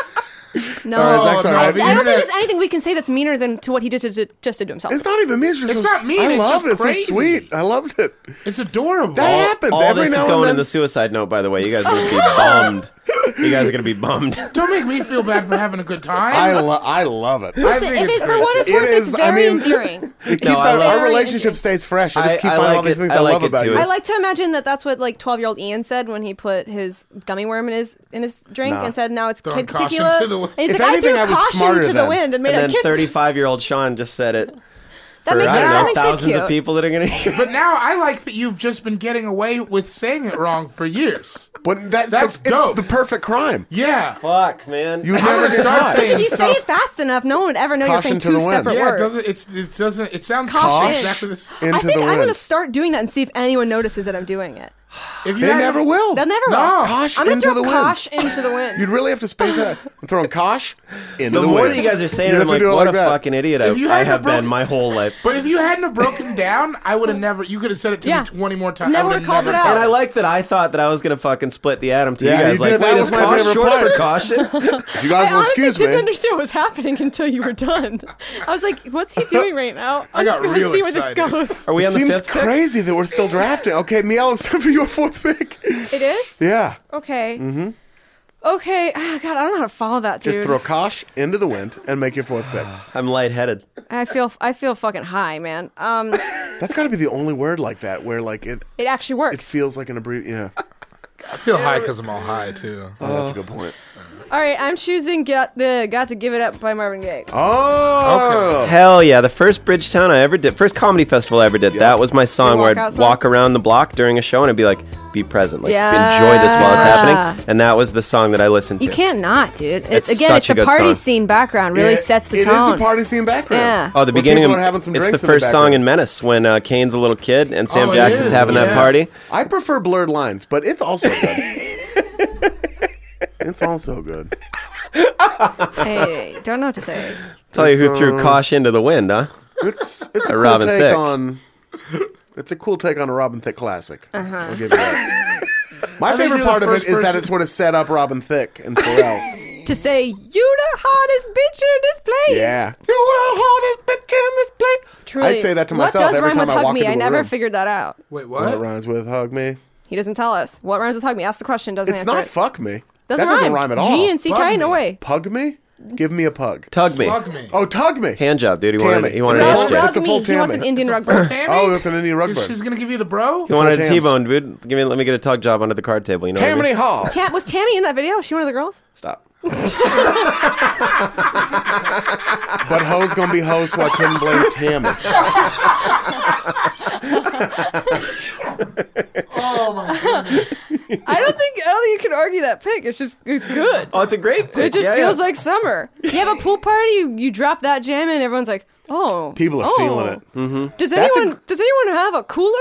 No.
All right, Zach's
Oh, no,
all right.
the
I don't
internet-
think there's anything we can say that's meaner than to what he did to, to- just did to himself.
It's not even me. It's, just
It's
so-
not mean,
I
it's
loved
just
it.
crazy.
So sweet. I loved it.
It's adorable.
That happens
All
every
this
now
is
and
going
then.
in the suicide note, by the way. You guys are gonna be bummed. You guys are gonna be bummed.
Don't make me feel bad for having a good time.
I, lo- I love it.
I
Listen,
think
if
it's
it, for
great.
what it's
It
worth,
is-
it's
I
very
mean-
endearing.
It keeps
No, I
our,
like
our
it.
relationship stays fresh. I just
I-
keep
I
finding all
like
these
it.
things I,
I like
love
it
about
too.
you.
I
It's-
like to imagine that that's what like 12 year old Ian said when he put his gummy worm in his in his drink and said now it's
Throwing
kid
caution
tequila.
to the wind.
And he's
If
like,
anything,
I
I
threw
was
caution
smarter
to the
then.
wind and made
And
a
then
kid.
35 year old Sean just said it.
that
for,
makes it,
I don't
that
know,
makes it
thousands
cute.
of people that are gonna hear.
But now I like that you've just been getting away with saying it wrong for years.
But that's,
That's
the,
dope.
It's the perfect crime.
Yeah.
Fuck, man.
You would
I'm
never
gonna
get
start
caught.
saying-
If you say it fast enough, no one would ever know you're
Caution
saying
to the
two
wind.
separate
Yeah, it
words.
doesn't it's it doesn't it sounds
Caution.
exactly the same.
I
into
think
the
I'm
wind.
gonna start doing that and see if anyone notices that I'm doing it.
If you
They
had-
never will.
They'll never
No,
will.
Kosh
I'm gonna
into
throw
the wind.
Kosh into the wind.
You'd really have to space it out. I'm throwing kosh into
the
the,
more
wind.
that you guys are saying
You'd
it, I'm
have to
like,
do it
what
like
a
that.
fucking idiot I,
If you
I
hadn't
have
broke-
been my whole life.
But if you hadn't have broken down, I would have never. You could have said it to
Yeah.
me twenty more times.
Never
I
would've called it out.
And I like that I thought that I was gonna fucking split the atom to
Yeah,
you guys.
you
like,
did. That
wait,
was
is
my
Kosh
favorite
short
part.
for caution?
You guys
I
will
honestly
excuse
didn't
me.
understand what was happening until you were done. I was like, "What's he doing right now?" I'm
I got
just gonna
real
see where
excited.
this goes.
Are we
It
on the
seems
fifth? pick?
crazy that we're still drafting. Okay, Miel, it's time for your fourth pick.
It is
Yeah.
okay. Mm-hmm. Okay, ah, God, I don't know how to follow that, dude.
Just throw kosh into the wind and make your fourth pick.
I'm lightheaded.
I feel, I feel fucking high, man. Um,
That's got to be the only word like that where like it
it actually
it
works.
feels like an abri- yeah.
I feel high because I'm all high too.
Oh, that's a good point.
All right, I'm choosing "Got the Got to Give It Up" by Marvin Gaye.
Oh.
Hell yeah! The first Bridgetown I ever did, first comedy festival I ever did. That was my song
The
where I'd
walkout song?
walk around the block during a show and I'd be like, "Be present, like
Yeah.
enjoy this while it's happening." And that was the song that I listened to.
You can't not, dude. It's,
It's
again,
such
it's
a
the
good
party
song.
scene background really
It-
sets the
it is
tone.
the party scene background.
Yeah.
Oh, the
Where
beginning.
people
of-
are having some
it's the
drinks in the
first song
background.
in Menace when uh, Kane's a little kid and Sam
Oh, it
Jackson's
is,
having that
yeah.
party.
I prefer blurred lines, but it's also good. it's also good.
hey, don't know what to say.
Tell you who threw Kosh into the wind, huh?
It's it's a
A
cool
Robin
take
Thicke.
on. It's a cool take on a Robin Thicke classic. I'll give you that. My
think
favorite
you're the
part of it
first
is that
person-
it sort of set up Robin Thicke and Pharrell.
To say you the hottest bitch in this place.
yeah, you the hardest bitch in this place.
Truly.
I'd say that to myself
What does
every
rhyme
time
with
I
hug
walk
me?
into
I
a
never
room.
figured that out.
Wait,
What
what?
rhymes with hug me?
He doesn't tell us. What rhymes with hug me? Ask the question, doesn't
It's
answer
not
it.
fuck me. that
doesn't rhyme.
doesn't rhyme at all.
G and CK, no way.
Pug me? Give me a pug.
Tug me,
Fuck me.
Oh, tug me.
hand job, dude. He
Tammy.
wanted. He wanted.
It's
an
all
Does
extra.
about-
rug
It's a
me?
full
He wants an
Tammy.
Indian rug
Oh,
burn.
Tammy?
Oh, that's an Indian rug burn.
She's gonna give you the bro.
He wanted a
Tams.
T-bone, dude. Give me, let me get a tug job under the card table. You know, what I
Tammany
mean?
Hall.
Tam- was Tammy in that video? Was she one of the girls?
Stop.
But hoe's gonna be hoe, so I couldn't blame Tammy.
I don't think I don't think you can argue that pick. It's just it's good.
Uh,
Oh, it's a great pick.
It just
yeah,
feels
yeah.
like summer. You have a pool party, you, you drop that jam in, everyone's like, oh.
People are
oh.
feeling it.
Does
That's a-
anyone does anyone have a cooler?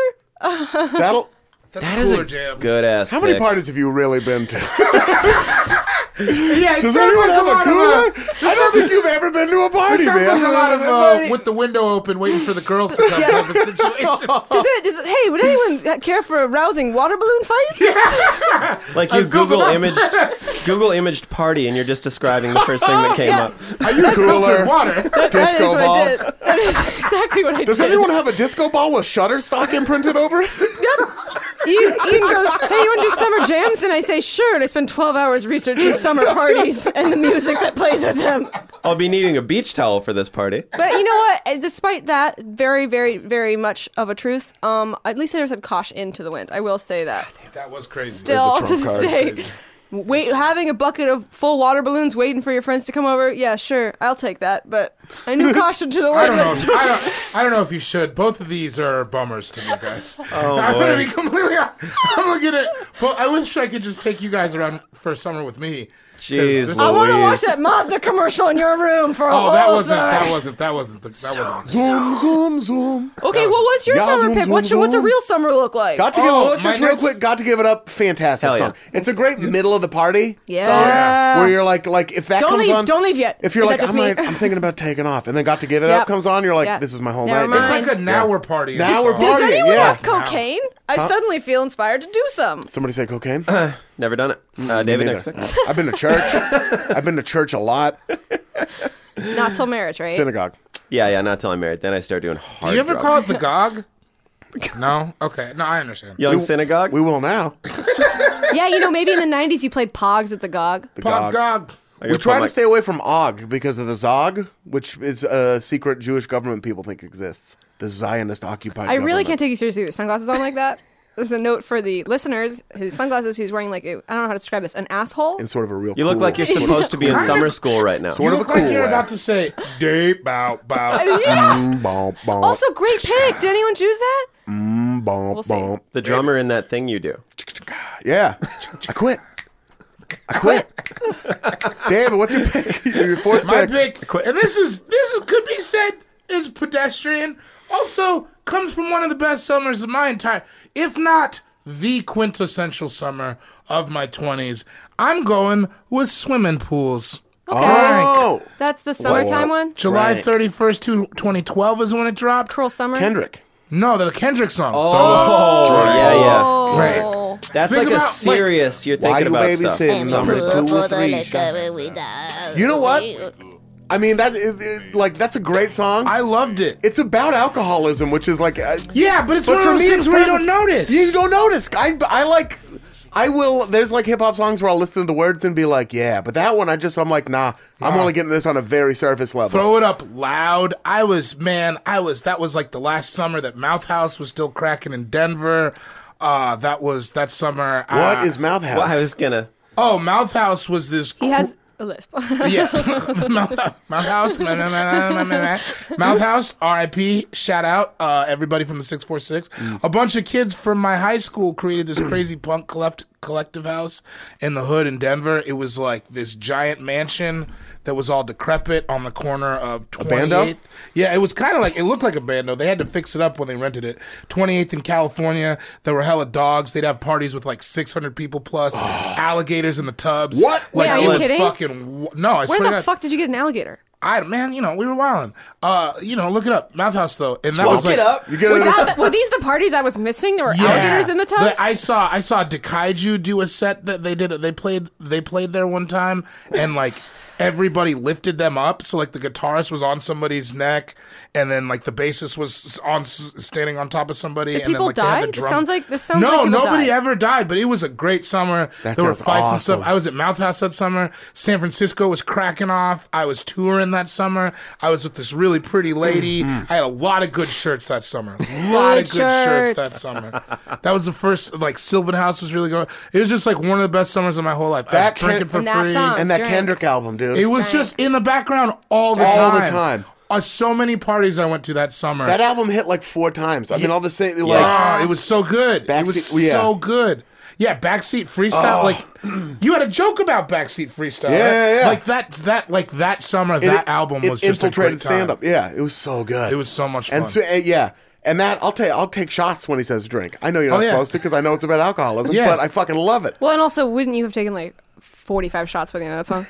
That'll.
That's a cooler jam.
good ass.
How many
pick.
parties have you really been to?
Yeah, it
Does
sounds
anyone
like
have a
lot of, uh,
cooler? I don't think you've ever been to a
It
party,
sounds
man.
like a lot of uh, with the window open, waiting for the girls to come type of situation.
Does it, does it, hey, would anyone care for a rousing water balloon fight?
Like you
I've
Google
Googled
imaged Google imaged party, and you're just describing the first thing that came
Yeah.
up.
Are you
cooler?
filtered water?
that is
Disco
what
ball.
I did. That is exactly what I
Does
did.
anyone have a disco ball with Shutterstock imprinted over it?
Ian, Ian goes, hey, you want to do summer jams? And I say, sure. And I spend 12 hours researching summer parties and the music that plays at them.
I'll be needing a beach towel for this party.
But you know what? Uh, Despite that, very, very, very much of a truth. Um, at least I never said "kosh" into the wind. I will say that.
That was crazy.
Still
There's a
to
trump
this
card.
day, wait, having a bucket of full water balloons, waiting for your friends to come over. Yeah, sure, I'll take that. But I knew "kosh" into the wind.
I don't know.
was-
If, I, don't, I don't know if you should. Both of these are bummers to me, guys. I'm gonna be completely. I'm looking at. Well, I wish I could just take you guys around for summer with me. 'Cause
Jeez,
this-
I want to
Louise.
watch that Mazda commercial in your room for a
Oh,
whole
that wasn't.
summer.
That wasn't. That wasn't. The, that wasn't.
zoom, zoom, zoom.
okay, well, what's your
Yeah,
summer
zoom,
pick?
zoom,
What's your, what's a
zoom.
real summer look like?
Got to give
Oh,
well, let's
my
just real
next-
quick. Got to give it up. Fantastic
Hell yeah.
song. It's a great middle of the party.
Yeah.
Song, where you're like, like if that
Don't
comes
leave-
on,
don't leave yet.
If you're
Is
like,
that just
I'm,
me?
like, I'm thinking about taking off, and then got to give it
Yep.
up comes on, you're like,
Yeah.
this is my whole
Never
night.
mind.
It's
It's like a now we're partying.
Now we're
song.
Does
party,
anyone
yeah.
have cocaine? I suddenly feel inspired to do some.
Somebody say cocaine.
Never done it. Uh, David, next
Neither.
pick.
I've been to church. I've been to church a lot.
Not till marriage, right?
Synagogue.
Yeah, yeah. Not till I'm married. Then I start doing hard.
Do you ever
drugs.
call it the gog? No. Okay. No, I understand.
young synagogue?
We will now.
Yeah, you know, maybe in the 90s you played Pogs at the GOG.
The gog.
Pop gog.
We
gotta
try
put my-
to stay away from Og because of the Zog, which is a secret Jewish government people think exists. The Zionist occupied.
I really
government.
can't take you seriously with sunglasses on like that. This is a note for the listeners. His sunglasses, he's wearing like, a, I don't know how to describe this, an asshole.
In sort of a real.
you look
cool-
like you're
sort of a
supposed to be in
cool-
summer school right now.
Sort
You
of a
look like
cool
you're
way.
about to say deep bow bow.
Yeah.
Mm, bom, bom,
Also, great pick. Did anyone choose that?
bom,
We'll see.
bom.
The drummer in that thing you do.
Yeah, I quit. I quit. David, what's your pick? Your fourth
My
pick.
pick, and this is this is, could be said is pedestrian. Also, comes from one of the best summers of my entire, if not the quintessential summer of my twenties. I'm going with swimming pools.
Oh,
That's the summertime one?
July
Right.
31st, two- 2012 is when it dropped.
Cruel Summer?
Kendrick.
No, the Kendrick song.
Oh, yeah, yeah.
Oh.
Right.
That's
Think
like a
about, like,
serious. you're
Why
thinking
you
about stuff.
babysitting?
Summer
Number
school.
two or three. You know what? I mean, that it, it, like that's a great song.
I loved it.
it's about alcoholism, which is like. Uh,
yeah, but it's
But
one
for
of
me,
those
it's
things where you
perfect.
don't notice.
You don't notice. I, I like. I will. There's like hip hop songs where I'll listen to the words and be like, yeah, but that one I just I'm like, nah. I'm only getting this on a very surface level.
Throw it up loud. I was man. I was that was like the last summer that Mouth House was still cracking in Denver. Uh, that was that summer. uh,
what Ah. is Mouth House?
Well, I was gonna.
Oh, Mouth House was this.
He has a lisp.
yeah, Mouth Mouth House. ma- ma- ma- ma- ma- ma- Mouth House. R.I.P. Shout out uh, everybody from the six four six.
Mm.
A bunch of kids from my high school created this crazy punk collect- collective house in the hood in Denver. It was like this giant mansion that was all decrepit on the corner of
bando?
28th. Yeah, it was kind of like it looked like a bando. They had to fix it up when they rented it. 28th in California, there were hella dogs. They'd have parties with like 600 people plus, alligators in the tubs.
What?
Like
Wait, are
it
you
was
kidding?
fucking wa- no. I
Where
swear to
the
God,
fuck did you get an alligator?
I man, you know we were wilding. Uh, you know, look it up, Mouth House though, and that
Look
was like,
it up. You get
Was
it on a-
that, were these the parties I was missing? There were alligators in the tubs?
But I saw I saw Dekaiju do a set that they did they played they played there one time and like everybody lifted them up so like the guitarist was on somebody's neck and then like the bassist was on s- standing on top of somebody
Did
and
people
then like they had
die?
the
It
drums.
sounds like- this sounds
no
like people
nobody
died.
ever died but it was a great summer
That
there were
sounds
fights and
awesome.
stuff I was at Mouth House that summer San Francisco was cracking off I was touring that summer I was with this really pretty lady
Mm-hmm.
I had a lot of good shirts that summer a lot of
Good
good shirts
shirts.
that summer. That was the first like Sylvan House was really going. It was just like one of the best summers of my whole life. I
That
was drinking
can't-
for
And that
free.
song.
and that
Drink.
Kendrick album, dude.
It was just in the background all the
All the
time.
time.
uh, so many parties I went to that summer.
That album hit like four times. I mean, all the same. Like,
Ah, it was so good. it was
Backseat- yeah. Oh.
so good. Yeah, backseat freestyle. Like you had a joke about backseat freestyle.
Yeah,
right?
yeah, yeah.
Like that. That like that summer.
it-
that album
it
was just a great
infiltrated
time.
stand up. Yeah, it was so good.
It was so much fun.
and so, and- yeah, and that I'll take I'll take shots when he says drink. I know you're not
Oh, yeah.
supposed to because I know it's about alcoholism,
Yeah.
but I fucking love it.
Well, and also, wouldn't you have taken like 45 shots by the end of that song?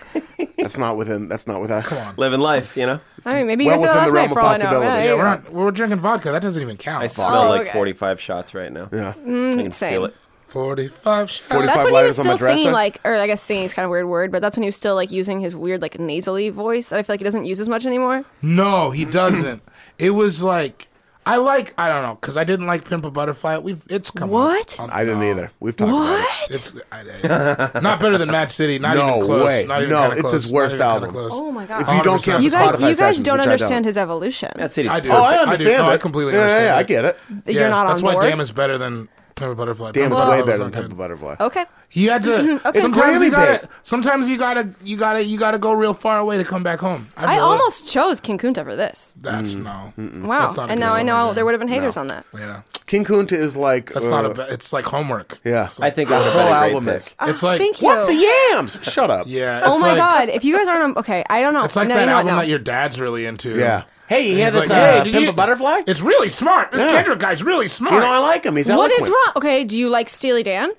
That's not within. That's not within. Come on.
Living life, you know.
I mean, maybe you
well
guys did that
within
last
the realm
night for
of
all I know.
possibility.
Yeah,
Yeah,
yeah,
we're not. We're drinking vodka. That doesn't even count.
I smell like
okay. Mm,
45 shots right now.
Yeah.
I can
same.
feel it.
Forty-five shots.
45
That's when he
lighters
was
on my
still singing
dresser.
like, or I guess singing is kind of a weird word, but that's when he was still like using his weird like nasally voice that I feel like he doesn't use as much anymore.
No, he doesn't. it was like I like I don't know because I didn't like Pimp a Butterfly. We've it's come.
What?
up. Um,
I didn't
no.
either. We've talked about it.
What?
It's I, I- not better than Mad City. Not
No
even close.
way.
Not even
No,
kinda
it's
close,
his
not
worst
even kinda
album.
close.
Oh my God.
If you don't
100%.
count
You
the
guys,
Spotify
you guys
sessions,
don't
which I
understand his evolution.
That city's
I do.
Oh, I
I do.
understand.
No, I
it.
completely
Yeah,
understand
Yeah, yeah, I
it.
get it.
You're
Yeah,
not on
That's why
board.
Damn is better than Pimp a Butterfly.
Damn
Pimp
is
a
way
Butterfly
better
was
than
not
Pimp a
good.
Butterfly.
okay.
You had to.
okay.
Sometimes
Grammy
you gotta.
bait.
Sometimes you gotta. You gotta. You gotta go real far away to come back home.
I
feel it.
almost chose King Kunta for this.
That's no.
Wow.
Mm, That's not a good
And now I
song,
know
yeah.
there would have been haters on that.
Yeah.
King Kunta is like.
That's
uh,
not a. ba- It's like homework.
Yeah.
I think
the
that
whole
whole
album
great pick.
is.
Ah,
It's like-
thank you.
What's the yams? Shut up.
Yeah.
oh
it's
my
like-
God. If you guys aren't on, okay, I don't know.
It's like
no, you
that
know what,
album
no.
that your dad's really into.
Yeah. Hey, you
He's
hear this?
like,
uh,
"Hey, did
Pimp
you-
a Butterfly?
It's really smart. This
Yeah.
Kendrick guy's really smart.
You know, I like him. He's
What
eloquent.
is wrong? Okay, do you like Steely Dan?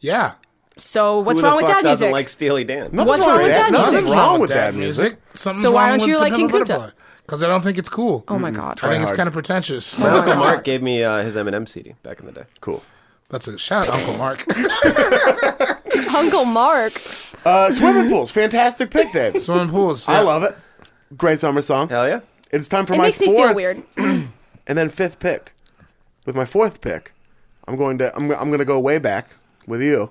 yeah.
So what's
Who the
wrong with
fuck
dad
doesn't
music?
like Steely Dan?
Nothing's
What's wrong with
that?
that music?
Nothing's wrong with that music.
Something's
So why
wrong
don't you
with
like
Pimp a
King Kunta?
Because I don't think it's cool.
oh my
Mm-hmm.
God.
I think it's
hard.
kind of pretentious.
Oh my
Uncle
God.
Mark gave me uh, his Eminem CD back in the day.
Cool.
That's a shout out, Uncle Mark.
Uncle Mark.
Uh, swimming pools. Fantastic pick, Dave.
Swimming pools.
I
yeah.
love it. Great summer song.
Hell yeah.
It's time for
It
my
makes me
fourth
feel weird.
and then fifth pick. With my fourth pick, I'm going to I'm, I'm going to go way back with you,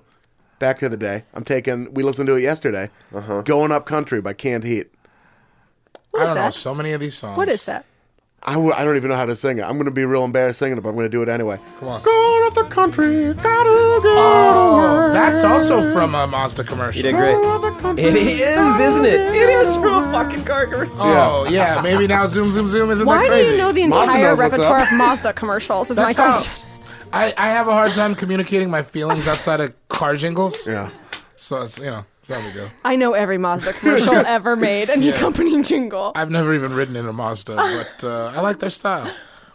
back to the day. I'm taking. We listened to it yesterday. Going up country by Canned Heat.
I
is
don't know
that?
so many of these songs.
What is that?
I w- I don't even know how to sing it. I'm going to be real embarrassed singing it, but I'm going to do it anyway.
Come on.
Going up the country, gotta go.
Oh, that's also from a Mazda commercial.
You did great. It is, isn't it? It is from a fucking car commercial.
Oh yeah. maybe now zoom zoom zoom isn't
Why
that
do
crazy?
you know the
Mazda
entire
knows what's
repertoire
up.
of Mazda commercials? Is my
That's how.
question.
I, I have a hard time communicating my feelings outside of car jingles.
Yeah.
So it's you know it's not a big deal.
I know every Mazda commercial ever made and the accompanying jingle.
I've never even ridden in a Mazda, but uh, I like their style.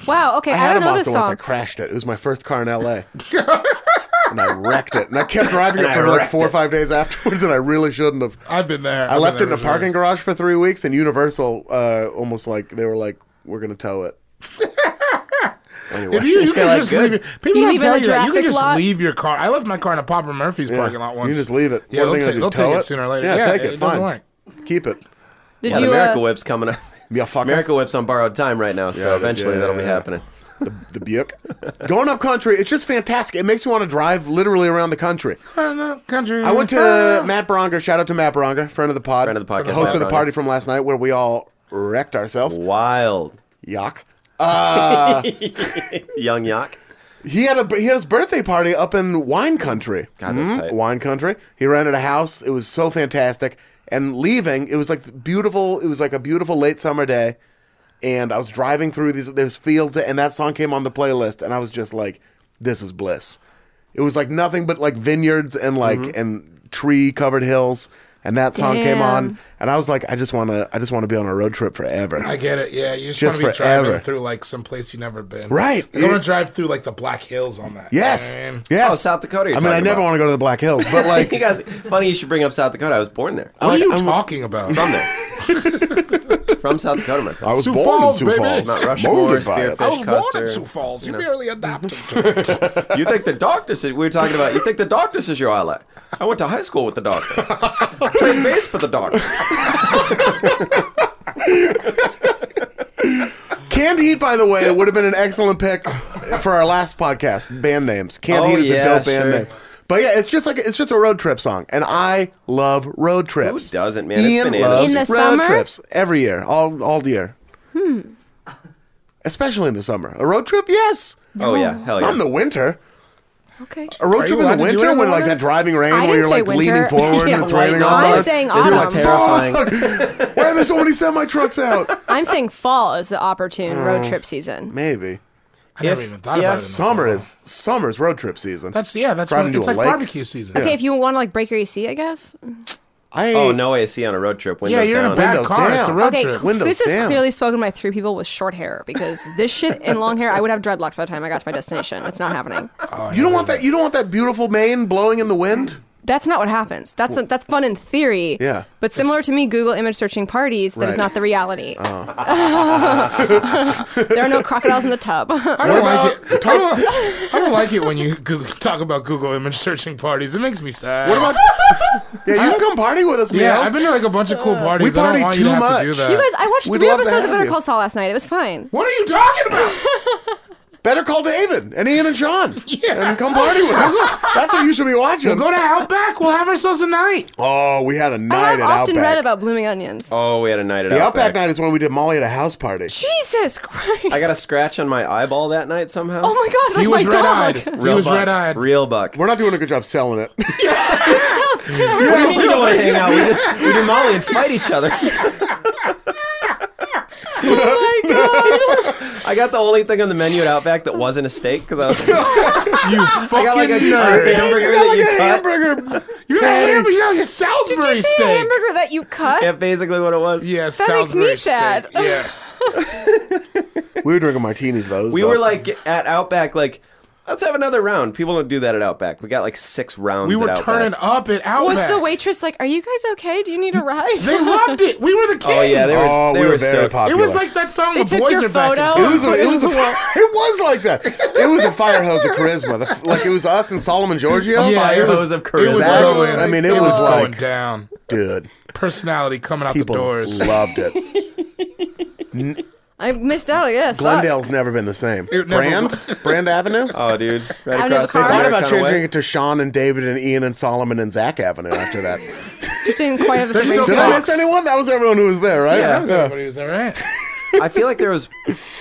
Wow. Okay,
I
I,
had
don't
a
know
Mazda
this
once. I
song.
crashed it. It was my first car in LA. and I wrecked it. And I kept driving it for like four or five days afterwards, and I really shouldn't have.
I've been there.
I
I've
left it
been
in a
there
parking
before.
garage for three weeks, and Universal uh, almost like they were like, "We're gonna tow it."
If you, you can
Like,
just
good.
leave. Your, people
You
don't
leave it
tell
in the
you that. You can
Jurassic
just
lot?
leave your car. I left my car in a Papa Murphy's parking lot once.
You just leave it.
Yeah,
What are
they'll,
gonna
take,
do,
they'll
tow
take it sooner or later.
Yeah, take it. Fine.
doesn't work.
Keep it.
Did
Yeah, the
you?
Miracle
Uh,
Whip's coming up.
Yeah, fucker.
Miracle Whip's on borrowed time right now, so
Yeah, it is.
eventually
Yeah,
that'll
yeah,
be
yeah.
happening.
The, the Buick. Going up country, it's just fantastic. It makes me want to drive literally around the country.
Oh, no, country.
I went to uh, Matt Bronger. Shout out to Matt Bronger, friend of the pod,
Friend of the podcast,
host
Matt
of the
Bronger.
party from last night where we all wrecked ourselves.
Wild.
Yuck.
Young Yak.
He had a he had his birthday party up in wine country.
God, that's
Mhm,
tight.
Wine country. He rented a house. It was so fantastic. And leaving, it was like beautiful. It was like a beautiful late summer day. And I was driving through these there's fields, and that song came on the playlist, and I was just like, "This is bliss." It was like nothing but like vineyards and like
Mm-hmm.
and tree covered hills, and that song came on,
Damn.
and I was like, "I just want to, I just want to be on a road trip forever."
I get it. Yeah, you just,
Just
want to be driving
forever.
through like some place you never been.
Right.
Like, I want to drive through like the Black Hills on that.
yes,
You know what I mean?
yes.
Oh, South Dakota you're
I mean, I
talking
never
about.
want to go to the Black Hills, but like,
you guys, funny you should bring up South Dakota. I was born there.
What are
like,
you
I'm-
talking about?
From there. From South Dakota, my friend.
I was
Sioux
born
Falls,
in Sioux
baby.
Falls.
Not Rushmore,
Molded by it.
Spearfish.
I was born in
Custer,
Sioux Falls. You,
you know.
barely adopted me.
You think the doctor said we were talking about? You think the doctor is your ally? I went to high school with the doctor. Played bass for the doctor.
Oh, Canned Heat, by the way, would have been an excellent pick for our last podcast. Band names. Canned
Oh,
Heat is
yeah,
a dope band
sure.
name. But yeah, it's just like it's just a road trip song, and I love road trips.
doesn't, man? It's
Ian
bananas.
loves
In the
road
summer?
trips every year, all all year. Hmm. Especially in the summer, a road trip, yes.
Oh yeah, hell yeah.
Not in the winter.
Okay.
A road
Are
trip
you
in
allowed
the
to do
winter
it in
when
the
like
winter?
that driving rain where
I didn't
you're
say
like leaning
winter.
forward
Yeah,
and it's
like,
raining all
I'm
night.
saying
This is
awesome.
terrifying.
Fuck! Why are there so many semi trucks out?
I'm saying fall is the opportune road
Oh.
trip season.
Maybe.
I never even thought about it. in the
Summer
fall.
is summer's road trip season.
That's yeah. That's
Driving
when,
to
it's
a
like
lake.
barbecue season.
Okay, if you want to like break your AC, I guess.
I
Oh, no AC on a road trip. Windows
Yeah, you're in
down.
a bad
Windows
car. It's a
down.
road
okay,
trip.
cl-
Windows
this is
down.
clearly spoken by three people with short hair because this shit and long hair, I would have dreadlocks by the time I got to my destination. It's not happening.
You don't want that you don't want that beautiful mane blowing in the wind?
That's not what happens. That's that's fun in theory.
Yeah.
But similar to me, Google image searching parties, that is
Right.
not the reality. there are no crocodiles in the tub.
I don't like it. I don't, I don't like it when you Google, talk about Google image searching parties. It makes me sad.
What about Yeah, you can come party with us,
Yeah,
Miguel.
I've been to like a bunch of cool parties.
We
I don't
partied
want you
too
to have
much.
to do that.
Uh, you guys, I watched
We'd
three
love to
episodes
have
of Better
you.
Call Saul last night. It was fine.
what are you talking about?
Better call David and Ian and Sean.
Yeah.
And come party with us. That's what you should be watching.
Go to Outback. We'll have ourselves a night.
oh, we had a
I
night
have
at
often
Outback.
read about blooming onions.
Oh, we had a night at
the Outback.
Outback.
night is when we did Molly at a house party.
Jesus Christ!
I got a scratch on my eyeball that night somehow.
Oh my God! Like
He was
my dog.
red-eyed. He was
buck.
red-eyed.
Real buck.
We're not doing a good job selling it.
Sounds terrible.
What do you mean you don't want to hang out? We just we do Molly and fight each other.
Oh my God.
I got the only thing on the menu at Outback that wasn't a steak because I was I
You fucking
got like a,
nerd.
a hamburger that you cut.
hamburger.
You got a hamburger. You got like a Salisbury
Did you see
steak.
a hamburger that you cut?
Yeah, basically what it was.
Yeah,
That makes
Salisbury
me
steak.
sad.
Yeah.
We were drinking martinis though.
We were like at Outback, like let's have another round. People don't do that at Outback. We got like six rounds.
We
at
were
Outback.
turning up at Outback.
Was the waitress like, "Are you guys okay? Do you need a ride?"
They loved it. We were the kings.
Oh yeah, they were,
Oh,
they
we
were,
were very
stoked.
popular.
It was like that song,
They
"The
took
Boys
your
Are Back in
photo?
It
Town."
was, a, it was a, it was like that. It was a fire hose of charisma. The, f- like it was us and Solomon Giorgio.
Yeah,
fire
it was,
hose of
it was
charisma.
going.
I mean, it was
going
like-
down.
dude.
Personality coming out the
People
doors.
loved it.
I missed out. I guess. Fuck.
Glendale's never been the same.
It never
Brand, Brand Avenue.
Oh dude, right
Out of
across
the
State
car.
Fair
Thought
American
about
kinda way.
changing it to Sean and David and Ian and Solomon and Zach Avenue after that.
Just didn't quite have the
There's
same.
no
Did I miss
Talks.
anyone? That was everyone who was there, right?
Yeah, that
That was everybody was all right.
I feel like there was.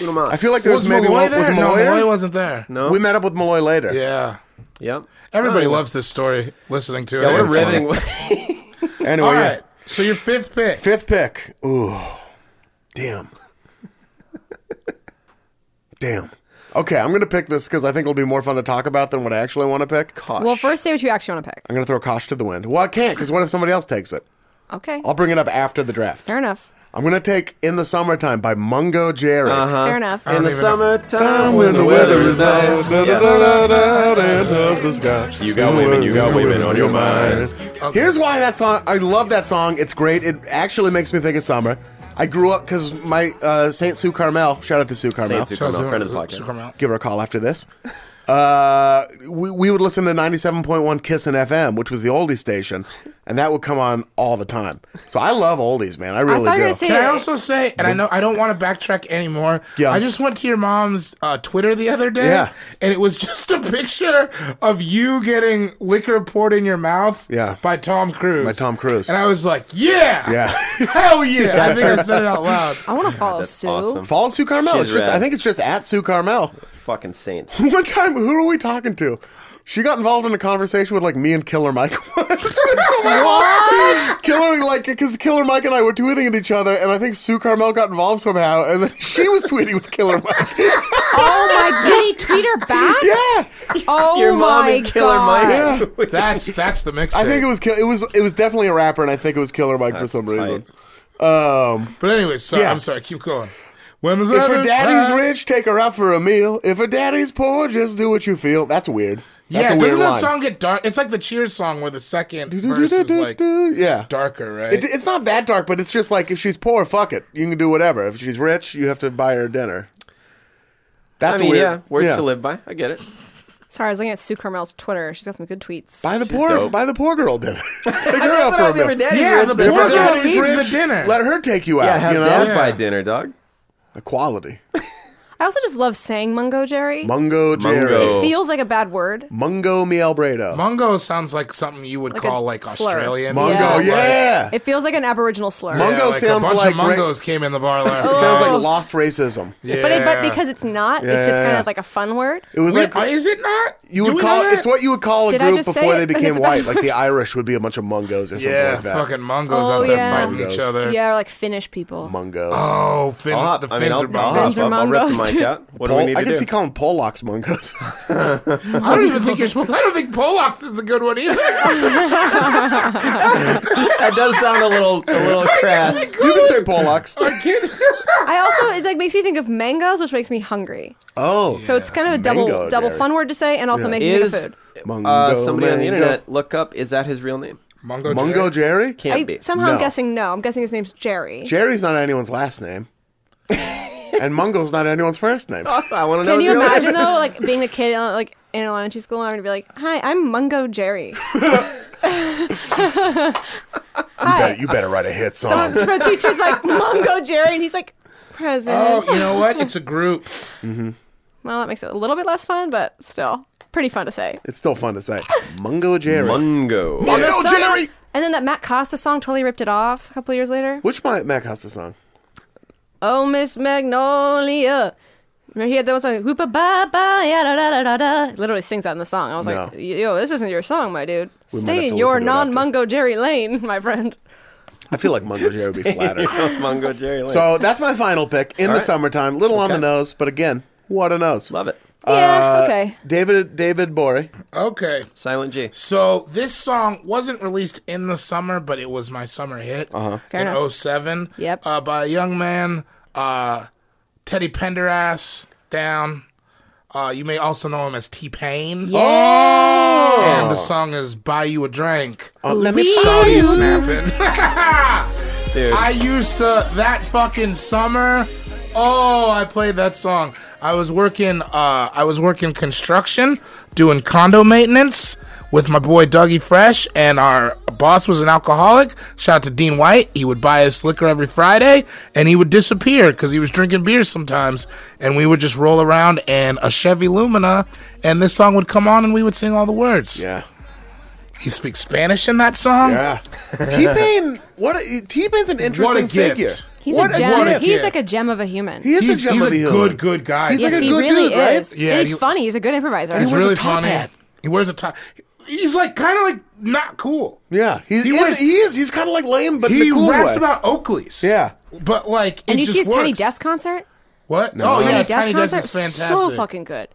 Uno Mas.
I feel like there was,
Was
maybe
Malloy
one.
there?
Was
no,
Malloy?
Malloy
there?
wasn't there.
no.
We met up with Malloy later.
Yeah.
Yep.
Everybody loves this story. Listening to it.
Yeah, what a
It's
riveting.
Anyway,
All
Oh, yeah.
right. So your fifth pick.
Fifth pick. Ooh. Damn. Damn. Okay, I'm going to pick this because I think it'll be more fun to talk about than what I actually want to pick. Kosh.
Well, first say what you actually want to pick.
I'm going to throw Kosh to the wind. Well, I can't because what if somebody else takes it?
Okay.
I'll bring it up after the draft.
Fair enough.
I'm going to take In the Summertime by Mungo Jerry.
Fair enough.
In the
even know.
summertime when the weather is nice. Yeah. You got women, you got women on your mind.
Here's why that song. I love that song. It's great. It actually makes me think of summer. I grew up because my uh, Saint Sue Carmel. Shout out to Sue Carmel.
Saint Sue Carmel, friend of the
So
podcast.
come out.
give her a call after this. Uh, we, we would listen to 97.1 Kiss and FM, which was the oldie station, and that would come on all the time. So I love oldies, man. I
I
really
thought you were
do.
gonna say.
Can I also say, and I know I don't want to backtrack anymore.
Yeah.
I just went to your mom's uh, Twitter the other day,
Yeah.
and it was just a picture of you getting liquor poured in your mouth.
Yeah.
By Tom Cruise.
By Tom Cruise.
And I was like, yeah,
Yeah.
hell yeah! I think I said it out loud.
I want to follow Sue.
awesome.
Follow Sue Carmel.
She's
It's just,
rad.
I think it's just at Sue Carmel.
Fucking saint.
One time, who are we talking to? She got involved in a conversation with like me and Killer Mike once. It's so awesome. Killer like because Killer Mike and I were tweeting at each other, and I think Sue Carmel got involved somehow, and then she was tweeting with Killer Mike.
Oh my! Did he tweet her back?
yeah,
Oh
Your mom
my
and Killer
God.
Mike.
That's that's the mixtape.
I think it was Kill- it was it was definitely a rapper, and I think it was Killer Mike for
That's
some
tight.
reason.
But anyway, sorry,
Yeah.
I'm sorry. Keep going. When was
If her
that?
daddy's rich, take her out for a meal. If her daddy's poor, just do what you feel. That's weird. That's
yeah,
a weird
doesn't
line.
that song get dark? It's like the Cheers song where the second verse is like
yeah.
darker, right?
It, it's not that dark, but it's just like if she's poor, fuck it. You can do whatever. If she's rich, you have to buy her dinner.
I
That's
mean,
weird.
yeah, words to live by. I get it.
Sorry, I was looking at Sue Carmel's Twitter. She's got some good tweets.
Buy the poor,
dope.
buy the poor girl dinner. take her
I
out
thought
for
I
a
was
meal.
every daddy
Yeah,
rich.
the
They're
poor
probably-
guy-
yeah,
daddy's rich,
Let her take you out.
have
you know,
dad
Yeah.
buy dinner, dog.
the quality.
I also just love saying Mungo Jerry.
Mungo Jerry.
Mungo.
It feels like a bad word.
Mungo Mi Albrado.
Mungo sounds like something you would
Like a
call like
slur.
Australian.
Mungo, yeah.
Yeah. It feels like an Aboriginal slur.
Mungo
Yeah, like
sounds
a bunch
like
of
ra-
Mungos came in the bar last night.
Sounds like lost racism.
yeah.
But, it, but because it's not, it's just kind
Yeah.
of like a fun word.
It was
Wait,
like
is it not?
you
Do
would
we
call
know
it's
that?
what you would call a
Did I
group
just say
before
it?
they became white.
It's-
Like the Irish would be a bunch of Mungos or something
Yeah,
like that.
fucking Mungos
Oh,
out there
yeah.
biting each
Mungos.
other.
Yeah, or like Finnish people.
Mungo.
Oh, fin-
I'll hop.
the
I
fins
mean, I'll,
are
I'll
Mungos.
hop
Fins are
up. I'll rip the
mongos,
mic out. What do we
Pol-
need
I
to
can
do?
see calling Polacks Mungos.
I don't even think you're. Supposed- I don't think Polacks is the good one either.
that does sound a little, a little crass.
you can say Polacks.
I also it like makes me think of mangoes, which makes me hungry.
Oh,
So it's kind of a double
Mango
double
Jerry.
fun word to say, and also makes me think of
Is
food.
Mungo,
uh, somebody on the
Mango.
internet look up? Is that his real name?
Mungo.
Mungo Jerry?
Jerry.
Can't
I
be.
somehow I'm
No.
guessing no. I'm guessing his name's Jerry.
Jerry's not anyone's last name, and Mungo's not anyone's first name.
I want to know.
Can
his
you
real name.
imagine though, like being a kid uh, like in elementary school, and I'm gonna be like, "Hi, I'm Mungo Jerry." Hi.
you better write a hit
Someone the teacher's like Mungo Jerry, and he's like, "Present."
Oh, you know what? It's a group.
Well, that makes it a little bit less fun, but still pretty fun to say.
It's still fun to say. Mungo Jerry.
Mungo.
Mungo
Some-
Jerry.
And then that Matt Costa song totally ripped it off a couple years later.
Which my Mac Hosta song?
Oh, Miss Magnolia. Remember he had that one song, whoopa ba ba ya da da da da da. Literally sings that in the song. I was like,
No.
yo, this isn't your song, my
We might
dude.
have
Stay
to
in your
listen to it after.
non Mungo Jerry lane, my friend.
I feel like Mungo Jerry would be flattered.
Mungo Jerry. Lane.
So that's my final pick in the
right.
summertime. Little on the
Okay.
nose, but again, what a nose.
love it.
yeah,
Uh,
okay.
David David Bory.
Okay.
Silent G.
So this song wasn't released in the summer, but it was my summer hit
Uh-huh. Fair
in
enough.
07.
Yep.
Uh, by a young man, uh, Teddy Penderass, down. Uh, you may also know him as T Pain.
Yeah. Oh.
And the song is Buy You a Drink.
Uh, let me
Saw you snapping.
Dude.
I used to that fucking summer. Oh, I played that song. I was working. Uh, I was working construction, doing condo maintenance with my boy Dougie Fresh, and our boss was an alcoholic. Shout out to Dean White. He would buy us liquor every Friday, and he would disappear because he was drinking beer sometimes. And we would just roll around in a Chevy Lumina, and this song would come on, and we would sing all the words.
Yeah.
He speaks Spanish in that song.
Yeah. T Pain. What? T Pain's an interesting
What a gift.
figure.
He's
What
a gem.
what a
he's
kid.
like a gem of a human.
He is
He's,
a, gem
he's
of
a
the
good,
human.
good guy.
He's
yes,
like a
he
good
really
dude, right?
is.
Yeah,
and he's
he-
funny. He's a good improviser.
He's
wears a
really
top
funny.
hat.
He wears a top. He's like kind of like not cool.
Yeah. He's,
He
he,
was-
is, he is. He's kind of like lame, but in
he
a cool
raps
way.
about Oakleys.
Yeah.
but like
and
it
you see his
just
Tiny
works.
Desk concert?
What? Oh
Tiny
yeah,
Desk
Tiny Desk
concert?
is fantastic.
So fucking good.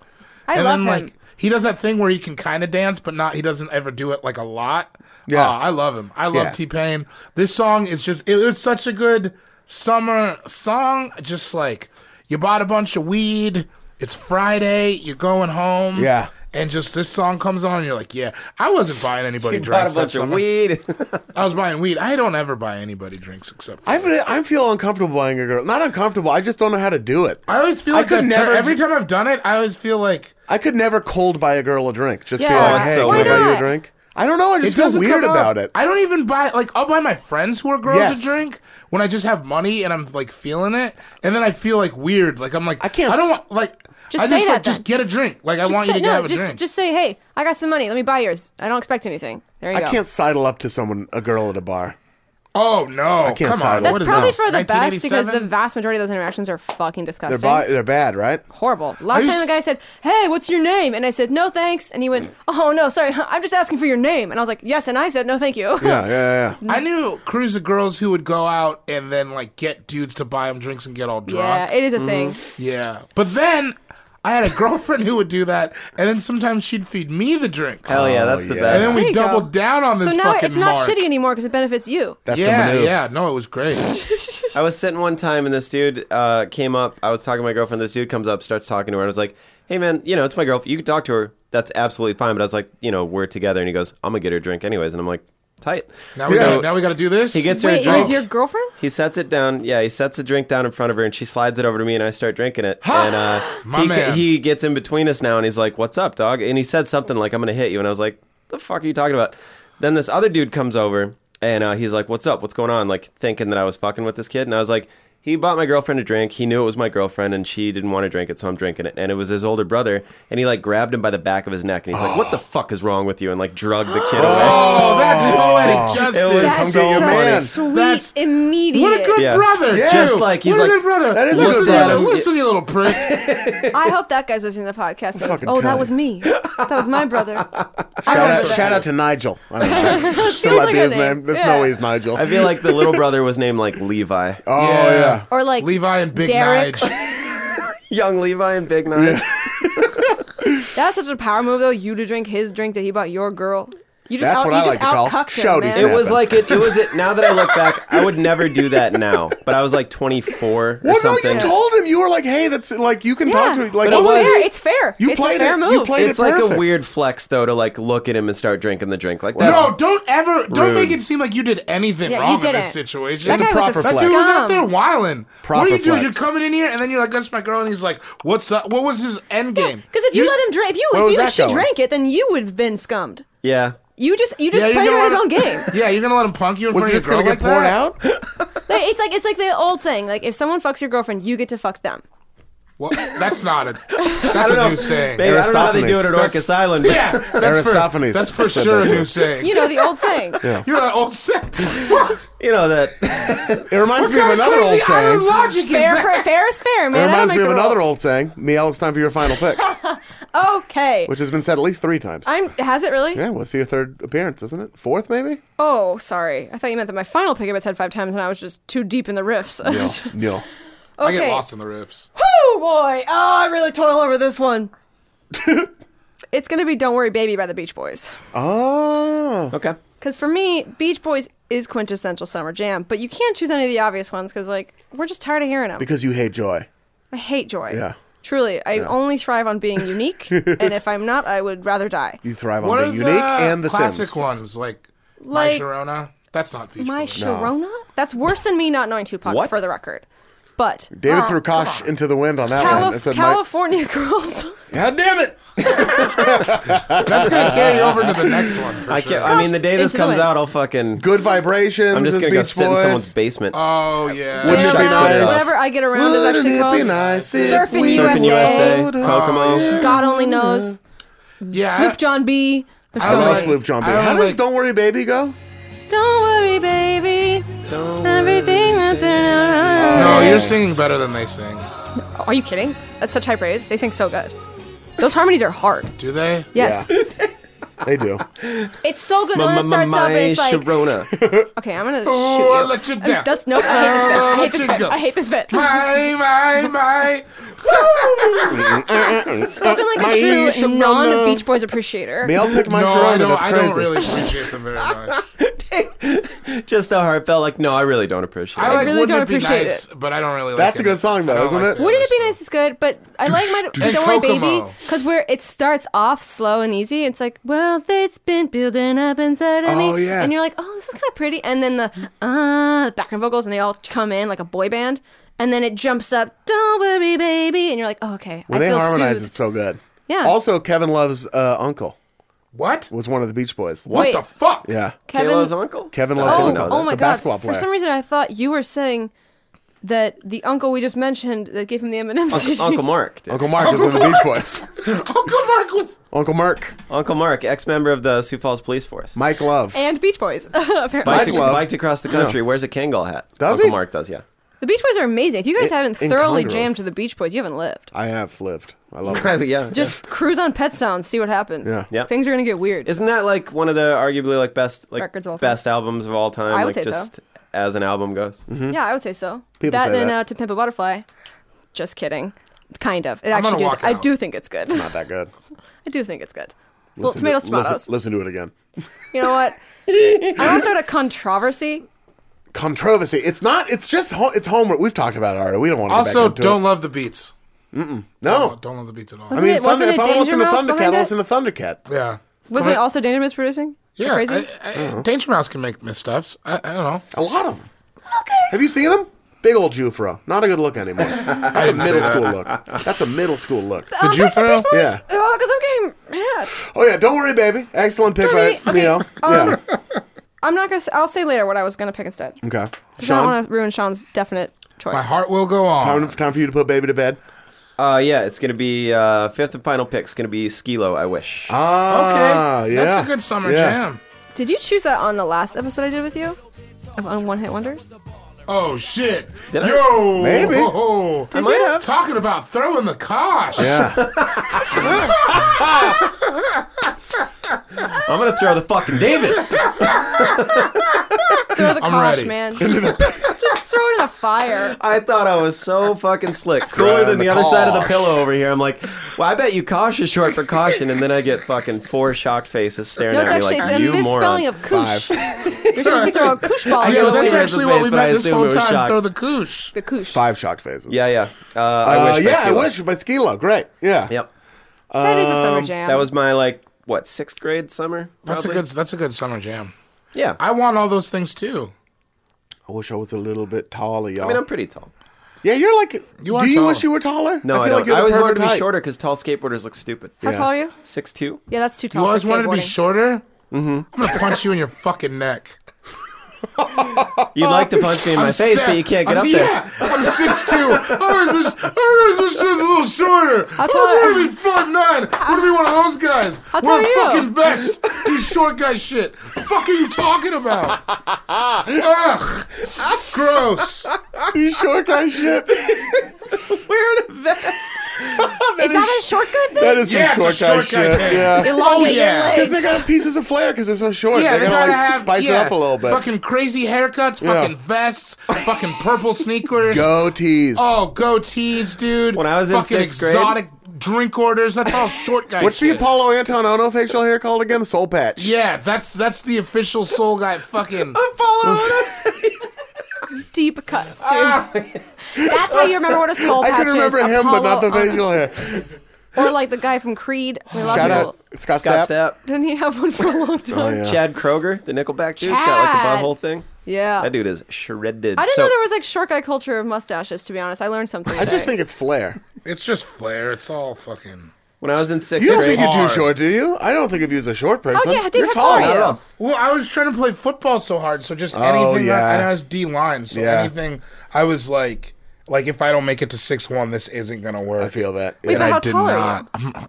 I
and
love
then
him.
like he does that thing where he can kind of dance, but not. He doesn't ever do it like a lot.
Yeah.
Oh, I love him. I love
Yeah.
T Pain. This song is just. It was such a good summer song. Just like you bought a bunch of weed. It's Friday. You're going home.
Yeah.
And just this song comes on, and you're like, yeah, I wasn't buying anybody
He bought
drinks.
a
that
bunch of
summer.
weed.
I was buying weed. I don't ever buy anybody drinks except for.
I feel, I feel uncomfortable buying a girl. Not uncomfortable. I just don't know how to do it.
I always feel
I
like
could
I've
never
tur- every
ju-
time I've done it, I always feel like
I could never cold buy a girl a drink. Just be
Yeah,
like,
why
hey,
not?
can I buy you a
not?
drink? I don't know. I just
it
feel
doesn't
weird
come up.
about it.
I don't even buy like I'll buy my friends who are girls
Yes.
a drink when I just have money and I'm like feeling it, and then I feel like weird. Like I'm like I
can't
I don't
s-
want like
Just
I
say
just like
that
just
then.
get a drink. Like I
Just
want
say,
you to
no,
get have a
just,
drink.
just say, hey, I got some money. Let me buy yours. I don't expect anything. There you
I
go.
can't sidle up to someone, a girl at a bar.
oh no! I
can't
Come
side
on,
with
what is
That's probably
this?
for the best because the
1987?
vast majority of those interactions are fucking
They're,
disgusting.
bi- they're bad, right?
Horrible. Last
used-
time the guy said, "Hey, what's your name?" and I said, "No, thanks." And he
Mm.
went, "Oh no, sorry. I'm just asking for your name." And I was like, "Yes," and I said, "No, thank you."
Yeah, yeah, yeah.
I knew crews of girls who would go out and then like get dudes to buy them drinks and get all drunk.
Yeah, it
Mm-hmm.
is a thing.
Yeah. But then I had a girlfriend who would do that, and then sometimes she'd feed me the drinks.
Hell yeah, that's Oh, the
yeah.
And
best.
then
There
we
you go.
doubled down on this
So now
fucking
it's not
mark.
shitty anymore because it benefits you.
That's the
yeah,
maneuver.
yeah, no, it was great.
I was sitting one time and this dude uh, came up. I was talking to my girlfriend. This dude comes up, starts talking to her. And I was like, hey, man, you know, it's my girlfriend. You can talk to her. That's absolutely fine. But I was like, you know, we're together. And he goes, I'm going to get her a drink anyways. And I'm like, tight.
Now we
So
got now we got to do this.
he gets her a
Wait, it
drink.
was your girlfriend?
He sets it down. Yeah, he sets a drink down in front of her, and she slides it over to me, and I start drinking it. And uh,
My
he,
man.
he gets in between us now, and he's like, "What's up, dog?" And he said something like, "I'm gonna hit you," and I was like, "The fuck are you talking about?" Then this other dude comes over, and uh, he's like, "What's up? What's going on?" Like thinking that I was fucking with this kid, and I was like, he bought my girlfriend a drink. He knew it was my girlfriend, and she didn't want to drink it, so I'm drinking it. And it was his older brother, and he like grabbed him by the back of his neck, and he's like, "What the fuck is wrong with you?" And like drugged the kid away.
Oh, that's poetic justice.
It was
That's
so
so
funny.
man.
sweet,
That's-
immediate.
What a good
Yeah.
brother,
Yeah.
too.
Just like- he's
what
like-
a good brother.
That is a good
listen,
brother.
You, listen, you little prick.
I hope that guy's listening to the podcast. That was,
Fucking
oh,
tell
that
you.
was me. That was my brother.
Shout
remember
out,
that.
shout out to Nigel. I don't know. that might
like
be
a
his
name.
name. There's
Yeah.
no way he's Nigel.
I feel like the little brother was named like Levi,
oh
Yeah.
yeah.
Or like
Levi and Big
Derek.
Nige.
young Levi and Big Nine.
That's such a power move, though. You to drink his drink that he bought your girl. You just
That's
out,
what
you
I like
just
to call
outcucked him,
shouty
man.
It
snap.
was
happened.
like it. It was it. Now that I look back, I would never do that now. But I was like 24 or
Well, no,
something.
you told him you were like, "Hey, that's like you can
Yeah.
talk to me." Like,
But it
what
was
is
fair. It's fair.
You
It's a
played
fair
it.
move.
You played
it's
it
like
perfect.
a weird flex though to like look at him and start drinking the drink. Like that's
No, don't ever, don't
Rude.
make it seem like you did anything
Yeah, you
wrong in
didn't.
this situation.
That
It's a
guy was a
proper
That
flex.
dude was
scum.
out there wilding.
Proper
what are you doing? You're
flex.
coming in here, and then you're like, "That's my girl," and he's like, "What's up? What was his end game?"
Because if you, let him drink, if you
Where
if
was
you if
that
she
going?
drank it, then you would have been scummed.
yeah.
You just you just
Yeah,
played
you're
her his own
gonna let
game.
him- yeah, you're gonna let him punk you in
Was
front
he
of your
just gonna
girl
get
like
poured
that?
out?
Like, it's like it's like the old saying. Like if someone fucks your girlfriend, you get to fuck them.
Well, that's not a. That's a new saying.
Maybe, I don't know how they do it at
Aristophanes.
Orcas Island. but-
Yeah, that's
Aristophanes
For, that's for
said
sure a
that.
new saying.
You know the old saying.
You're an old saying. What
you know that.
It reminds me of
kind of
another
crazy
old
iron
saying.
logic is
Fair,
that?
for, fair is fair,
It
man. I don't
reminds
make
me of
the
another
rules.
old saying. Miel, it's time for your final pick,
Okay.
which has been said at least three times.
I'm. Has it really?
yeah, well, it's your third appearance, isn't it? Fourth, maybe?
Oh, sorry. I thought you meant that my final pickup had said five times, and I was just too deep in the riffs. okay.
No.
I get lost in the riffs.
Oh boy. Oh, I really toil over this one. it's gonna be "Don't Worry, Baby" by the Beach Boys.
Oh.
Okay.
Because for me, Beach Boys is quintessential summer jam, but you can't choose any of the obvious ones because, like, we're just tired of hearing them.
Because you hate joy.
I hate joy.
Yeah.
Truly, I only thrive on being unique, and if I'm not, I would rather die.
You thrive on
What are
being
the
unique and the
classic
Sims.
ones like, My
Like-
Sharona? That's not Beach
My
Boys.
Sharona? That's worse than me not knowing Tupac,
What?
for the record. But
David threw Kosh into the wind on that one.
Oh, Calif-
It said, Mike-
California Girls.
God damn it.
That's gonna carry over to the next one. For
I
sure.
can't. I mean, the day this
Into the
comes
wind.
out, I'll fucking.
good vibrations.
I'm just
is
gonna go
Beach
sit in
Boys.
someone someone's basement.
Oh yeah.
Wouldn't it
Get
be
around,
nice?
Whatever I get around is
Wouldn't
actually
it be
called.
nice if
Surfing
we
Surfing USA,
rode
Kokomo.
God only knows.
yeah.
Sloop John B. The
I
I
don't
love
like-
Sloop John B.
I don't
How does
like-
Don't Worry Baby go?
Don't worry, baby. Everything will turn out.
No, you're singing better than they sing.
right. Are you kidding? That's such high praise. They sing so good. Those harmonies are hard.
Do they?
Yes.
They do.
It's so good. The one
My-
that
my-
starts up and
my
it's like,
Sharona.
okay, I'm gonna shoot
Oh, I
you.
let you down.
That's no. I hate this
Let
bit.
you go.
I hate this bit. I hate
my my my.
this bit. Spoken like
My
a true
Sharona.
non-Beach Boys appreciator.
Male pick my
no,
Sharona.
I don't.
That's
I
crazy.
don't really appreciate them very much.
just a heartfelt. Like, no, I really don't appreciate.
I
it.
like
really
Wouldn't
don't
It Be
appreciate
nice, but I don't really.
That's
like
a good song, though,
I don't
isn't
like
it?
that
Wouldn't it be
song.
nice? It's good, but I like my
And
don't worry,
Kokomo.
baby, because where it starts off slow and easy, it's like, well, it's been building up inside of me,
Oh, yeah.
and you're like, oh, this is kind of pretty, and then the uh background vocals, and they all come in like a boy band, and then it jumps up, don't worry, baby, and you're like, oh, okay,
When
I
they
feel
harmonize,
soothed.
it's so good.
Yeah.
Also, Kevin Love's uh, uncle
What?
was one of the Beach Boys.
What
Wait.
the fuck?
Yeah.
Kevin,
Kayla's uncle.
Kevin Love's
oh,
uncle.
oh my
the
god,
basketball
for
player.
some reason I thought you were saying that the uncle we just mentioned that gave him the M&M's,
Uncle, Uncle Mark. dude.
Uncle Mark is in the Beach Boys.
Uncle Mark was.
Uncle Mark,
Uncle Mark, ex-member of the Sioux Falls Police Force.
Mike Love.
and Beach Boys, apparently.
biked,
Mike Love.
biked across the country. Wears a Kangol hat.
Does
Uncle
he?
Mark does. Yeah.
The Beach Boys are amazing. If you guys
In-
haven't
in
thoroughly
Congress.
jammed to the Beach Boys, you haven't lived.
I have lived. I love it.
yeah.
Just cruise on Pet Sounds, see what happens.
Yeah.
Yep.
Things are gonna get weird.
Isn't that like one of the arguably like best like
Records of all time.
best albums of all time?
I would
like
say so.
just as an album goes. Mm-hmm.
yeah, I would say so.
People
that
say
and
that.
Uh, To Pimp a Butterfly. Just kidding. Kind of. It
I'm
actually.
gonna
Do
walk
I
out.
do think it's good.
Not that good.
I do think it's good. Well,
Listen
tomatoes,
to,
tomatoes.
Listen, listen to it again.
You know what? I want to start a controversy.
Controversy. It's not. It's just. Ho- it's homework. We've talked about it already. We don't want to.
Also,
get back into
don't
It. Oh.
love the beats. Oh,
No.
Don't love the beats at all.
I
Wasn't
mean,
it-
Thunder,
wasn't
if
it
I want to listen to
Danger Mouse
Thundercat, I'll
behind
listen to Thundercat.
yeah.
Was it also Danger Mouse producing?
Yeah.
Crazy. Oh,
I,
Uh-huh.
I, Danger Mouse can make missteps. I, I don't know.
A lot of them. Have you seen him? Big old Jufro. Not a good look anymore. That's a
didn't say
middle
that.
school look. That's a middle school look.
Um, back to the
Jufro?
Beach Boys?
Yeah.
Oh, because I'm getting mad.
Oh yeah, don't worry, baby. Excellent pick,
Sorry,
right? You know.
um,
Yeah.
I'm not gonna. Say, I'll say later what I was gonna pick instead.
Okay.
Because I don't
Sean.
want to ruin Sean's definite choice.
My heart will go on.
Time, time for you to put baby to bed.
Uh, yeah, it's gonna be uh, fifth and final pick. It's gonna be Skilo. I wish.
Ah,
okay,
yeah.
that's a good summer
Yeah.
jam.
Did you choose that on the last episode I did with you? Of- On One Hit Wonders?
Oh shit!
Did I-
Yo,
Maybe.
ho, ho.
I might have.
talking about throwing the kosh.
Yeah.
I'm gonna throw the fucking David.
Throw the
I'm
kosh,
ready.
man. Just throw it in the fire.
I thought I was so fucking slick, cooler than the other side of the pillow over here. I'm like, well, I bet you kosh is short for caution, and then I get fucking four shocked faces staring
No, it's
at me
actually
like
it's a
you
misspelling
moron.
of koosh. You're supposed to throw a koosh ball.
I
in
get
Yeah,
the
the way
that's
wind.
there's
actually
a
what
face,
we
but I
meant this
assume it
whole
was
time.
shocked.
Throw the koosh.
the koosh.
Five shocked faces.
Yeah, yeah. Uh, I
Uh,
wish. by
yeah, I
Skilo.
wish by Skilo. Great. Yeah.
Yep.
that is a summer jam.
Um, That was my like what sixth grade summer.
That's a
probably?
good. That's a good summer jam.
Yeah. I,
I want all those things too.
I wish I was a little bit taller, y'all.
mean, I'm pretty tall.
yeah, you're like.
You are
do you
taller.
wish you were taller?
No, I,
feel
don't.
like you're
I
the
always wanted
perfect
to be
height.
shorter because tall skateboarders look stupid.
How tall are you?
Six two.
Yeah, that's too tall.
You always
for
wanted to be
Oh, skateboarding.
shorter. Mm-hmm. I'm gonna punch you in your fucking neck.
You'd like to punch me in my
I'm
face,
sa-
but you can't get
I'm,
up there.
yeah, I'm six two. Oh, I was just, I was just a little shorter. I was
tall are-
going to be five nine. Want to be one of those guys?
How
Wear a
tall are you?
fucking vest. Do short guy shit. The fuck are you talking about? Ugh, gross.
You short guy shit.
Wearing a vest.
Is that a short guy thing?
That is
Yeah,
some
it's a
short guy
short guy
shit.
thing.
Yeah.
Elongate
Oh, yeah.
your
'Cause they
legs.
got pieces of flair because they're so short.
Yeah,
they,
they
gotta,
gotta
like,
have
spice
yeah,
it up a little bit.
Fucking crazy haircuts,
Yeah.
fucking vests, fucking purple sneakers.
Goatees.
Oh, goatees, dude.
When I was in
fucking
sixth grade-
exotic drink orders. That's all short guy
What's the
shit.
Apollo Anton Ono facial hair called again? Soul patch.
Yeah, that's that's the official soul guy. Fucking
Deep cuts, dude. That's how you remember what a soul
I can
patch
remember
is.
him, but not the
Apollo-
facial hair.
Or like the guy from Creed. I mean, a lot of
Shout
people-
out Scott,
Scott
Stapp.
Stapp.
Didn't he have one for a
Oh,
long time?
yeah.
Chad Kroger, the Nickelback dude, has got like
Chad.
the butthole thing.
Yeah.
That dude is shredded.
I didn't
So-
know there was like short guy culture of mustaches. To be honest, I learned something.
I just
today.
think it's flair.
It's just flair. It's all fucking.
When I was in sixth
You don't
grade,
think you're too
hard.
short, do you? I don't think of you as a short person.
yeah, dude,
you're
how
tall.
tall are
I
you?
don't know.
Well, I was trying to play football so hard, so just
Oh,
anything.
yeah.
I, and I was D line, so
Yeah.
anything. I was like, like if I don't make it to six one, this isn't gonna work.
I feel that.
Wait,
Yeah.
but how
did
tall
not. I'm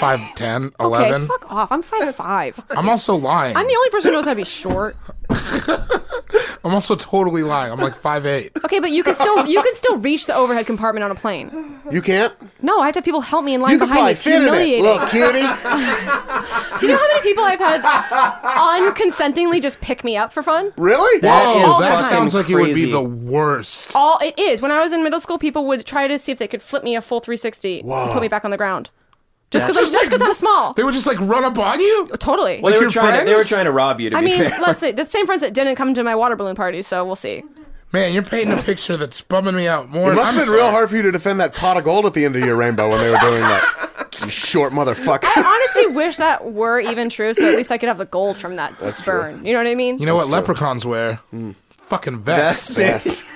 five ten,
Okay,
eleven.
fuck off. I'm five five.
I'm also lying.
I'm the only person who knows how to be short.
I'm also totally lying. I'm like five eight.
Okay, but you can still you can still reach the overhead compartment on a plane.
You can't?
No, I have to have people help me in line
You can
behind
probably
me. It's
fit in it.
humiliating.
Little cutie.
Do you know how many people I've had unconsentingly just pick me up for fun?
Really?
That
all
is
the
Oh, that
time.
sounds like it would be
crazy.
the worst.
All it is. When I was in middle school, people would try to see if they could flip me a full 360 and put me back on the ground. Just because I'm,
That's-
just 'cause I'm small.
They would just like run up on you.
Totally.
Well, they
Like
were
your
trying. To, they were
friends?
trying to rob you. To
I
be
mean,
fair.
let's say the same friends that didn't come to my water balloon party, so we'll see.
Man, you're painting a picture that's bumming me out more.
It must
I'm
have been
sorry.
real hard for you to defend that pot of gold at the end of your rainbow when they were doing that. You short motherfucker.
I honestly wish that were even true, so at least I could have the gold from that burn. You know what I mean?
You know what leprechauns wear?
Hmm.
Fucking vests.
Vests.
Yes.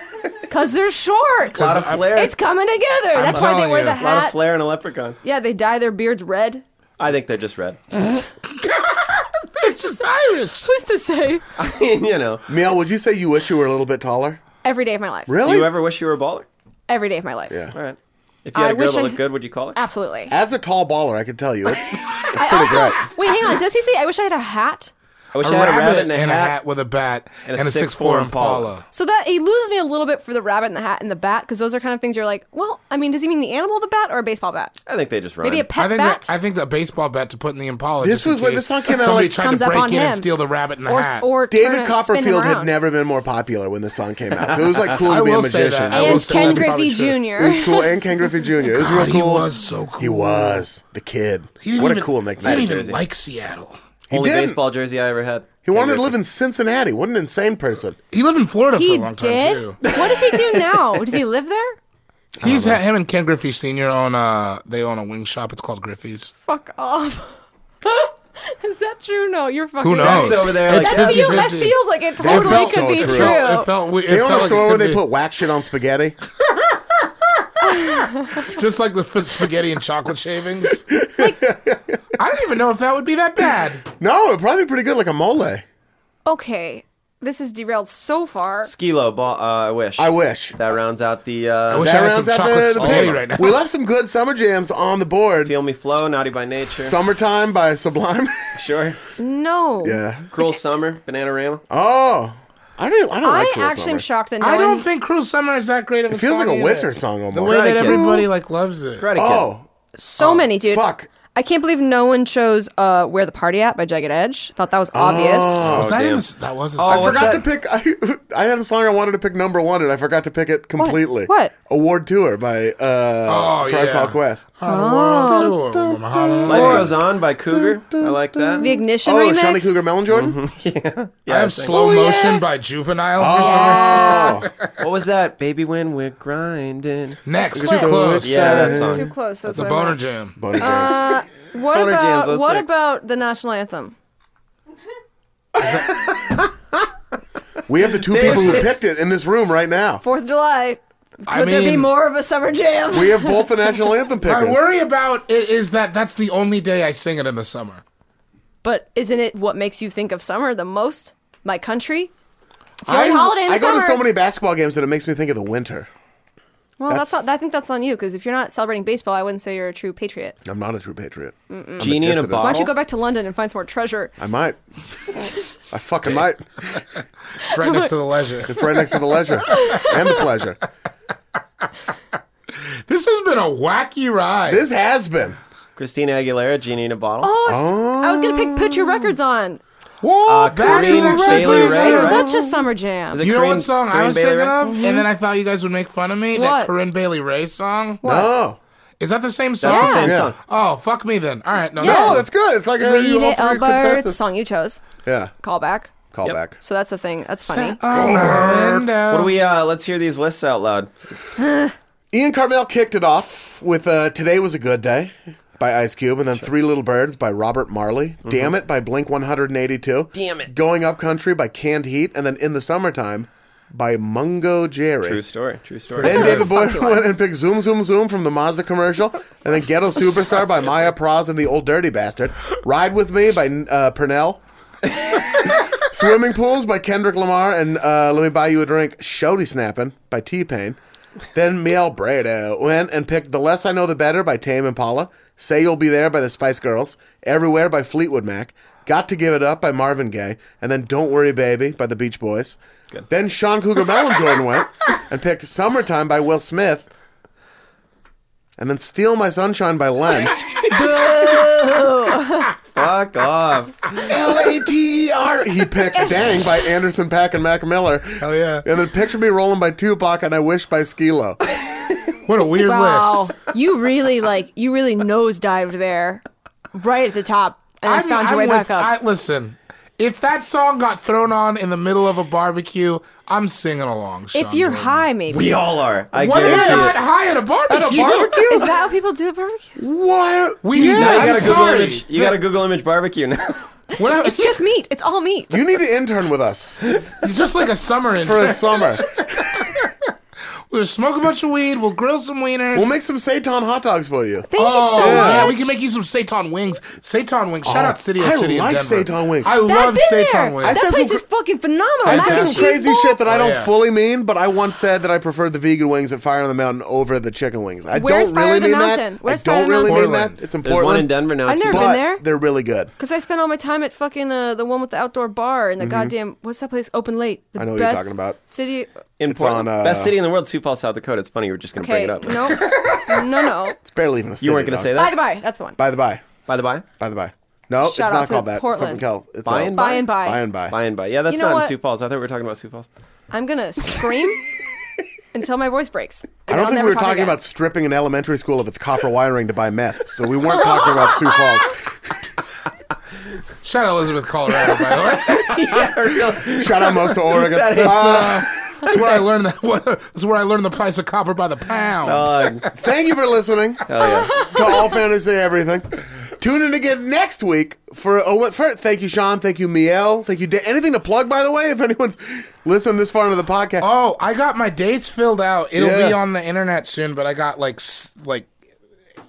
Because they're short.
a lot of flair.
It's coming together. That's why they
telling
wear
you.
the
a lot of
hat.
flair and a leprechaun.
Yeah, they dye their beards red.
I think they're just red.
It's just Irish.
Who's to say?
I mean, you know.
Miel, would you say you wish you were a little bit taller?
Every day of my life.
Do
Really?
you ever wish you were a baller?
Every day of my life.
Yeah.
All right. If you had
I
a girl
wish
that
I-
looked good, would you call her?
Absolutely.
As a tall baller, I can tell you. It's,
I also, wait, hang on. Does he say, I wish I had a hat?
I wish
A
I had
rabbit,
a rabbit and a
and
hat.
with a bat and
a
a, six four
6'4" Impala.
Impala.
So that he loses me a little bit for the rabbit and the hat and the bat, because those are kind of things you're like, well, I mean, does he mean the animal, the bat, or a baseball bat?
I think they just rhyme.
Maybe
I
a pet
think
bat?
that, I think the baseball bat to put in the Impala.
This
just in
was like-
case
this song came out
Somebody
like-
tried
Comes
to
up
break
on
in
him.
and steal the rabbit and the
or,
hat.
or turn it-
David
spin
Copperfield
around.
had never been more popular when this song came out. So it was like cool
I
to be a
will say
magician.
that. I will
And
say
Ken
that's probably
Griffey
true.
Jr.
It was cool. And Ken Griffey Jr. It was real
God, he
cool.
was so cool.
He was the kid.
He didn't
What
even-
a cool
He
nickname.
didn't
He,
even
Jersey.
like Seattle.
Only
didn't.
baseball jersey I ever had.
He wanted to live in Cincinnati. What an insane person.
He lived in Florida
He
for a long time
did?
too.
What does he do now? Does he live there?
He's had, him and Ken Griffey Senior own uh they own a wing shop. It's called Griffey's.
Fuck off. Is that true? No, you're fucking.
Who knows?
over there
It's
like,
That, feel, that
50-50.
feels like it totally
felt
could
so
be
true.
true.
It felt weird.
They own a store where they put wax shit on spaghetti.
just like the f- spaghetti and chocolate shavings. I don't even know if that would be that bad.
No, it'd probably be pretty good, like a mole.
okay. this has derailed so far.
Skilo, ball, uh, I wish.
I wish.
that rounds out the. Uh,
wish
That
I had some
rounds out
chocolate
the, the
spaghetti
pick.
right now.
We left some good summer jams on the board.
Feel me flow, naughty by nature.
Summertime by Sublime.
sure.
No.
yeah.
Cruel summer, Bananarama.
Oh, I don't. I don't
I
like Cruel
actually am
Summer.
shocked that no
I don't
one-
think Cruel Summer is that great of a
It feels
song
like a
either.
winter song almost.
The way
Karate
that
Kid.
everybody like loves it.
Karate Kid.
oh,
so many, dude.
fuck.
I can't believe no one chose uh, "Where the Party At" by Jagged Edge. Thought that was obvious.
Was
Oh,
that, in
damn.
the s- that was a
Oh,
song.
I
what's
forgot to
that?
pick. I, I had a song I wanted to pick number one, and I forgot to pick it completely.
What?
Award Tour by uh,
Oh,
Tribe
yeah.
Called Quest.
On a
Oh,
world tour. Mahalo.
Life goes on by Cougar. I like that.
the ignition
oh,
remix.
Shawnee Cougar Melon Jordan.
I have
Oh,
slow motion by Juvenile. for some
Uh,
Oh,
What was that? Baby, when we're grinding.
reason. Next, too
Split.
close.
Yeah, that
Too
song.
close.
It's
That's
a
what I meant.
boner jam.
Bonus chance.
Uh, what
Boner
about
jams, those
what
things.
about the national anthem?
we have the two people who picked it in this room right now.
Fourth of July. Could
I
there be
mean-
more of a summer jam?
We have both the national anthem pickers.
I worry about it is that that's the only day I sing it in the summer.
But isn't it what makes you think of summer the most? My country. It's your
I,
holiday in the
I go to
summer.
so many basketball games that it makes me think of the winter.
Well, that's,
That's-
not, I think that's on you because if you're not celebrating baseball, I wouldn't say you're a true patriot.
I'm not a true patriot.
Mm.
Genie in a
dissident. Why
bottle.
Why don't you go back to London and find some more treasure?
I might. I fucking might.
It's right next to the leisure.
It's right next to the leisure and the pleasure.
This has been a wacky ride.
This has been.
Christina Aguilera, Genie in a bottle.
Oh, I was gonna pick Put Your Records On.
Whoa,
Uh,
that is
Kareem
actually
Bailey
pretty
Ray,
good.
It's
right?
such a summer jam.
Is it
You know
Kareem-
what song
Kareem
I was
Bailey
thinking
Ray? Mm-hmm.
of, and then I thought you guys would make fun of me.
What?
That Corinne Bailey Ray song.
No.
Is that the same song?
That's the same
Yeah.
song.
Oh, fuck me then. All right, no,
Yeah. Oh,
No, that's good. It's like a
Read
you all
it,
three
Albert. The
consensus.
song you chose.
Yeah.
Callback.
Call back.
So that's the thing. That's funny.
What
What
do we? Uh, let's hear these lists out loud.
Ian Carmel kicked it off with uh, Today Was a Good Day by Ice Cube and then Three Little Birds by Robert Marley. Damn It by Blink 182. Damn It. Going Up Country by Canned Heat and then In the Summertime by Mungo Jerry.
True story. True story.
Then
That's a
David
really
Boyd
funky one.
went and picked Zoom Zoom Zoom from the Mazda commercial, and then Ghetto Superstar by Maya Praz and the Old Dirty Bastard. Ride with Me by uh, Purnell. Swimming Pools by Kendrick Lamar and uh, Let Me Buy You a Drink. Shody Snappin' by T Pain. Then Miel Bredo went and picked The Less I Know the Better by Tame Impala. Say You'll Be There by the Spice Girls. Everywhere by Fleetwood Mac. Got to Give It Up by Marvin Gaye. And then Don't Worry Baby by the Beach Boys. Then Sean Cougar Mellon Jordan went and picked Summertime by Will Smith. And then Steal My Sunshine by Len.
Fuck off.
L A T E R. He picked Dang by Anderson Pack and Mac Miller.
Hell yeah.
And then Picture Me Rolling by Tupac and I Wish by Skilo.
What a weird
Wow,
list.
you really like you really nosedived there, right at the top, and then
I'm-
found
I'm
your way
with-
back up.
I, listen, if that song got thrown on in the middle of a barbecue, I'm singing along. Sean
if you're
Gordon.
high, maybe
We all are. I
What if
guarantee
you're not
it.
high at a barbecue?
is that how people do at barbecues?
What?
We
Yeah,
yeah,
Now you
I'm
got a Google
sorry.
image. You got a Google image barbecue now.
What I-
It's just meat. It's all meat.
You need to intern with us
it's just like a summer
for
intern.
a summer.
We'll smoke a bunch of weed. We'll grill some wieners.
We'll make some seitan hot dogs for you.
Thank
Oh,
you so much.
yeah, we can make you some seitan wings. Seitan wings. Shout
Oh,
out City of
I
City in
like
Denver.
seitan wings.
I
I've
That- I've
love
been
seitan
there.
wings.
I
That
said
place
some
is fucking phenomenal.
I
Mac
said
and
some
cheese
crazy
bowl.
shit that
Oh,
I don't
yeah.
fully mean, but I once said that I preferred the vegan wings at Fire on the Mountain over the chicken wings. I
Where's
don't
Fire
really
on the
mean
Mountain?
that.
Where's
I
Fire
don't
on the
really mean
Mountain?
Portland.
that. It's in
There's one in
Portland.
Denver now.
I've
too.
never
But
been there.
they're really good.
Because I spent all my time at fucking uh, the one with the outdoor bar and the goddamn what's that place? Open late. The
Mm-hmm. I know what you're
best
talking about.
City.
in
It's
Portland.
on, uh,
Best city in the world, Sioux Falls, South Dakota. It's funny you were just going to
Okay,
bring it up.
no, no, no.
It's barely even a city.
You weren't going to
dog.
say
By
that.
the by, that's the one.
By the by.
By the by,
By the by. No, it's
Shout out
not
to
called that. It's
Portland.
something else. It's
By
a-
and
By and by.
By and by.
by and by. Yeah, that's
You know
not
what?
in Sioux Falls. I thought we were talking about Sioux Falls.
I'm gonna scream until my voice breaks. and
I
then
don't
I'll
think
never
we were
talk
talking
again.
about stripping an elementary school of its copper wiring to buy meth, so we weren't talking about Sioux Falls.
Shout out Elizabeth, Colorado, by the way.
Shout out most to Oregon.
That is,
Uh,
That's where I learned that. That's where I learned the price of copper by the pound.
Uh,
Dog.
thank you for listening
Hell yeah.
to All Fantasy Everything. Tune in again next week for oh what for thank you Sean thank you Miel thank you Dan. anything to plug by the way if anyone's listened this far into the podcast
Oh, I got my dates filled out. It'll
Yeah.
be on the internet soon, but I got like s- like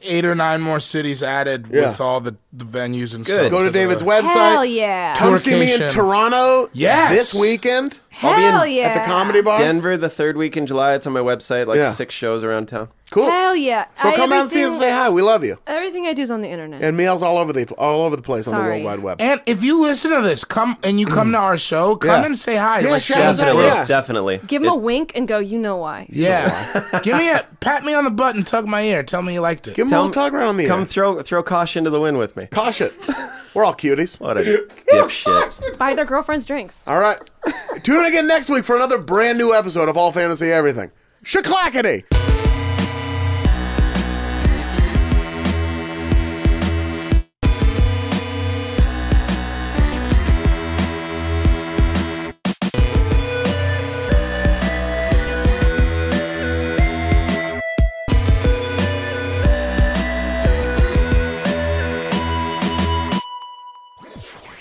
eight or nine more cities added
Yeah.
with all the, the venues and
Good.
stuff.
Go to
the-
David's website.
Hell yeah.
Come see me in
Tourcation.
Toronto.
Yes.
This weekend
I'll be in
Hell yeah.
at the comedy
Um,
bar.
Denver the third week in July. It's on my website. Like
Yeah.
six shows around town.
cool.
Hell yeah.
So
I-
come out and see us and
everything-
say hi. We love you.
Everything I do is on the internet.
And mail's all over the all over the place on the World
Sorry.
Wide Web.
And if you listen to this, come and you come to our show, come
Mm. Yeah.
and say hi.
Yeah,
like,
shout us out,
Definitely,
yeah.
definitely.
Give him a wink and go, you know why.
yeah. Give me a pat me on the butt and tug my ear. Tell me you liked it.
Give him a
Tell
little tug around the
Come
air.
throw throw caution to the wind with me.
Kosh it. We're all cuties.
What a dipshit.
Buy their girlfriends drinks.
All right. Tune in again next week for another brand new episode of All Fantasy Everything. Shaklackety!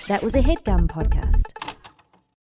That was a headgum podcast.